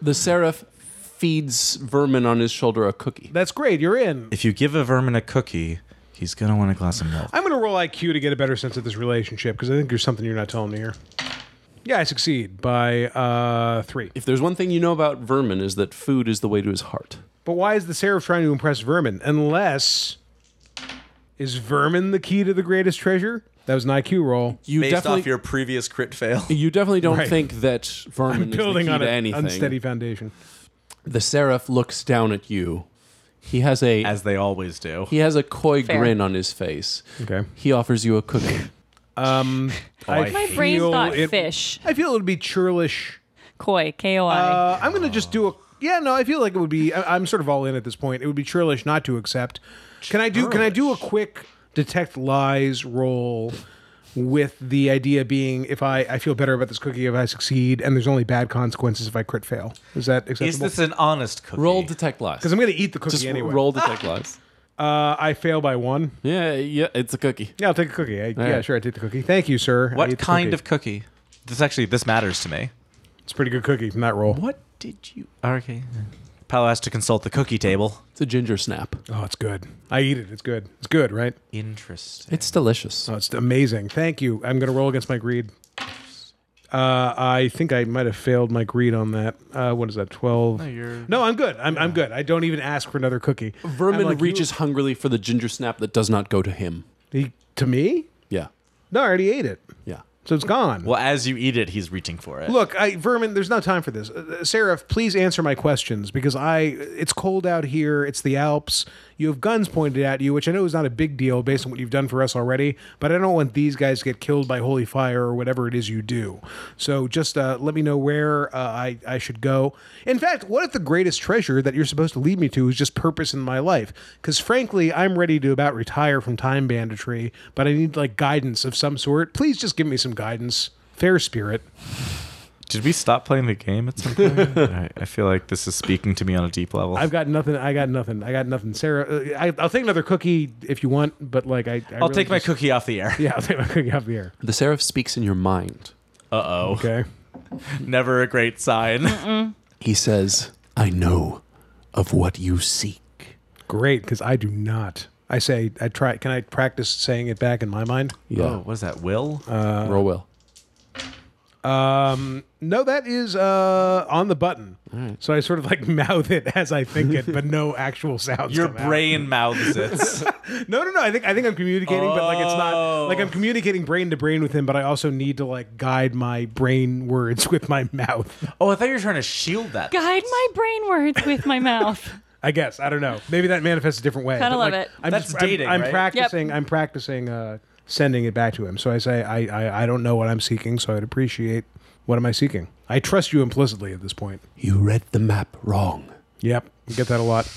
S1: The seraph feeds Vermin on his shoulder a cookie.
S4: That's great. You're in.
S2: If you give a vermin a cookie, he's gonna want a glass of milk.
S4: I'm going to roll IQ to get a better sense of this relationship because I think there's something you're not telling me here. Yeah, I succeed by uh, three.
S1: If there's one thing you know about Vermin is that food is the way to his heart.
S4: But why is the Seraph trying to impress Vermin? Unless. Is Vermin the key to the greatest treasure? That was an IQ roll.
S1: You
S2: Based
S1: definitely
S2: off your previous crit *laughs* fail.
S1: you definitely don't
S4: Right.
S1: think
S4: *laughs*
S1: that Vermin is the
S4: building
S1: key
S4: on
S1: to
S4: an
S1: anything.
S4: unsteady foundation.
S1: The seraph looks down at you He has a
S2: as they always do.
S1: he has a coy
S3: Fair.
S1: grin on his face.
S4: Okay.
S1: He offers you a cookie.
S2: *laughs*
S4: Um, I
S3: My brain
S4: feel
S3: thought
S4: it-
S3: fish.
S4: I feel it would be churlish.
S3: Koi. K O I.
S4: Uh, I'm gonna just do a. Yeah, no, I feel like it would be. I, I'm sort of all in at this point. It would be churlish not to accept. Can I do? Can I do a quick detect lies roll? With the idea being, if I, I feel better about this cookie if I succeed, and there's only bad consequences if I crit fail. Is that
S2: Is
S4: acceptable?
S2: this an honest cookie?
S1: Roll detect lies.
S4: Because I'm going to eat the cookie
S1: Just
S4: anyway.
S1: roll detect
S2: *laughs*
S1: lies.
S4: Uh, I fail by one.
S1: Yeah, yeah, it's a cookie.
S4: Yeah, I'll take a cookie. I, yeah,
S1: right.
S4: sure, I take the cookie. Thank you, sir. I
S2: what
S4: eat the
S2: kind
S4: cookie.
S2: of cookie? This actually this matters to me.
S4: It's a pretty good cookie from that roll.
S1: What did you?
S2: Okay. Paolo has to consult the cookie table.
S1: It's a ginger snap.
S4: Oh, it's good. I eat it. It's good. It's good, right?
S2: Interesting.
S1: It's delicious.
S4: Oh, it's amazing. Thank you. I'm going to roll against my greed. Uh, I think I might have failed my greed on that. Uh, what is that? Twelve? No,
S2: you're-
S4: I'm good. I'm, I'm good. I don't even ask for another cookie.
S1: Vermin
S4: I'm like, you-
S1: reaches hungrily for the ginger snap that does not go to him.
S4: He- to me.
S1: Yeah,
S4: No, I already ate it,
S1: yeah.
S4: so it's gone.
S2: Well, as you eat it, he's reaching for it.
S4: Look, I, Vermin, there's no time for this. Uh, uh, Seraph, please answer my questions because I it's cold out here. It's the Alps. You have guns pointed at you, which I know is not a big deal based on what you've done for us already, but I don't want these guys to get killed by holy fire or whatever it is you do. So just uh, let me know where uh, I, I should go. In fact, what if the greatest treasure that you're supposed to lead me to is just purpose in my life? Because frankly, I'm ready to about retire from time banditry, but I need like guidance of some sort. Please just give me some guidance. Fair spirit.
S2: Did we stop playing the game at some
S4: *laughs*
S2: point? I, I feel like this is speaking to me on a deep level.
S4: I've got nothing. I got nothing. I got nothing. Sarah, uh, I, I'll take another cookie if you want, but like I, I
S2: I'll take my cookie off the air.
S4: *laughs* Yeah, I'll take my cookie off the air.
S1: The seraph speaks in your mind.
S2: Uh oh.
S4: Okay.
S2: Never a great sign.
S1: He says, "I know of what you seek."
S4: Great, because I do not. I say I try. Can I practice saying it back in my mind?
S2: *laughs* Oh,
S1: Yeah,
S2: what is that? Will?
S4: Uh,
S1: roll well.
S4: Um, no, that is uh on the button. So I sort of like *laughs* mouth it as I think it, but no actual sounds.
S2: Your
S4: come out.
S2: brain mouths
S4: *laughs*
S2: it.
S4: No, no, no. I think I think I'm communicating, but like it's
S2: Oh.
S4: not like I'm communicating brain to brain with him. But I also need to like guide my brain words *laughs* with my mouth.
S2: oh, I thought you were trying to shield that.
S3: Guide my brain words with my mouth.
S1: *laughs*
S4: I guess I don't know. Maybe that manifests a different way.
S3: Kinda
S4: But,
S3: love
S4: like,
S3: it.
S4: I'm
S2: That's
S4: I'm-
S2: dating,
S4: I'm,
S2: right?
S4: practicing. I'm practicing uh, sending it back to him. So I say, I, I, I don't know what I'm seeking. So I'd appreciate what am I seeking. I trust you implicitly at this point.
S1: You read the map wrong.
S4: Yep, I get that a lot.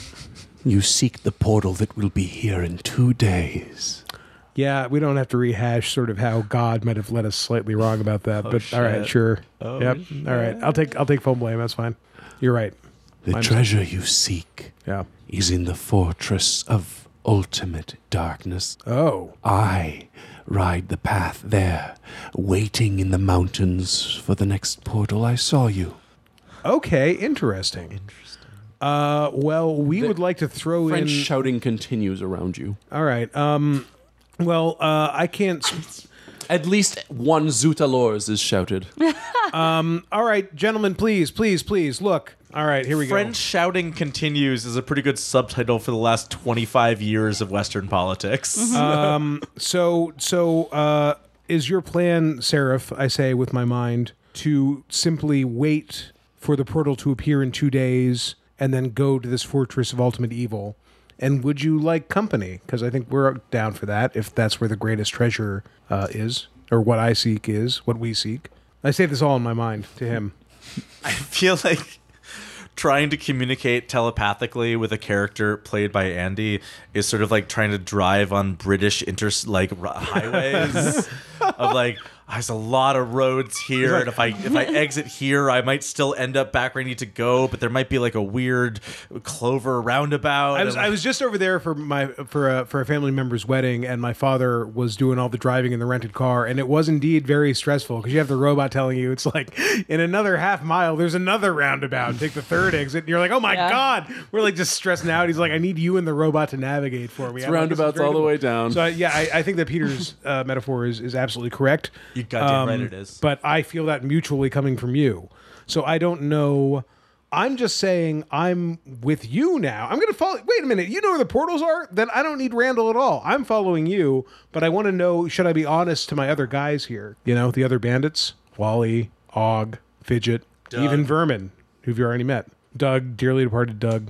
S1: You seek the portal that will be here in two days.
S4: Yeah, we don't have to rehash sort of how God might have led us slightly wrong about that. but all right,
S2: Oh, shit. Oh,
S4: sure. yep. All right, I'll take I'll take full blame. That's fine. You're right.
S1: The treasure you seek
S4: Yeah.
S1: is in the fortress of ultimate darkness.
S4: Oh,
S1: I ride the path there, waiting in the mountains for the next portal I saw you.
S4: okay, interesting. Interesting. Uh, well, we would like to throw
S1: French
S4: in
S1: shouting continues around you.
S4: All right. Um. Well, uh, I can't. s-
S1: At least one Zutalors is shouted.
S4: All right, gentlemen, please, please, please. Look. All right, here we
S2: French shouting continues is a pretty good subtitle for the last 25 years of Western politics.
S4: go. So, so uh, is your plan, Seraph? I say with my mind to simply wait for the portal to appear in two days and then go to this fortress of ultimate evil. And would you like company? Because I think we're down for that. If that's where the greatest treasure uh, is, or what I seek is, what we seek. I say this all in my mind to him.
S2: feel like trying to communicate telepathically with a character played by Andy is sort of like trying to drive on British inter like r-
S4: *laughs*
S2: highways of like there's a lot of roads here and if I if I exit here I might still end up back where I need to go but there might be like a weird clover roundabout
S4: I was,
S2: and, like,
S4: I was just over there for my for a for a family member's wedding, and my father was doing all the driving in the rented car, and it was indeed very stressful because you have the robot telling you it's like in another half mile there's another roundabout, take the third exit, and you're like, oh my
S3: Yeah.
S4: god, we're like just stressing out. He's like, I need you and the robot to navigate for me. I'm like, this is
S1: roundabouts all the
S4: incredible.
S1: way down.
S4: So I- yeah, I, I think that Peter's uh, metaphor is is absolutely correct. Um,
S2: You goddamn right it is.
S4: But I feel that mutually coming from you. So I don't know. I'm just saying I'm with you now. I'm going to follow. Wait a minute. You know where the portals are? Then I don't need Randall at all. I'm following you, but I want to know should I be honest to my other guys here? You know, the other bandits? Wally, Og, Fidget, even Vermin, who've you already met. Doug, dearly departed Doug.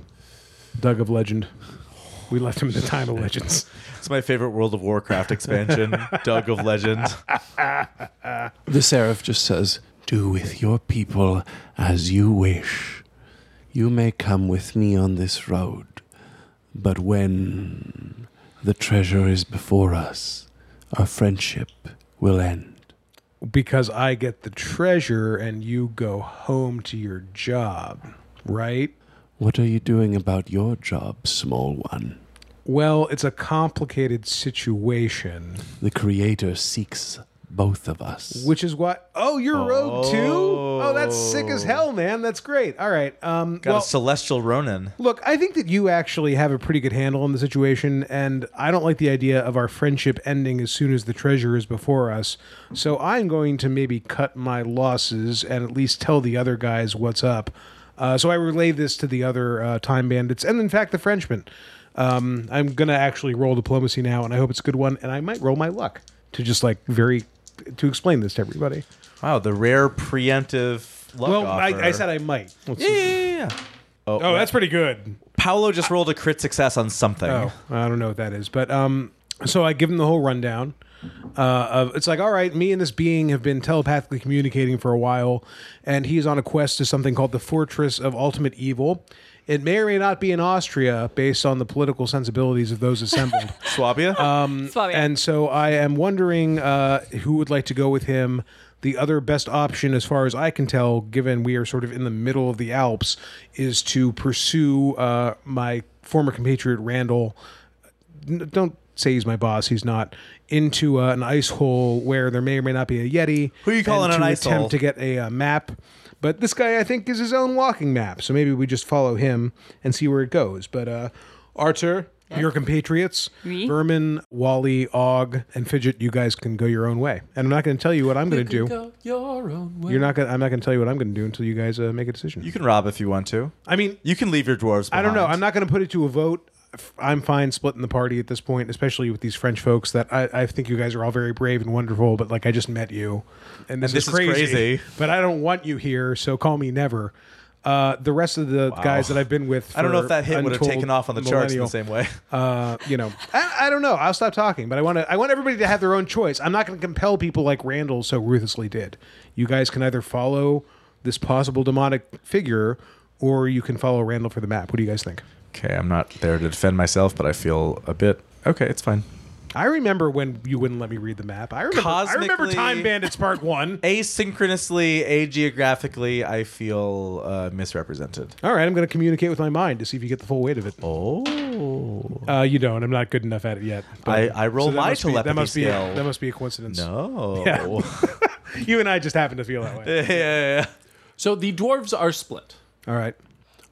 S4: Doug of Legend. We left him in the time of legends.
S2: It's my favorite World of Warcraft expansion,
S4: *laughs*
S2: Doug of Legend.
S1: The seraph just says, Do with your people as you wish. You may come with me on this road, but when the treasure is before us, our friendship will end.
S4: Because I get the treasure and you go home to your job, right?
S1: What are you doing about your job, small one?
S4: Well, it's a complicated situation,
S1: The Creator seeks both of us.
S4: which is why. Oh, you're rogue too? Oh, that's sick as hell, man. That's great. All right. Um,
S2: Got
S4: well-
S2: a celestial Ronin.
S4: Look, I think that you actually have a pretty good handle on the situation, and I don't like the idea of our friendship ending as soon as the treasure is before us. So I'm going to maybe cut my losses and at least tell the other guys what's up. Uh, so I relay this to the other uh, time bandits, and in fact, the Frenchman. Um, I'm going to actually roll diplomacy now, and I hope it's a good one, and I might roll my luck to just like very. To explain this to everybody.
S2: Wow, the rare preemptive luck
S4: Well,
S2: offer.
S4: I, I said I might. Let's-
S2: Yeah, yeah, yeah.
S4: Oh, that's pretty good.
S2: Paolo just rolled a crit success on something.
S4: Oh, I don't know what that is, but um, so I give him the whole rundown. Uh, of it's like, all right, me and this being have been telepathically communicating for a while, and he's on a quest to something called the Fortress of Ultimate Evil. It may or may not be in Austria, based on the political sensibilities of those assembled.
S2: Swabia?
S4: Um,
S3: Swabia.
S4: And so I am wondering uh, who would like to go with him. The other best option, as far as I can tell, given we are sort of in the middle of the Alps, is to pursue uh, my former compatriot Randall. N- don't say he's my boss; he's not. Into uh, an ice hole where there may or may not be a yeti.
S2: Who you calling
S4: and
S2: an
S4: to
S2: ice
S4: attempt
S2: hole?
S4: To get a uh, map, but this guy I think is his own walking map, so maybe we just follow him and see where it goes. But uh, Arthur, your compatriots,
S3: Oui.
S4: Berman, Wally, Og, and Fidget, you guys can go your own way. And I'm not going to tell you what I'm going to do. You're not going. to I'm not going to tell you what I'm going to do until you guys uh, make a decision.
S2: you can rob if you want to.
S4: I mean,
S2: You can leave your dwarves
S4: I don't know.
S2: behind.
S4: I'm not going to put it to a vote. F- I'm fine splitting the party at this point, especially with these French folks that I, I think you guys are all very brave and wonderful. But like, I just met you, and this,
S2: this
S4: is,
S2: is
S4: crazy,
S2: crazy.
S4: But I don't want you here, so call me never. Uh, the rest of the guys that I've been with,
S2: I don't know
S4: for
S2: if that hit would have
S4: untold
S2: taken off on the charts in the
S4: millennial-
S2: same way. *laughs*
S4: uh, you know, I, I don't know. I'll stop talking, but I want to. I want everybody to have their own choice. I'm not going to compel people like Randall so ruthlessly did. You guys can either follow this possible demonic figure, or you can follow Randall for the map. What do you guys think?
S2: Okay, I'm not there to defend myself, but I feel a bit. Okay, it's fine.
S4: I remember when you wouldn't let me read the map. I remember. I remember
S2: Cosmically-
S4: Time Bandits Part *laughs* One.
S2: Asynchronously, ageographically, I feel uh, misrepresented.
S4: All right, I'm going to communicate with my mind to see if you get the full weight of it.
S2: Oh.
S4: Uh, you don't. I'm not good enough at it yet.
S2: I- I roll
S4: that
S2: my
S4: must Be,
S2: telepathy
S4: that must be a,
S2: skill.
S4: that must be a coincidence. *laughs*
S2: No.
S4: You and I just happen to feel that way.
S2: *laughs* yeah, yeah, yeah.
S1: So the dwarves are split.
S4: All right.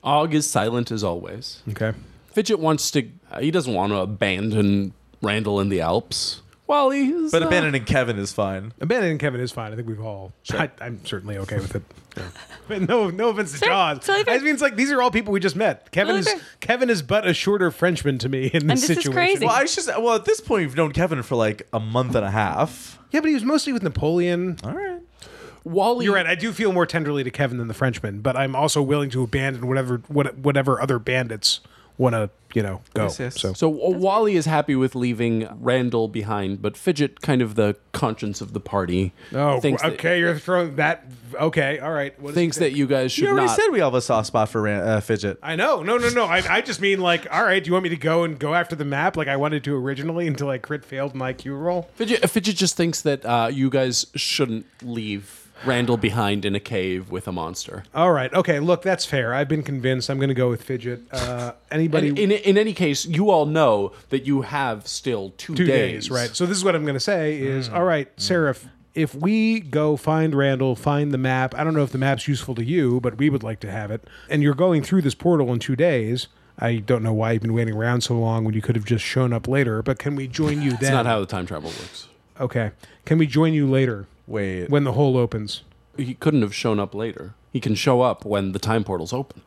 S1: Og is silent as always.
S4: Okay.
S1: Fidget wants to. uh, he doesn't want to abandon Randall in the Alps. Wally is.
S2: But
S1: uh,
S2: abandoning Kevin is fine.
S4: Abandoning Kevin is fine. I think we've all. I, I'm certainly
S1: *laughs*
S4: okay with it. *laughs* But no, no offense to
S3: Fair.
S4: Jaws.
S3: Totally fair.
S4: I mean, it's like these are all people we just met. Kevin
S3: Totally
S4: is
S3: fair.
S4: Kevin is but a shorter Frenchman to me in this,
S3: this is
S4: situation.
S3: crazy.
S2: Well, I should say, well, at this point, we've known Kevin for like a month and a half.
S4: Yeah, but he was mostly with Napoleon.
S1: Oh.
S2: All right.
S1: uh, Wally.
S4: You're right. I do feel more tenderly to Kevin than the Frenchman, but I'm also willing to abandon whatever what, whatever other bandits want to you know go.
S2: Yes, yes.
S4: So
S1: So uh, Wally is happy with leaving Randall behind, but Fidget, kind of the conscience of the party,
S4: oh,
S1: thinks that-
S4: okay, you're throwing that. Okay, all right. What does he
S1: thinks
S4: think?
S1: that you guys
S2: You
S1: should
S2: already
S1: not.
S2: said we all have a soft spot for ran- uh, Fidget.
S4: I know. No, no, no. I, I just mean like, all right. Do you want me to go and go after the map like I wanted to originally until I crit failed my Q roll?
S1: Fidget, Fidget just thinks that uh, you guys shouldn't leave Randall behind in a cave with a monster.
S4: All right. Okay. Look, that's fair. I've been convinced. I'm going to go with Fidget.
S1: *laughs*
S4: Uh, anybody?
S1: In, in, in any case, you all know that you have still two,
S4: two days. right? So this is what I'm going to say: is
S1: Hmm.
S4: all right, Seraph. If we go find Randall, find the map. I don't know if the map's useful to you, but we would like to have it. And you're going through this portal in two days. I don't know why you've been waiting around so long when you could have just shown up later. But can
S1: *laughs*
S4: we join you then?
S1: That's not how the time travel works.
S4: okay. Can we join you later
S2: Wait.
S4: when the hole opens?
S1: He couldn't have shown up later. He can show up when the time portal's open.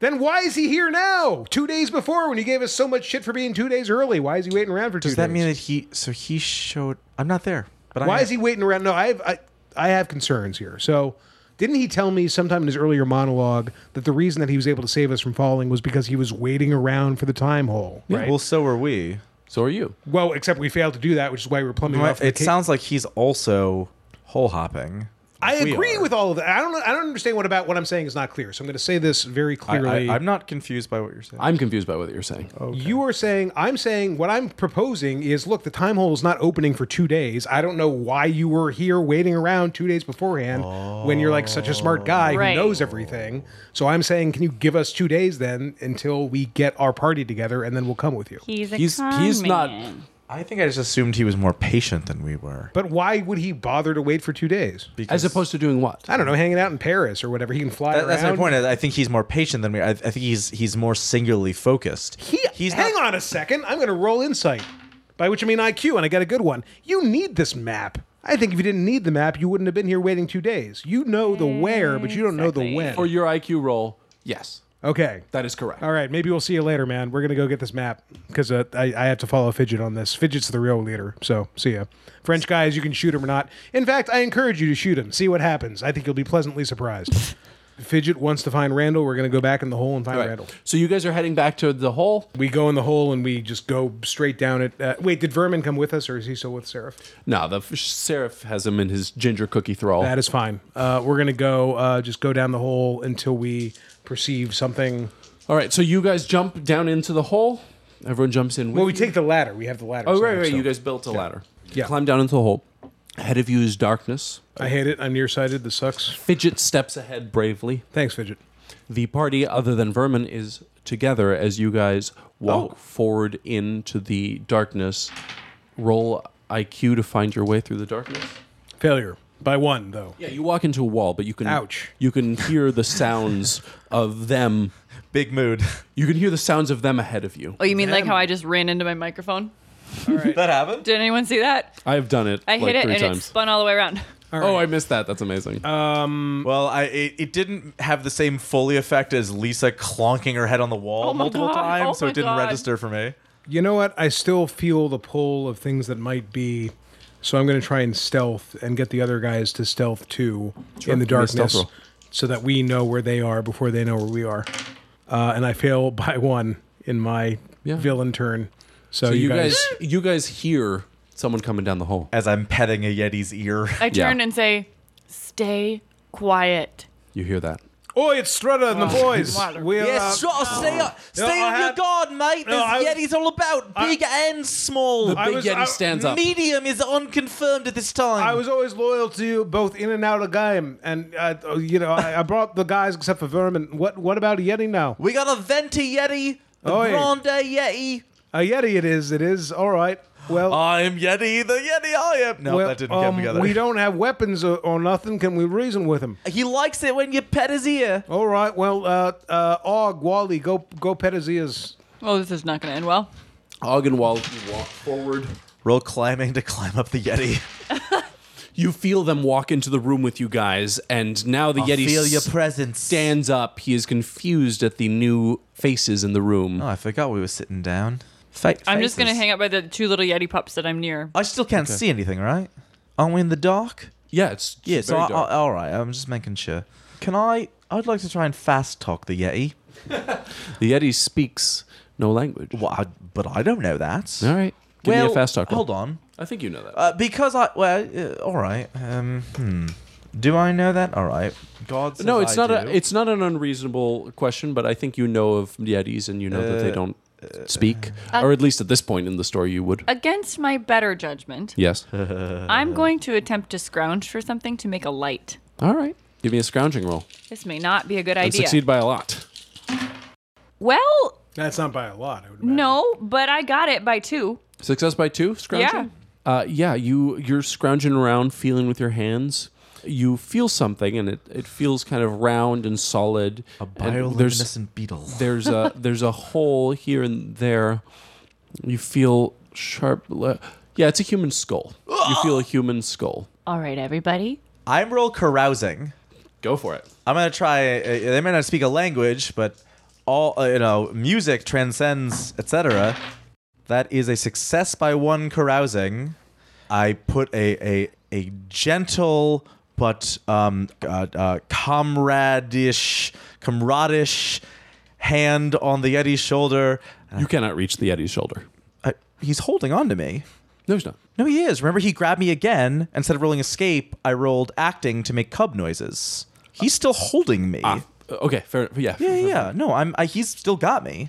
S4: Then why is he here now? Two days before, when you gave us so much shit for being two days early, why is he waiting around for two
S2: Does
S4: days?
S2: that mean that he? So he showed. I'm not there. But I
S4: Why
S2: am.
S4: is he waiting around? No, I have I, I have concerns here. So Didn't he tell me sometime in his earlier monologue that the reason that he was able to save us from falling was because he was waiting around for the time hole? Right.
S2: Well, so are we.
S1: So are you.
S4: Well, except we failed to do that, which is why we we're plumbing off. the
S2: It
S4: ca-
S2: sounds like he's also hole hopping.
S4: I
S2: we
S4: agree
S2: are.
S4: with all of that. I don't. I don't understand what about what I'm saying is not clear. So I'm going to say this very
S2: I,
S4: clearly.
S2: am not confused by what you're saying.
S1: I'm confused by what you're saying.
S4: You are saying, I'm saying, what I'm proposing is look, the time hole is not opening for two days. I don't know why you were here waiting around two days beforehand when you're like such a smart guy
S3: Right.
S4: who knows everything. So I'm saying, can you give us two days then until we get our party together and then we'll come with you?
S3: He's a
S1: He's-
S3: con
S1: he's not-
S3: man.
S2: I think I just assumed he was more patient than we were.
S4: But why would he bother to wait for two days?
S1: As opposed to doing what?
S4: I don't know, hanging out in Paris or whatever. He can fly
S2: That- that's my
S4: around.
S2: point. I I think he's more patient than we. Are. I, I think he's he's more singularly focused.
S4: He,
S2: he's
S4: hang
S2: not-
S4: on a second. I'm going to roll insight, by which I mean IQ, and I got a good one. You need this map. I think if you didn't need the map, you wouldn't have been here waiting two days. You know the where, but you don't know the
S3: Exactly.
S4: when.
S1: For your IQ roll, yes,
S4: okay.
S1: that is correct.
S4: All right. Maybe we'll see you later, man. We're going to go get this map because uh, I, I have to follow Fidget on this. Fidget's the real leader. So see ya. French guys, you can shoot him or not. In fact, I encourage you to shoot him. See what happens. I think you'll be pleasantly surprised. *laughs* Fidget wants to find Randall. We're going to go back in the hole and find
S1: All right.
S4: Randall.
S1: So you guys are heading back to the hole.
S4: We go in the hole and we just go straight down it. Uh, wait, did Vermin come with us or is he still with Seraph?
S1: No, the f- seraph has him in his ginger cookie thrall.
S4: That is fine. Uh, we're going to go, uh, just go down the hole until we perceive something.
S1: All right, so you guys jump down into the hole. Everyone jumps in. With
S4: Well, we
S1: you.
S4: take the ladder. We have the ladder.
S1: Oh
S4: set
S1: right,
S4: up,
S1: right.
S4: so-
S1: You guys built a ladder.
S4: Yeah.
S1: Climb down into the hole. Ahead of you is darkness.
S4: I hate it. I'm nearsighted. This sucks.
S1: Fidget steps ahead bravely.
S4: Thanks, Fidget.
S1: The party, other than Vermin, is together as you guys walk forward into the darkness. Roll IQ to find your way through the darkness.
S4: Failure. By one, though.
S1: Yeah, you walk into a wall, but you can
S4: Ouch.
S1: you can hear the *laughs* sounds of them.
S2: Big mood.
S1: You can hear the sounds of them ahead of you.
S3: Oh, you mean like
S4: Damn.
S3: how I just ran into my microphone?
S2: *laughs* that happened.
S3: Did anyone see that?
S1: I've done it.
S3: I
S1: like
S3: hit it
S1: three
S3: and it
S1: times.
S3: spun all the way around. *laughs*
S1: Oh, I missed that. That's amazing.
S4: Uh,
S2: Well, I it, it didn't have the same Foley effect as Lisa clonking her head on the wall
S3: Oh my
S2: multiple
S3: God.
S2: times,
S3: Oh
S2: so
S3: my
S2: it didn't
S3: God.
S2: register for me.
S4: You know what? I still feel the pull of things that might be. So I'm going to try and stealth and get the other guys to stealth too in the
S1: give me a stealth
S4: darkness
S1: roll.
S4: so that we know where they are before they know where we are. Uh, and I fail *laughs* by one in my
S1: Yeah.
S4: villain turn. So,
S1: So
S4: you,
S1: you
S4: guys,
S1: guys, you guys hear someone coming down the hole.
S2: As I'm petting a Yeti's *laughs* ear.
S3: I
S1: Yeah.
S3: turn and say, "Stay quiet."
S1: You hear that?
S4: Oh, it's Strutter and the boys. We're, uh,
S2: stay up,
S4: No, I had-
S2: guard, mate.
S4: No, I-
S2: all about, big and small.
S1: The big
S4: was- uh,
S1: Yeti
S4: I-
S1: stands up.
S2: medium is unconfirmed at this time.
S4: I was always loyal to both in and out of game, and uh, you know I, I brought the guys except for Vermin. What what about a Yeti now?
S2: we got a Venti Yeti, the
S4: Oi.
S2: Grande Yeti.
S4: A Uh, Yeti, it is. It is all right. Well,
S2: I'm Yeti, the Yeti I am. No,
S4: well,
S2: that didn't
S4: um,
S2: get together.
S4: We don't have weapons or, or nothing. Can we reason with him?
S2: He likes it when you pet his ear.
S4: All right. Well, uh, uh, Og Wally, go go pet his ears.
S3: Well, this is not going to end well.
S1: Ogdenwald, you walk forward.
S2: Roll climbing to climb up the Yeti.
S1: You feel them walk into the room with you guys, and now the Yeti s-
S2: presence.
S1: stands up. He is confused at the new faces in the room.
S2: Oh, I forgot we were sitting down. Fa-
S3: I'm just going to hang out by the two little Yeti pups that I'm near.
S2: I still can't see anything, right? Aren't we in the dark?
S1: yeah, it's
S2: Yeah, so
S1: very
S2: I,
S1: dark.
S2: I, all right. I'm just making sure. Can I? I'd like to try and fast talk the Yeti. uh,
S1: the Yeti speaks no language.
S2: Well, I, but I don't know that.
S1: All right, give
S2: well,
S1: me a fast talk. roll.
S2: Hold on.
S1: I think you know that.
S2: Uh, because I well, uh, all right. Um, hmm. Do I know that? All right. God says
S1: no, it's not
S2: I
S1: a
S2: do.
S1: it's not an unreasonable question, but I think you know of Yetis and you know that they
S2: Uh,
S1: don't speak, or at least at this point in the story, you would.
S3: Against my better judgment,
S1: yes.
S4: Uh,
S3: I'm going to attempt to scrounge for something to make a light.
S1: All right. Give me a scrounging roll.
S3: This may not be a good
S1: And
S3: idea.
S1: succeed by a lot.
S3: Well,
S4: That's not by a lot. I would imagine.
S3: no, but I got it by two.
S1: Success by two, scrounging? Yeah. Uh, yeah, you, you're scrounging around, feeling with your hands. You feel something, and it, it feels kind of round and solid.
S2: a
S1: and there's,
S2: bioluminescent beetle.
S1: *laughs* there's, a, there's a hole here and there. You feel sharp. Le- yeah, it's a human skull. You feel a human skull.
S3: All right, everybody.
S2: I'm roll carousing.
S1: Go for it.
S2: I'm gonna try. Uh, they may not speak a language, but all uh, you know, music transcends, etc. That is a success by one carousing. I put a a, a gentle but um, uh, uh, comradish, comradish hand on the Yeti's shoulder.
S1: You cannot reach the Yeti's shoulder.
S2: I, he's holding on to me.
S1: No, he's not.
S2: No, he is. Remember, he grabbed me again. Instead of rolling escape, I rolled acting to make cub noises. He's still holding me.
S1: Ah, okay, fair. Yeah,
S2: Yeah, yeah. No, I'm. I, he's still got me.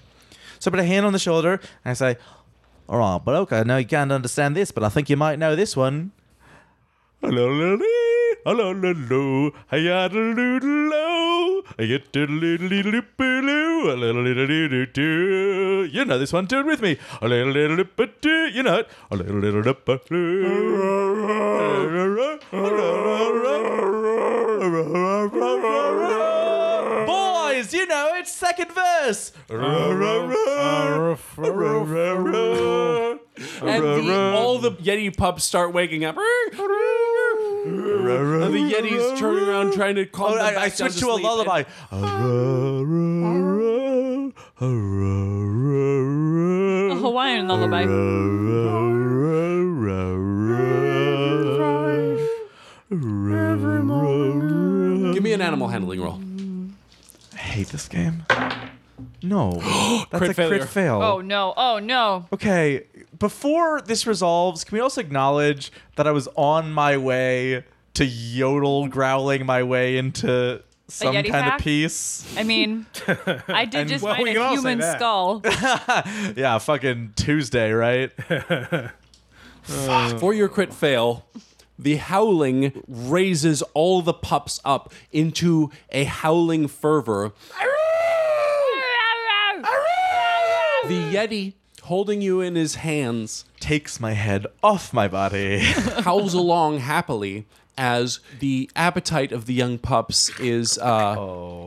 S2: So I put a hand on the shoulder and I say, "All right, but okay. I know you can't understand this, but I think you might know this one." Hello, hello, hello, hello, hello, hello, You know this one. Do it with me. You know it. Boys, you know it's second verse.
S1: And the, all the Yeti pups start waking up. And the Yeti's turning around trying to calm
S2: Oh,
S1: them
S2: I, I
S1: back down
S2: switched to a
S1: sleep.
S2: lullaby.
S3: A Hawaiian lullaby.
S1: Give me an animal handling roll.
S2: I hate this game. No.
S1: *gasps*
S2: That's
S1: Crit
S2: a
S1: failure.
S2: crit fail.
S3: Oh no! Oh no!
S2: Okay, before this resolves, can we also acknowledge that I was on my way to yodel growling my way into some
S3: Yeti
S2: kind
S3: pack?
S2: of peace?
S3: I
S4: *laughs*
S3: mean, I did just
S4: Well,
S3: find
S4: we can
S3: a
S4: all say
S3: human
S4: that. *laughs*
S3: skull.
S2: Yeah, fucking Tuesday, right? *laughs*
S1: For your crit fail, the howling raises all the pups up into a howling fervor. The Yeti, holding you in his hands,
S2: Takes my head off my body. *laughs*
S1: howls along happily as the appetite of the young pups is uh,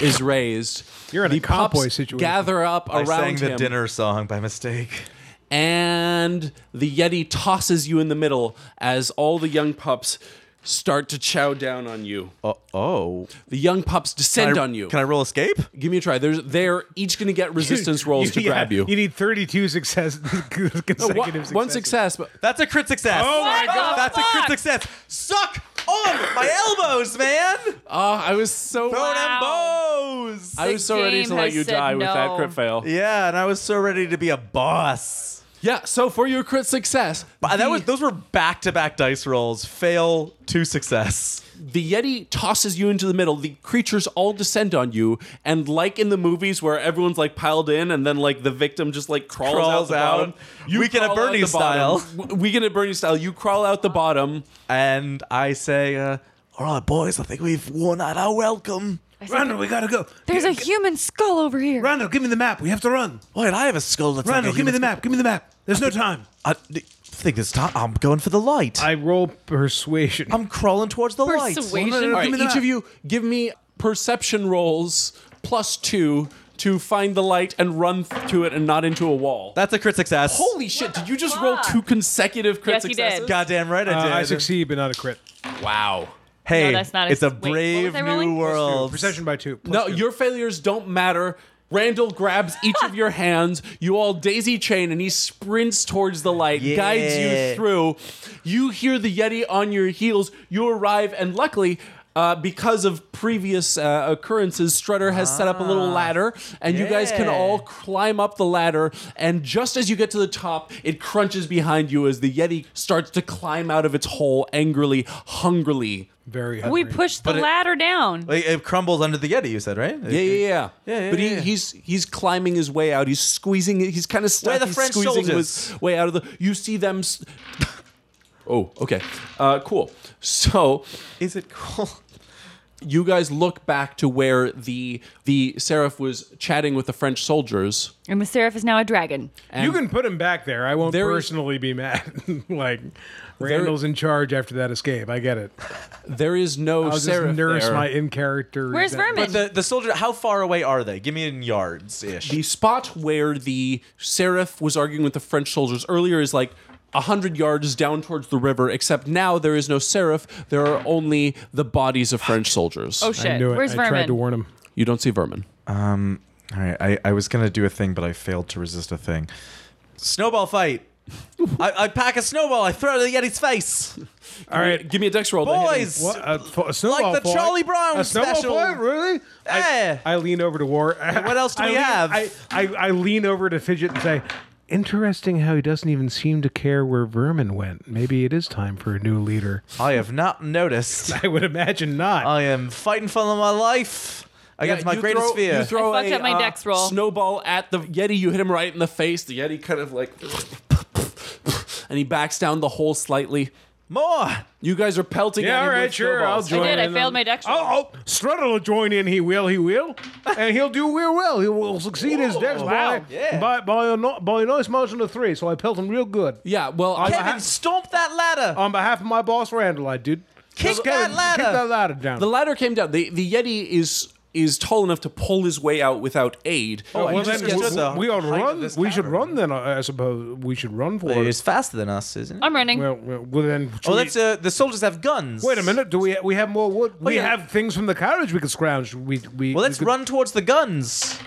S1: is raised.
S4: Oh. You're in a
S1: the
S4: cowboy
S1: pups
S4: situation.
S1: Gather up
S2: I
S1: around
S2: sang the
S1: him,
S2: dinner song by mistake.
S1: and the Yeti tosses you in the middle as all the young pups start to chow down on you.
S2: Oh, oh.
S1: The young pups descend
S2: I-
S1: on you.
S2: Can I roll escape?
S1: Give me a try. There's, they're each going to
S2: *laughs*
S1: get *laughs* resistance rolls to
S4: *laughs* yeah,
S1: grab you.
S4: You need 32 success *laughs* consecutive
S1: One-
S4: successes.
S1: One success, but
S2: That's a crit success.
S4: Oh my
S3: What God. the
S2: That's a crit
S3: fuck?
S2: success. Suck on my elbows, man.
S1: ah, I was so
S2: Throw them
S3: Wow.
S2: bows.
S1: I was
S3: The
S1: so ready to
S3: game
S1: let
S3: has
S1: you
S3: said
S1: die with that
S3: no.
S1: crit fail.
S2: Yeah, and I was so ready to be a boss.
S1: Yeah, so for your crit success,
S2: But that
S1: the-
S2: was those were back to back dice rolls. Fail to success.
S1: the Yeti tosses you into the middle. The creatures all descend on you, and like in the movies where everyone's like piled in, and then like the victim just like crawls, out.
S2: Crawls
S1: The bottom,
S2: out. Weekend at
S1: crawl out
S2: Bernie
S1: the bottom.
S2: style.
S1: W- Weekend at Bernie style. You crawl out the bottom.
S2: And I say, uh, all right, boys, I think we've worn out our welcome.
S4: Randall, we gotta go.
S3: There's a human skull over here.
S4: Randall, give me the map. We have to run.
S2: Wait, I have a skull that's
S4: Randall,
S2: like a
S4: give me the
S2: human
S4: map. Give me the map. There's no time.
S2: skull. I I think this time I'm going for the light. I-
S4: I roll persuasion.
S2: am crawling towards the light.
S3: Persuasion.
S1: All right,
S4: me
S1: each
S4: the map.
S1: of you give me perception rolls plus two to find the light and run th- to it and not into a wall.
S2: That's a crit success.
S1: Holy shit! Did you just roll
S3: fuck?
S1: two consecutive crit
S3: Yes, you did.
S1: successes?
S2: goddamn right, I
S4: Uh,
S2: did.
S4: I succeed, but not a crit.
S1: Wow.
S2: Hey,
S3: No, that's not a-
S2: it's a
S3: wait, what was
S2: brave
S3: I
S2: new
S3: rolling?
S2: world.
S4: Perception by two. plus
S1: No,
S4: two.
S1: your failures don't matter. Randall grabs each of
S2: *laughs*
S1: your hands. You all daisy chain, and he sprints towards the light,
S2: Yeah.
S1: guides you through. You hear the Yeti on your heels. You arrive, and luckily, uh, because of previous uh, occurrences, Strutter has set up a little ladder, and you guys can
S2: Ah. yeah.
S1: all climb up the ladder. And just as you get to the top, it crunches behind you as the Yeti starts to climb out of its hole angrily, hungrily.
S4: Very.
S3: We
S4: Hungry.
S3: pushed the
S2: it-
S3: ladder down.
S2: Wait, it crumbles under the Yeti, you said, right?
S1: Yeah, yeah, yeah.
S2: Yeah, yeah,
S1: but he,
S2: yeah.
S1: he's he's climbing his way out. He's squeezing. He's kind of stuck.
S2: Where are the
S1: he's
S2: French
S1: squeezing
S2: soldiers?
S1: his way out of the. You see them. s *laughs* oh, okay. Uh, cool. So
S2: Is it cool? *laughs*
S1: you guys look back to where the the seraph was chatting with the French soldiers.
S3: And the seraph is now a dragon. Oh,
S4: you can put him back there. I won't
S1: There is-
S4: personally be mad. *laughs* like Randall's in charge after that escape. I get it.
S1: There is no
S2: Oh,
S4: I'll just
S1: seraph
S4: nurse
S1: there.
S4: my in character.
S3: Where's
S2: But
S3: Vermin?
S2: the, the soldier, how far away are they? Give me in yards ish.
S1: the spot where the seraph was arguing with the French soldiers earlier is like a hundred yards down towards the river. Except now there is no seraph. There are only the bodies of French soldiers.
S3: oh
S4: I
S3: shit!
S4: knew it.
S3: Where's
S4: I
S3: Vermin?
S4: tried to warn him.
S1: You don't see vermin.
S2: All right, I, I was gonna do a thing, but I failed to resist a thing. Snowball fight. I, I pack a snowball. I throw it at Yeti's face.
S4: All right.
S1: Give me a dex roll. to hit him.
S2: Boys,
S4: What? A, fo- a snowball
S2: the
S4: fight?
S2: Charlie Brown
S4: A snowball
S2: special.
S4: fight? Really? I-
S2: Yeah.
S4: I, lean over to War.
S2: What
S4: *laughs*
S2: else do
S4: I
S2: we
S4: lean-
S2: have?
S4: I, I, I lean over to Fidget and say, Interesting how he doesn't even seem to care where Vermin went. Maybe it is time for a new leader.
S2: I have not noticed.
S4: I would imagine not.
S2: I am fighting for my life against my
S1: you
S2: greatest
S1: throw-
S2: fear.
S1: You throw
S3: I fucked
S1: a,
S3: up my
S1: uh,
S3: dex roll.
S1: Snowball at the Yeti. You hit him right in the face. The Yeti kind of like, and he backs down the hole slightly.
S2: More.
S1: You guys are pelting.
S4: yeah,
S1: at
S4: all
S1: him
S4: right,
S1: with
S4: sure. I'll
S1: snowballs.
S4: join
S3: I did, I
S4: in
S3: failed
S4: on-
S3: my dex roll.
S4: Oh, oh, Strutter will join in. He will. He will. And he'll do real well. He will succeed his dex
S2: Wow,
S4: by,
S2: yeah.
S4: by, by, a, no- by a nice margin of three. So I pelt him real good.
S1: Yeah. Well, I,
S2: Kevin, stomp that ladder.
S4: On behalf of my boss, Randall, I did.
S2: Kick
S4: Kevin,
S2: that ladder.
S4: Kick that ladder down. Oh,
S1: the ladder came down. The the Yeti is is tall enough to pull his way out without aid.
S4: Oh, well,
S2: you just
S4: then
S2: get
S4: we,
S2: to the
S4: we ought to
S2: height of
S4: run.
S2: this
S4: We should
S2: cavern.
S4: run then, I I suppose. We should run for it.
S2: It's faster than us, isn't it?
S3: I'm running.
S4: Well, well, well then. should
S2: Oh,
S4: we-
S2: that's uh, the soldiers have guns.
S4: wait a minute. Do we we have more wood? we
S2: yeah.
S4: have things from the carriage we could scrounge. We we.
S2: Well,
S4: we
S2: let's
S4: could-
S2: run towards the guns.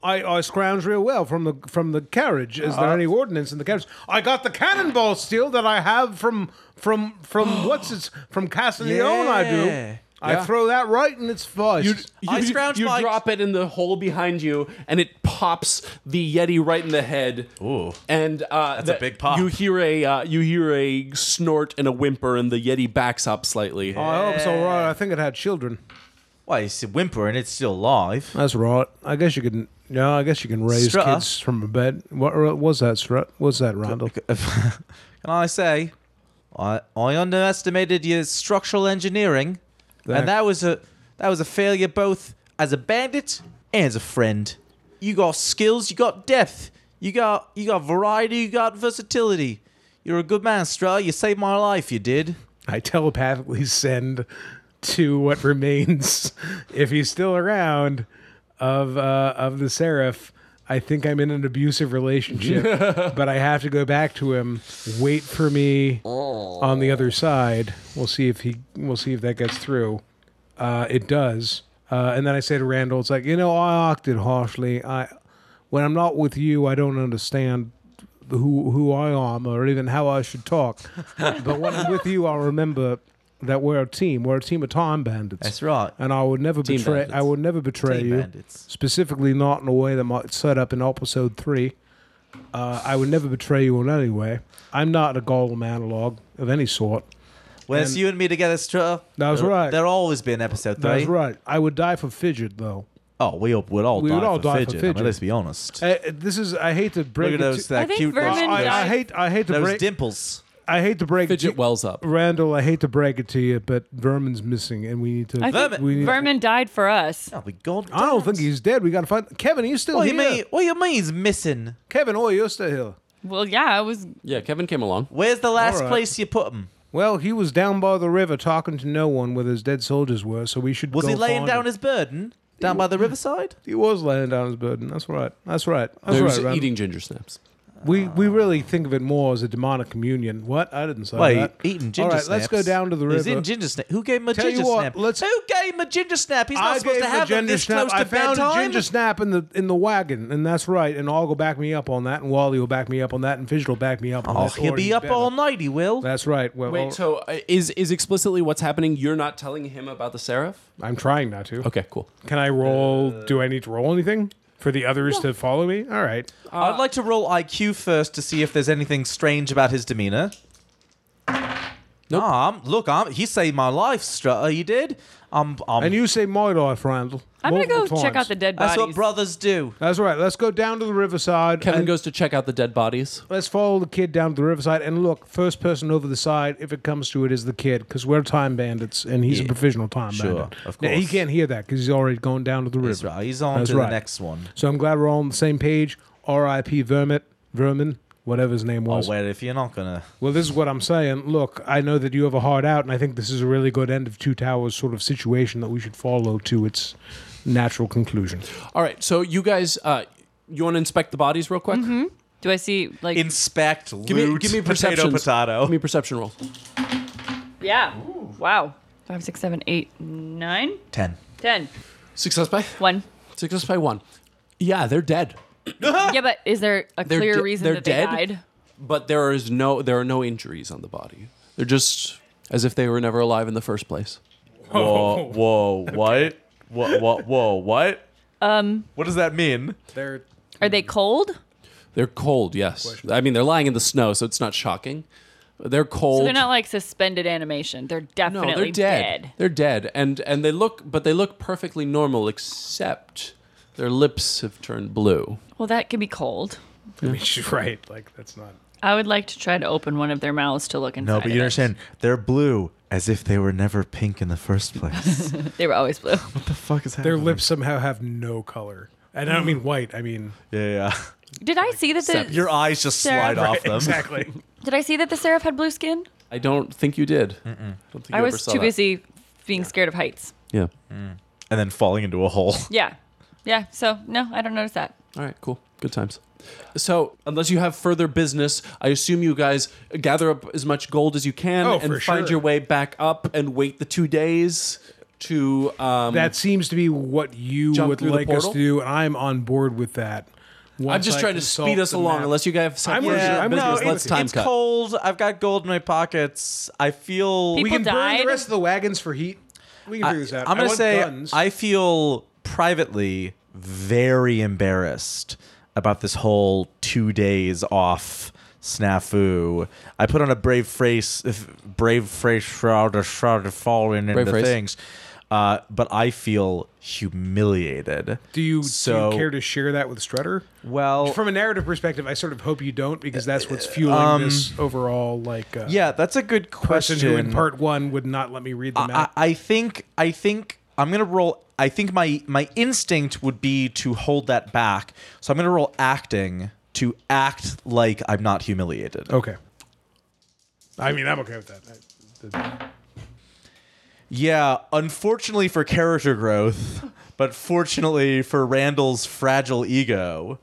S4: I, I scrounge real well from the from the carriage. Is
S2: Uh-huh.
S4: there any ordnance in the carriage? I got the cannonball still that I have from from
S2: *gasps*
S4: from what's its from Castiglione. I
S2: Yeah.
S4: do. I throw that right in its face.
S1: You, you,
S2: I scrounge
S1: you
S2: my-
S1: drop it in the hole behind you, and it pops the yeti right in the head.
S2: Ooh.
S1: And uh, that's
S2: a big pop.
S1: You hear a uh, you hear a snort and a whimper, and the yeti backs up slightly.
S4: I hope so. Oh, Right. I think it had children.
S2: Why, it's a whimper and it's still alive.
S4: That's right. I guess you can. No, I guess you can raise
S2: Strut.
S4: kids from a bed. What what was that, Strut? Was that Randall?
S2: Can I say, I I underestimated your structural engineering,
S4: There.
S2: and that was a that was a failure both as a bandit and as a friend. You got skills, you got depth, you got you got variety, you got versatility. You're a good man, Stra. You saved my life. You did.
S4: I telepathically send to what remains, *laughs* if he's still around, of uh, of the seraph. I think I'm in an abusive relationship, but I have to go back to him. Wait for me on the other side. We'll see if he. We'll see if that gets through. Uh, it does. Uh, and then I say to Randall, "It's like you know, I acted harshly. I, when I'm not with you, I don't understand who who I am or even how I should
S2: *laughs*
S4: talk. but when I'm with you, I'll remember that we're a team. We're a team of time bandits.
S2: That's right.
S4: And I would never betray.
S2: bandits.
S4: I would never betray
S2: Team
S4: you.
S2: bandits.
S4: Specifically, not in a way that might set up in episode three. Uh, I would never betray you in any way. I'm not a golem analog of any sort.
S2: When it's
S4: And-
S2: you and me together, Stra.
S4: That's
S2: there-
S4: right.
S2: There'll always be an episode three.
S4: That's right. I would die for Fidget, though.
S2: Oh, we all- would all
S4: We
S2: die,
S4: would all
S2: for,
S4: die
S2: fidget.
S4: for
S2: I mean,
S4: fidget.
S2: let's be honest.
S4: Uh, this is. I hate to break
S2: Look at
S4: it
S2: those
S4: to-
S2: that
S3: I think
S2: cute
S3: vermin
S2: those-
S3: die.
S4: I, I hate. I hate to
S2: those
S4: break.
S2: dimples.
S4: I hate to break.
S1: Fidget
S4: to-
S1: wells up.
S4: Randall, I hate to break it to you, but Vermin's missing, and we need to.
S3: I think
S2: Vermin-
S4: we need-
S3: Vermin died for us.
S2: Oh, we god.
S4: I don't think he's dead. We got to find Kevin. He's still
S2: What do
S4: here.
S2: you mean? What do you mean he's missing?
S4: Kevin, oh, you're still here.
S3: Well, yeah, I was.
S1: Yeah, Kevin came along.
S2: Where's the last
S4: All right.
S2: place you put him?
S4: Well, he was down by the river talking to no one where his dead soldiers were, so we should.
S2: Was
S4: go
S2: he laying
S4: find
S2: down
S4: him.
S2: his burden down by the riverside?
S4: He was laying down his burden. That's right. That's right. That's
S1: He
S4: right.
S1: was
S4: Randall.
S1: eating ginger snaps.
S4: We we really think of it more as a demonic communion. What? I didn't say
S2: Wait,
S4: that.
S2: eating ginger
S4: All right,
S2: snaps.
S4: let's go down to the
S2: He's
S4: river.
S2: eating ginger snap. Who gave him a
S4: Tell you
S2: ginger
S4: what,
S2: snap?
S4: let's-
S2: Who gave him a ginger snap? He's not
S4: I
S2: supposed
S4: gave
S2: to
S4: him
S2: have
S4: a
S2: them
S4: ginger
S2: this
S4: snap.
S2: close
S4: I
S2: to
S4: found a
S2: bedtime.
S4: ginger snap in the in the wagon, and that's right. And I'll go back me up on that, and Wally will back me up on that, and Fidget will back me up on
S2: Oh,
S4: that.
S2: he'll
S4: or
S2: be
S4: he's
S2: up
S4: better.
S2: all night. He will.
S4: That's right. Well,
S1: Wait, so uh, is is explicitly what's happening? You're not telling him about the seraph?
S4: I'm trying not to.
S1: Okay, cool.
S4: Can I roll?
S2: Uh,
S4: do I need to roll anything for the others to follow me? All right.
S2: I'd like to roll IQ first to see if there's anything strange about his demeanor. No, I'm, look, I'm, he saved my life, Strutter. You did. I'm, I'm,
S4: And you say my life, Randall.
S3: I'm gonna go
S4: multiple
S3: check out
S4: times.
S3: the dead
S2: that's
S3: bodies.
S2: what brothers do.
S4: That's right. Let's go down to the riverside.
S1: Kevin
S4: and
S1: goes to check out the dead bodies.
S4: Let's follow the kid down to the riverside. And look, first person over the side, if it comes to it, is the kid because we're time bandits, and he's a professional time
S2: Sure,
S4: bandit.
S2: of
S4: Now, he
S2: course.
S4: can't hear that because he's already gone down to the river.
S2: That's right. He's on
S4: That's
S2: to
S4: right.
S2: the next one.
S4: So I'm glad we're all on the same page. R.I.P. Vermin, Vermin, whatever his name
S2: Oh,
S4: was.
S2: wait, if you're not gonna.
S4: Well, this is what I'm saying. Look, I know that you have a hard out, and I think this is a really good end of Two Towers sort of situation that we should follow to its
S2: *laughs*
S4: natural conclusion.
S1: All right, so you guys, uh, you want to inspect the bodies real quick?
S3: Do I see like?
S2: inspect, loot,
S1: Give me, give me perception.
S2: potato,
S1: Give me
S2: potato.
S1: a perception roll.
S3: yeah. Wow. Five, six, seven, eight, nine,
S2: Ten.
S3: ten.
S1: Success by
S3: One.
S1: success by one. Yeah, they're dead.
S3: Yeah, but is there a
S1: They're
S3: clear
S1: de-
S3: reason
S1: they're
S3: that
S1: dead?
S3: they died?
S1: but there is no there are no injuries on the body. They're just as if they were never alive in the first place.
S2: Whoa, whoa, what? Whoa, whoa, whoa, what? Um, what does that mean?
S4: They're
S3: Are they cold?
S1: They're cold, yes. I mean, they're lying in the snow, so it's not shocking. They're cold.
S3: So they're not like suspended animation. They're
S1: no,
S3: definitely
S1: they're dead. They're dead, and and they look, but they look perfectly normal, except their lips have turned blue.
S3: Well, that could be cold.
S4: I mean, she's right. Like that's not.
S3: I would like to try to open one of their mouths to look inside.
S2: No, but
S3: of
S2: you
S3: it.
S2: understand. They're blue as if they were never pink in the first place. what
S3: They were
S1: *laughs*
S3: always blue.
S2: the fuck is happening?
S4: Their lips somehow have no color, and I don't mean white. I mean
S2: Yeah, yeah.
S3: Did I see that the
S2: Your eyes just
S3: Sarah-
S2: slide off them. *laughs*
S4: exactly.
S3: Did I see that the seraph had blue skin?
S1: I don't think you did. I, don't think
S3: I
S1: you
S3: was
S1: ever saw
S3: too
S1: that.
S3: busy being scared of heights.
S1: Yeah.
S2: And then falling into a hole.
S3: Yeah. Yeah. So no, I don't notice that.
S1: All right. Cool. Good times. So, unless you have further business, I assume you guys gather up as much gold as you can
S4: Oh,
S1: and
S4: for
S1: find
S4: sure.
S1: your way back up and wait the two days to. Um,
S4: That seems to be what you
S1: Jump
S4: would
S1: through the
S4: like us
S1: portal?
S4: to do, and I'm on board with that.
S1: I'm just trying to speed us along. Unless you guys have some
S4: I'm
S1: urgent
S4: with you. I'm
S1: business,
S4: with you.
S1: let's
S4: It's
S1: time cut.
S2: cold. I've got gold in my pockets. I feel.
S4: we
S3: People
S4: can burn
S3: died.
S4: the rest of the wagons for heat. We can figure this out.
S2: I'm
S4: I
S2: gonna
S4: want
S2: say
S4: guns.
S2: I feel privately very embarrassed about this whole two days off snafu. I put on a brave face, if- brave face shroud, a shroud of falling into
S1: Brave face.
S2: things, uh, but I feel humiliated.
S4: Do you,
S2: so
S4: do you care to share that with Strutter?
S2: well? Uh,
S4: From a narrative perspective, I sort of hope you don't because that's what's fueling this overall like uh,
S2: um, yeah, that's a good question.
S4: person who in part one would not let me read them
S2: I,
S4: out.
S2: I think I think I'm gonna roll. I think my my instinct would be to hold that back. So I'm gonna roll acting to act like I'm not humiliated.
S4: okay. I mean, I'm okay with that. I-
S2: Yeah, unfortunately for character growth, but fortunately for Randall's fragile ego.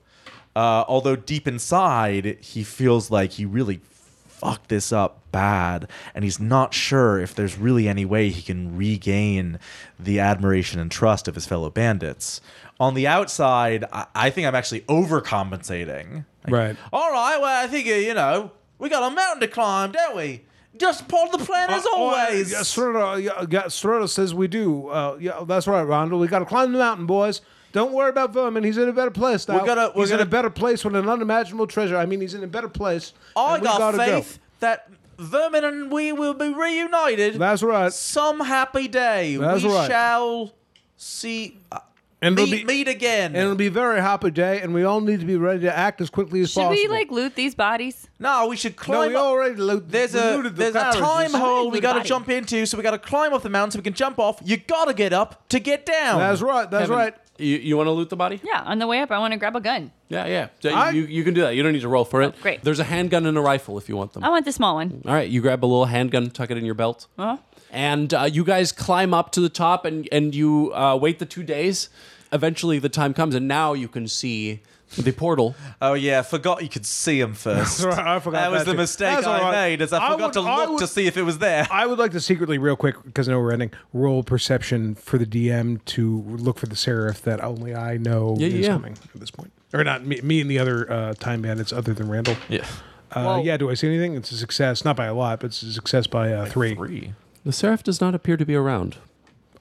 S2: Uh, although deep inside, he feels like he really fucked this up bad, and he's not sure if there's really any way he can regain the admiration and trust of his fellow bandits. On the outside, I, I think I'm actually overcompensating. Like,
S4: Right.
S2: All right, well, I think, uh, you know, we got a mountain to climb, don't we? Just part of the plan as always.
S4: Uh, Strutter, yeah, yeah, Strutter says we do. Uh, yeah, that's right, Rondell. We got to climb the mountain, boys. Don't worry about Vermin. He's in a better place now.
S2: gotta- we're
S4: he's in
S2: gonna-
S4: a better place with an unimaginable treasure. I mean, he's in a better place.
S2: I
S4: and we
S2: got
S4: gotta go.
S2: faith that Vermin and we will be reunited.
S4: That's right.
S2: Some happy day.
S4: That's
S2: we
S4: right.
S2: shall see uh,
S4: And it'll
S2: meet,
S4: be-
S2: meet again.
S4: And it'll be a very happy day, and we all need to be ready to act as quickly as
S3: Should
S4: possible.
S3: we like loot these bodies?
S2: no, we should climb.
S4: No, we
S2: up.
S4: already lo-
S2: there's
S4: we
S2: a
S4: looted the
S2: there's a
S4: carriages.
S2: time hole we
S3: looted
S2: gotta
S3: body.
S2: jump into, so we gotta climb off the mountain so we can jump off. You gotta get up to get down.
S4: That's right. That's
S1: Kevin,
S4: right.
S1: You, you want to loot the body?
S3: Yeah. On the way up, I want to grab a gun.
S1: Yeah, yeah. So
S4: I-
S1: you, you can do that. You don't need to roll for it.
S3: Oh, great.
S1: There's a handgun and a rifle if you want them.
S3: I want the small one.
S1: All right, you grab a little handgun, tuck it in your belt,
S3: Uh-huh.
S1: and uh, you guys climb up to the top, and and you uh, wait the two days. Eventually, the time comes, and now you can see the portal.
S2: oh yeah, I forgot you could see him first.
S4: That's right, I forgot
S2: That was
S4: that
S2: the
S4: too.
S2: mistake
S4: That's
S2: I
S4: all right.
S2: made, is I
S4: I
S2: forgot
S4: would-
S2: to
S4: I
S2: look to
S4: would-
S2: see if it was there.
S4: I would like to secretly, real quick, because I know we're ending, roll perception for the DM to look for the serif that only I know
S1: Yeah,
S4: is
S1: yeah.
S4: coming at this point. Or not, me, me and the other uh, time bandits other than Randall.
S1: Yeah.
S4: Uh, yeah, do I see anything? It's a success, not by a lot, but it's a success by uh, three.
S1: The seraph does not appear to be around.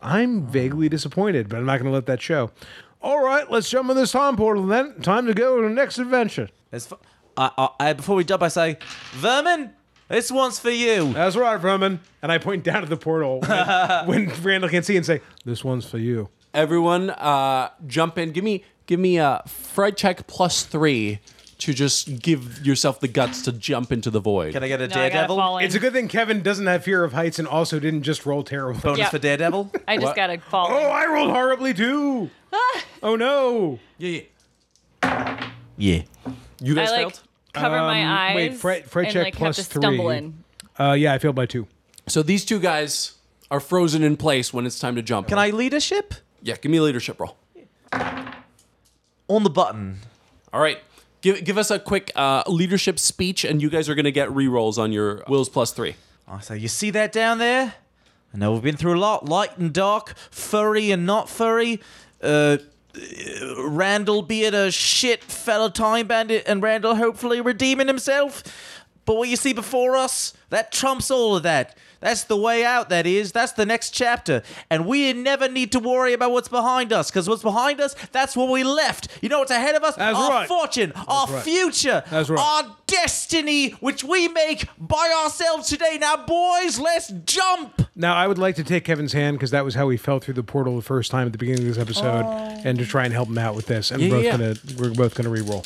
S4: I'm vaguely disappointed, but I'm not going to let that show. All right, let's jump in this time portal then. Time to go to the next adventure.
S2: As fu- I, I, I, before we jump, I say, Vermin, this one's for you.
S4: That's right, Roman. And I point down at the portal when, *laughs* when Randall can see and say, This one's for you.
S1: Everyone, uh, jump in. Give me give me a fright check plus three to just give yourself the guts to jump into the void.
S2: Can I get a
S3: No, I gotta
S2: daredevil?
S3: fall in.
S4: It's a good thing Kevin doesn't have fear of heights and also didn't just roll terrible.
S2: Bonus
S3: Yeah.
S2: for daredevil.
S3: I just gotta fall.
S4: Oh,
S3: in.
S4: I rolled horribly too.
S1: Ah.
S4: oh no.
S1: yeah, yeah.
S2: yeah.
S1: You guys
S3: I like
S1: failed.
S3: cover my eyes.
S4: um, wait, Fred- Fred
S3: and,
S4: check
S3: like,
S4: plus
S3: have to stumble
S4: three.
S3: in.
S4: Uh, yeah, I failed by two.
S1: So these two guys are frozen in place when it's time to jump.
S2: Can I leadership?
S1: Yeah, give me a leadership roll.
S2: On the button.
S1: All right. Give, give us a quick uh, leadership speech, and you guys are going to get re rolls on your wills plus three.
S5: Oh,
S2: I say, you see that down there? I know we've been through a lot light and dark, furry and not furry, uh,
S5: uh, Randall being a shit fellow time bandit and Randall hopefully redeeming himself. But what you see before us, that trumps all of that. That's the way out, that is. That's the next chapter. And we never need to worry about what's behind us, because what's behind us, that's what we left. You know what's ahead of us?
S4: That's
S5: our
S4: right.
S5: fortune, our
S4: right.
S5: future,
S4: That's right.
S5: our destiny, which we make by ourselves today. Now, boys, let's jump!
S4: Now, I would like to take Kevin's hand because that was how he fell through the portal the first time at the beginning of this episode, and to try and help him out with this. And we're both
S1: Oh. yeah,
S4: gonna we're both gonna re-roll.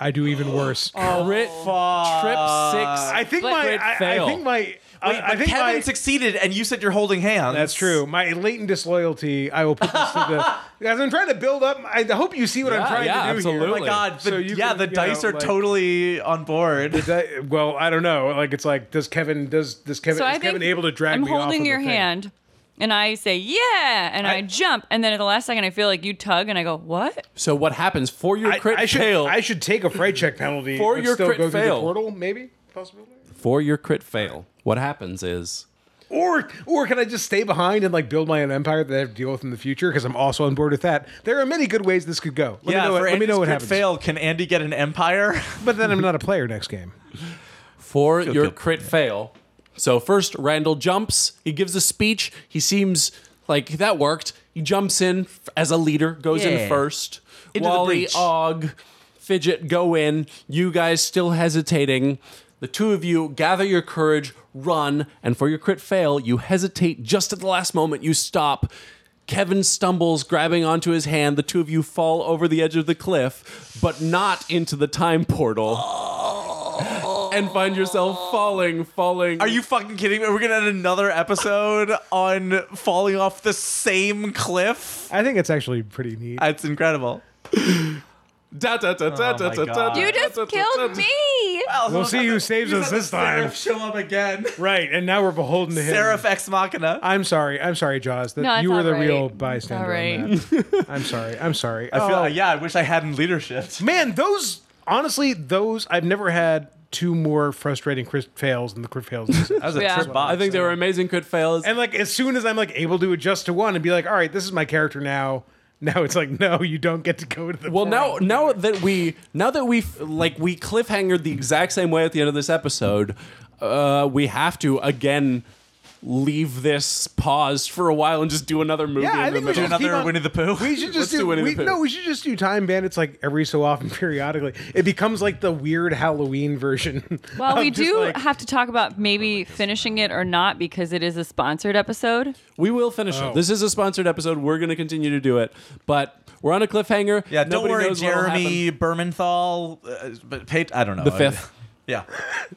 S4: I do
S1: Oh.
S4: even worse.
S1: Crit, trip six.
S4: I think
S3: But-
S4: my
S3: Crit
S4: I, I
S1: fail.
S4: think my I,
S2: Wait,
S4: I
S2: but
S4: think
S2: Kevin
S4: my,
S2: succeeded, and you said you're holding hands.
S4: That's true. My latent disloyalty. I will put this to the
S1: *laughs*
S4: because I'm trying to build up. I hope you see what I'm
S1: Yeah,
S4: trying
S1: yeah,
S4: to do
S1: absolutely.
S4: here.
S2: Oh my God!
S4: So
S2: the-
S4: you
S2: yeah,
S4: can,
S2: the
S4: you know,
S2: dice are
S4: like-
S2: totally on board.
S4: That- well, I don't know. Like it's like does Kevin does does Kevin
S3: So
S4: is
S3: I think
S4: Kevin able to drag
S3: I'm
S4: me off
S3: holding
S4: of the
S3: your
S4: thing?
S3: hand, and I say yeah, and I, jump, and then at the last second I feel like you tug, and I go what?
S1: So what happens for your
S4: I,
S1: crit
S4: I should
S1: fail?
S4: I should take a fright check penalty
S1: For
S4: but
S1: your
S4: still
S1: crit
S4: go through
S1: fail.
S4: the portal maybe possibility
S1: for your crit fail, what happens is
S4: or or can I just stay behind and like build my own empire that I have to deal with in the future because I'm also on board with that. There are many good ways this could go. Let
S2: yeah,
S4: me know, what-
S2: for
S4: let me know
S2: Andy's
S4: what
S2: crit
S4: happens.
S2: Fail. Can Andy get an empire? *laughs*
S4: But then I'm not a player next game.
S1: for your
S2: good.
S1: crit fail. So first, Randall jumps. He gives a speech. He seems like that worked. He jumps in f- as a leader, goes
S2: Yeah.
S1: in first.
S2: the
S1: Wally,
S2: breach.
S1: Og, Fidget go in. You guys still hesitating. The two of you gather your courage, run, and for your crit fail, you hesitate just at the last moment. You stop. Kevin stumbles, grabbing onto his hand. The two of you fall over the edge of the cliff, but not into the time portal and find yourself falling, falling.
S2: Are you fucking kidding me? We're gonna end another
S4: *laughs*
S2: episode on falling off the same cliff.
S4: I think it's actually pretty neat.
S2: That's incredible.
S1: Da, da, da, da, da,
S2: Oh my
S1: da, da,
S2: God.
S1: da,
S3: You just
S1: da, da, da,
S3: killed
S1: da.
S3: me.
S4: *laughs* We'll see who saves us this time.
S2: Show up
S4: *laughs*
S2: again.
S4: Right, and now we're beholden to him.
S2: Seraph ex machina.
S4: I'm sorry. I'm sorry, Jaws. That
S3: No, it's
S4: you were
S3: all
S4: the
S3: right.
S4: real
S3: It's all
S4: bystander. on
S3: right.
S4: that. I'm sorry. I'm sorry. *laughs* Oh, I
S2: I
S4: feel
S2: feel- yeah, I wish I had in leadership.
S4: man, those honestly, those I've never had two more frustrating crit fails than the crit fails. *laughs* this
S2: That was a
S3: Yeah.
S2: trip box.
S1: I think they were amazing crit fails.
S4: And like as soon as I'm like able to adjust to one and be like, all right, this is my character now. Now it's like, no, you don't get to go to the.
S1: well, now now that we now that we like we cliffhangered the exact same way at the end of this episode, uh, we have to again leave this paused for a while and just do another movie.
S4: Yeah, I
S1: in the
S4: think we
S1: middle.
S2: Do
S4: Just keep
S2: another
S4: on-
S2: Winnie the Pooh.
S4: we *laughs* should
S1: Let's
S4: just
S1: do
S4: do.
S1: Winnie the
S4: we,
S1: Pooh.
S4: no, we should just do time bandits like every so often, *laughs* periodically. It becomes like the weird Halloween version.
S3: *laughs* Well,
S4: of
S3: we
S4: just,
S3: do
S4: like-
S3: have to talk about maybe finishing it or not because it is a sponsored episode.
S1: We will finish
S4: Oh.
S1: it. This is a sponsored episode. We're going to continue to do it, but we're on a cliffhanger.
S2: *laughs* Yeah, don't
S1: Nobody
S2: worry,
S1: knows what'll
S2: Jeremy Bermenthal. Uh, but Pate, I don't know.
S1: happen. The fifth.
S2: *laughs* Yeah.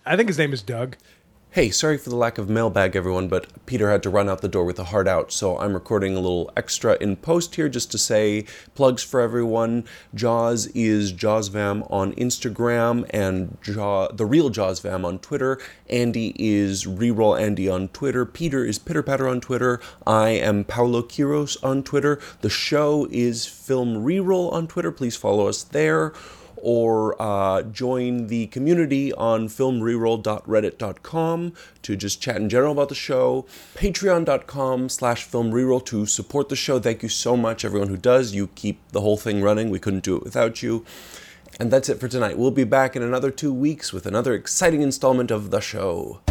S4: I think his name is Doug. *laughs*
S7: Hey, sorry for the lack of mailbag, everyone, but Peter had to run out the door with a hard out, so I'm recording a little extra in post here just to say plugs for everyone. Jaws is JawsVam on Instagram and Jaw, the real JawsVam on Twitter. Andy is Reroll Andy on Twitter. Peter is Pitter Patter on Twitter. I am Paolo Quiros on Twitter. The show is Film Reroll on Twitter. Please follow us there or uh, join the community on filmreroll.reddit.com to just chat in general about the show patreon.com slash filmreroll to support the show thank you so much everyone who does you keep the whole thing running we couldn't do it without you and that's it for tonight we'll be back in another two weeks with another exciting installment of the show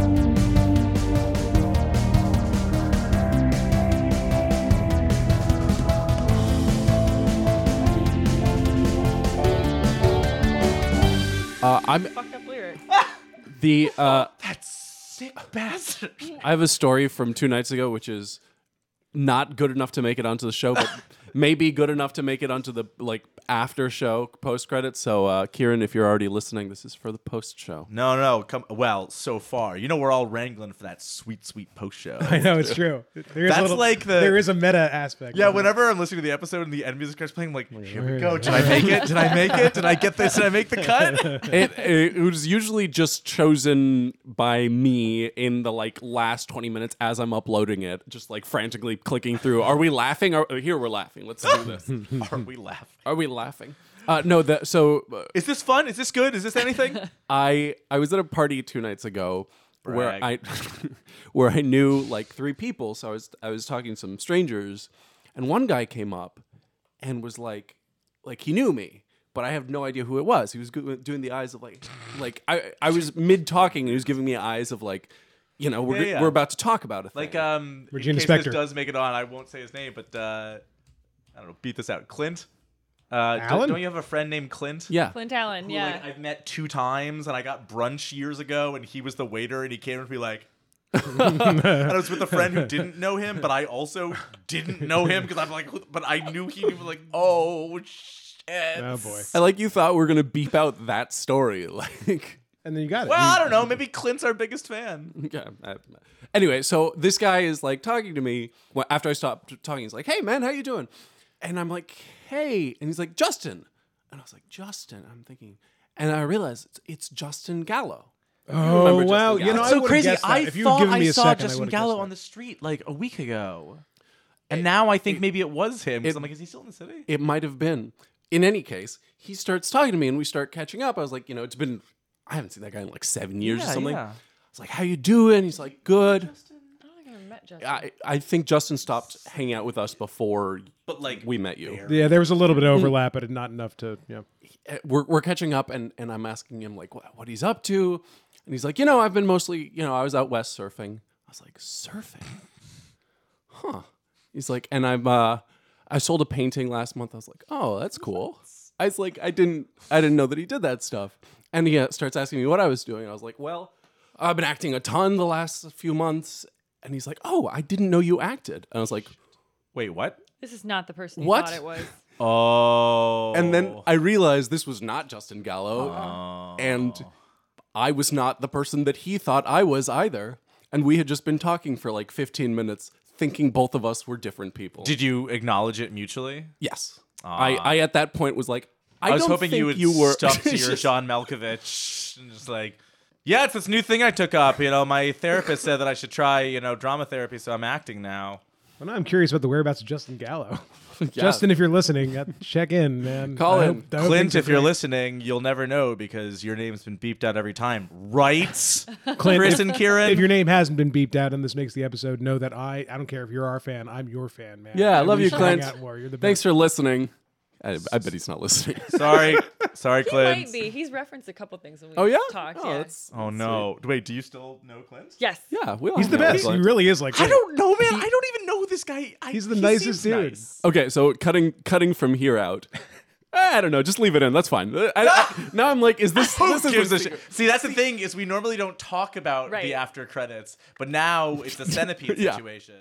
S1: Uh, I'm
S3: Fucked up lyric.
S1: the. Uh,
S2: Sick bastard.
S1: I have a story from two nights ago, which is not good enough to make it onto the show, but maybe good enough to make it onto the like after show post credits. So, uh, Kieran, if you're already listening, this is for the post show.
S2: *laughs* No, no, come. Well, so far, you know, we're all wrangling for that sweet, sweet
S1: *laughs*
S2: post show.
S4: I
S3: *laughs*
S4: know it's true. There is
S2: That's
S4: a little,
S2: like the-
S4: there is a meta aspect.
S2: Yeah,
S4: of it.
S2: whenever I'm listening to the episode and the end music starts playing, I'm like, here we go. Did I make it? Did I make it? Did I get this? Did I
S1: *laughs*
S2: make the cut?
S1: It, it was usually just chosen by me in the like last 20 minutes as I'm uploading it, just like frantically clicking through. Are we laughing? Are, here we're laughing. Let's do
S2: *laughs*
S1: this.
S2: Are we laughing?
S1: Are we laughing? Uh, no, that so uh,
S2: Is this fun? Is this good? Is this anything?
S1: I I was at a party two nights ago where I *laughs*
S2: Brag.
S1: where I knew like three people, so I was I was talking to some strangers, and one guy came up and was like, like he knew me, but I have no idea who it was. He was go- doing the eyes of like, like I, I was mid talking and he was giving me eyes of like, you know, we're,
S2: Yeah, yeah.
S1: we're about to talk about it.
S2: Like um,
S4: Regina
S2: in case
S4: Spektor.
S2: this does make it on, I won't say his name, but uh, I don't know. Beat this out, Clint. Uh, don't-
S4: Alan?
S2: Don't you have a friend named Clint?
S1: yeah,
S3: *laughs* Clint Allen,
S2: who,
S3: yeah.
S2: like, I've met two times, and I got brunch years ago, and he was the waiter, and he came up to me like. *laughs* and I was with a friend who didn't know him, but I also didn't know him because I'm like, who- but I knew he was like, oh shit.
S4: Oh *laughs* boy.
S1: I like you thought we are gonna beep out that story. *laughs* Like,
S4: And then you got it.
S2: Well, I don't know. Maybe Clint's our biggest fan.
S1: yeah. I- anyway, so this guy is like talking to me well, after I stopped talking. He's like, "Hey, man, how you doing?" And I'm like, "Hey," and he's like, "Justin," and I was like, "Justin." I'm thinking, and I realized it's, it's Justin Gallo.
S4: oh
S1: remember
S4: wow.
S1: Justin
S4: You know,
S1: Gallo.
S4: I
S1: So
S4: would've guessed that. if you had given me a second, I would've guessed that.
S2: the street like a week ago, and now I think maybe it was him. Because I'm like, is he still in the city?
S1: It might have been. In any case, he starts talking to me and we start catching up. I was like, you know, it's been I haven't seen that guy in like seven years or
S2: Yeah,
S1: something.
S2: yeah.
S1: I was like, how you doing? He's like, good.
S3: I don't think I met Justin.
S1: I, I think Justin stopped hanging out with us before
S2: But like,
S1: we met you.
S4: Yeah, there was a little bit of overlap, but not enough to. Yeah.
S1: Uh, We're, we're catching up and, and I'm asking him like what, what he's up to. And he's like, you know, I've been mostly, you know, I was out west surfing. I was like, surfing? Huh. He's like, and I'm, uh, I sold a painting last month. I was like, oh, that's cool. I was like, I didn't, I didn't know that he did that stuff. And he uh, starts asking me what I was doing. I was like, well, I've been acting a ton the last few months. And he's like, oh, I didn't know you acted. And I was like,
S2: wait, what?
S3: this is not the person you
S1: What?
S3: thought it was.
S2: Oh, Oh.
S1: And then I realized this was not Justin Gallo. And I was not the person that he thought I was either. And we had just been talking for like 15 minutes, thinking both of us were different people.
S2: did you acknowledge it mutually?
S1: yes. I, I, at that point, was like, I,
S2: I was
S1: don't
S2: hoping
S1: think
S2: you would
S1: were.
S2: stuff *laughs*
S1: *laughs*
S2: to your John Malkovich and just like, yeah, it's this new thing I took up. You know, my therapist said that I should try, you know, drama therapy, so I'm acting now.
S4: Well, now I'm curious about the whereabouts of Justin Gallo. *laughs* Justin, if you're listening, uh, check in, man.
S1: Call
S4: I
S1: him.
S4: I
S2: Clint,
S4: things are
S2: if you're
S4: great.
S2: listening, you'll never know because your name's been beeped out every time, *laughs* right?
S4: Clint,
S2: Chris
S4: if-
S2: and Kieran.
S4: If your name hasn't been beeped out and this makes the episode, know that I I don't care if you're our fan, I'm your fan, man.
S1: Yeah, I
S4: And
S1: love
S4: we
S1: you,
S4: should hang
S1: Clint.
S4: out more. You're the
S1: Thanks
S4: best.
S1: for listening. I, I bet he's not listening. *laughs*
S2: *laughs* sorry, sorry,
S3: He
S2: Clint.
S3: might be. He's referenced a couple things when we
S1: oh, yeah?
S3: talked.
S1: Oh,
S3: yeah.
S1: that's-
S2: Oh no! Wait, do you still know Clint?
S3: yes.
S1: yeah, we all
S4: He's the
S1: know
S4: best. He
S1: Clint.
S4: really is like
S2: I
S4: Clint.
S2: don't know, man. I don't even know who this guy. I,
S4: He's the
S2: he
S4: nicest
S2: seems
S4: dude.
S2: nice.
S1: Okay, so cutting cutting from here
S2: *laughs*
S1: out. I don't know. Just leave it in. That's fine. I- I- now I'm like, is this
S2: Who
S1: this is
S2: gives a
S1: what-
S2: shit? See, that's the thing is we normally don't talk about
S3: Right.
S4: *laughs*
S2: the after credits, but now it's a centipede
S1: Yeah.
S2: situation.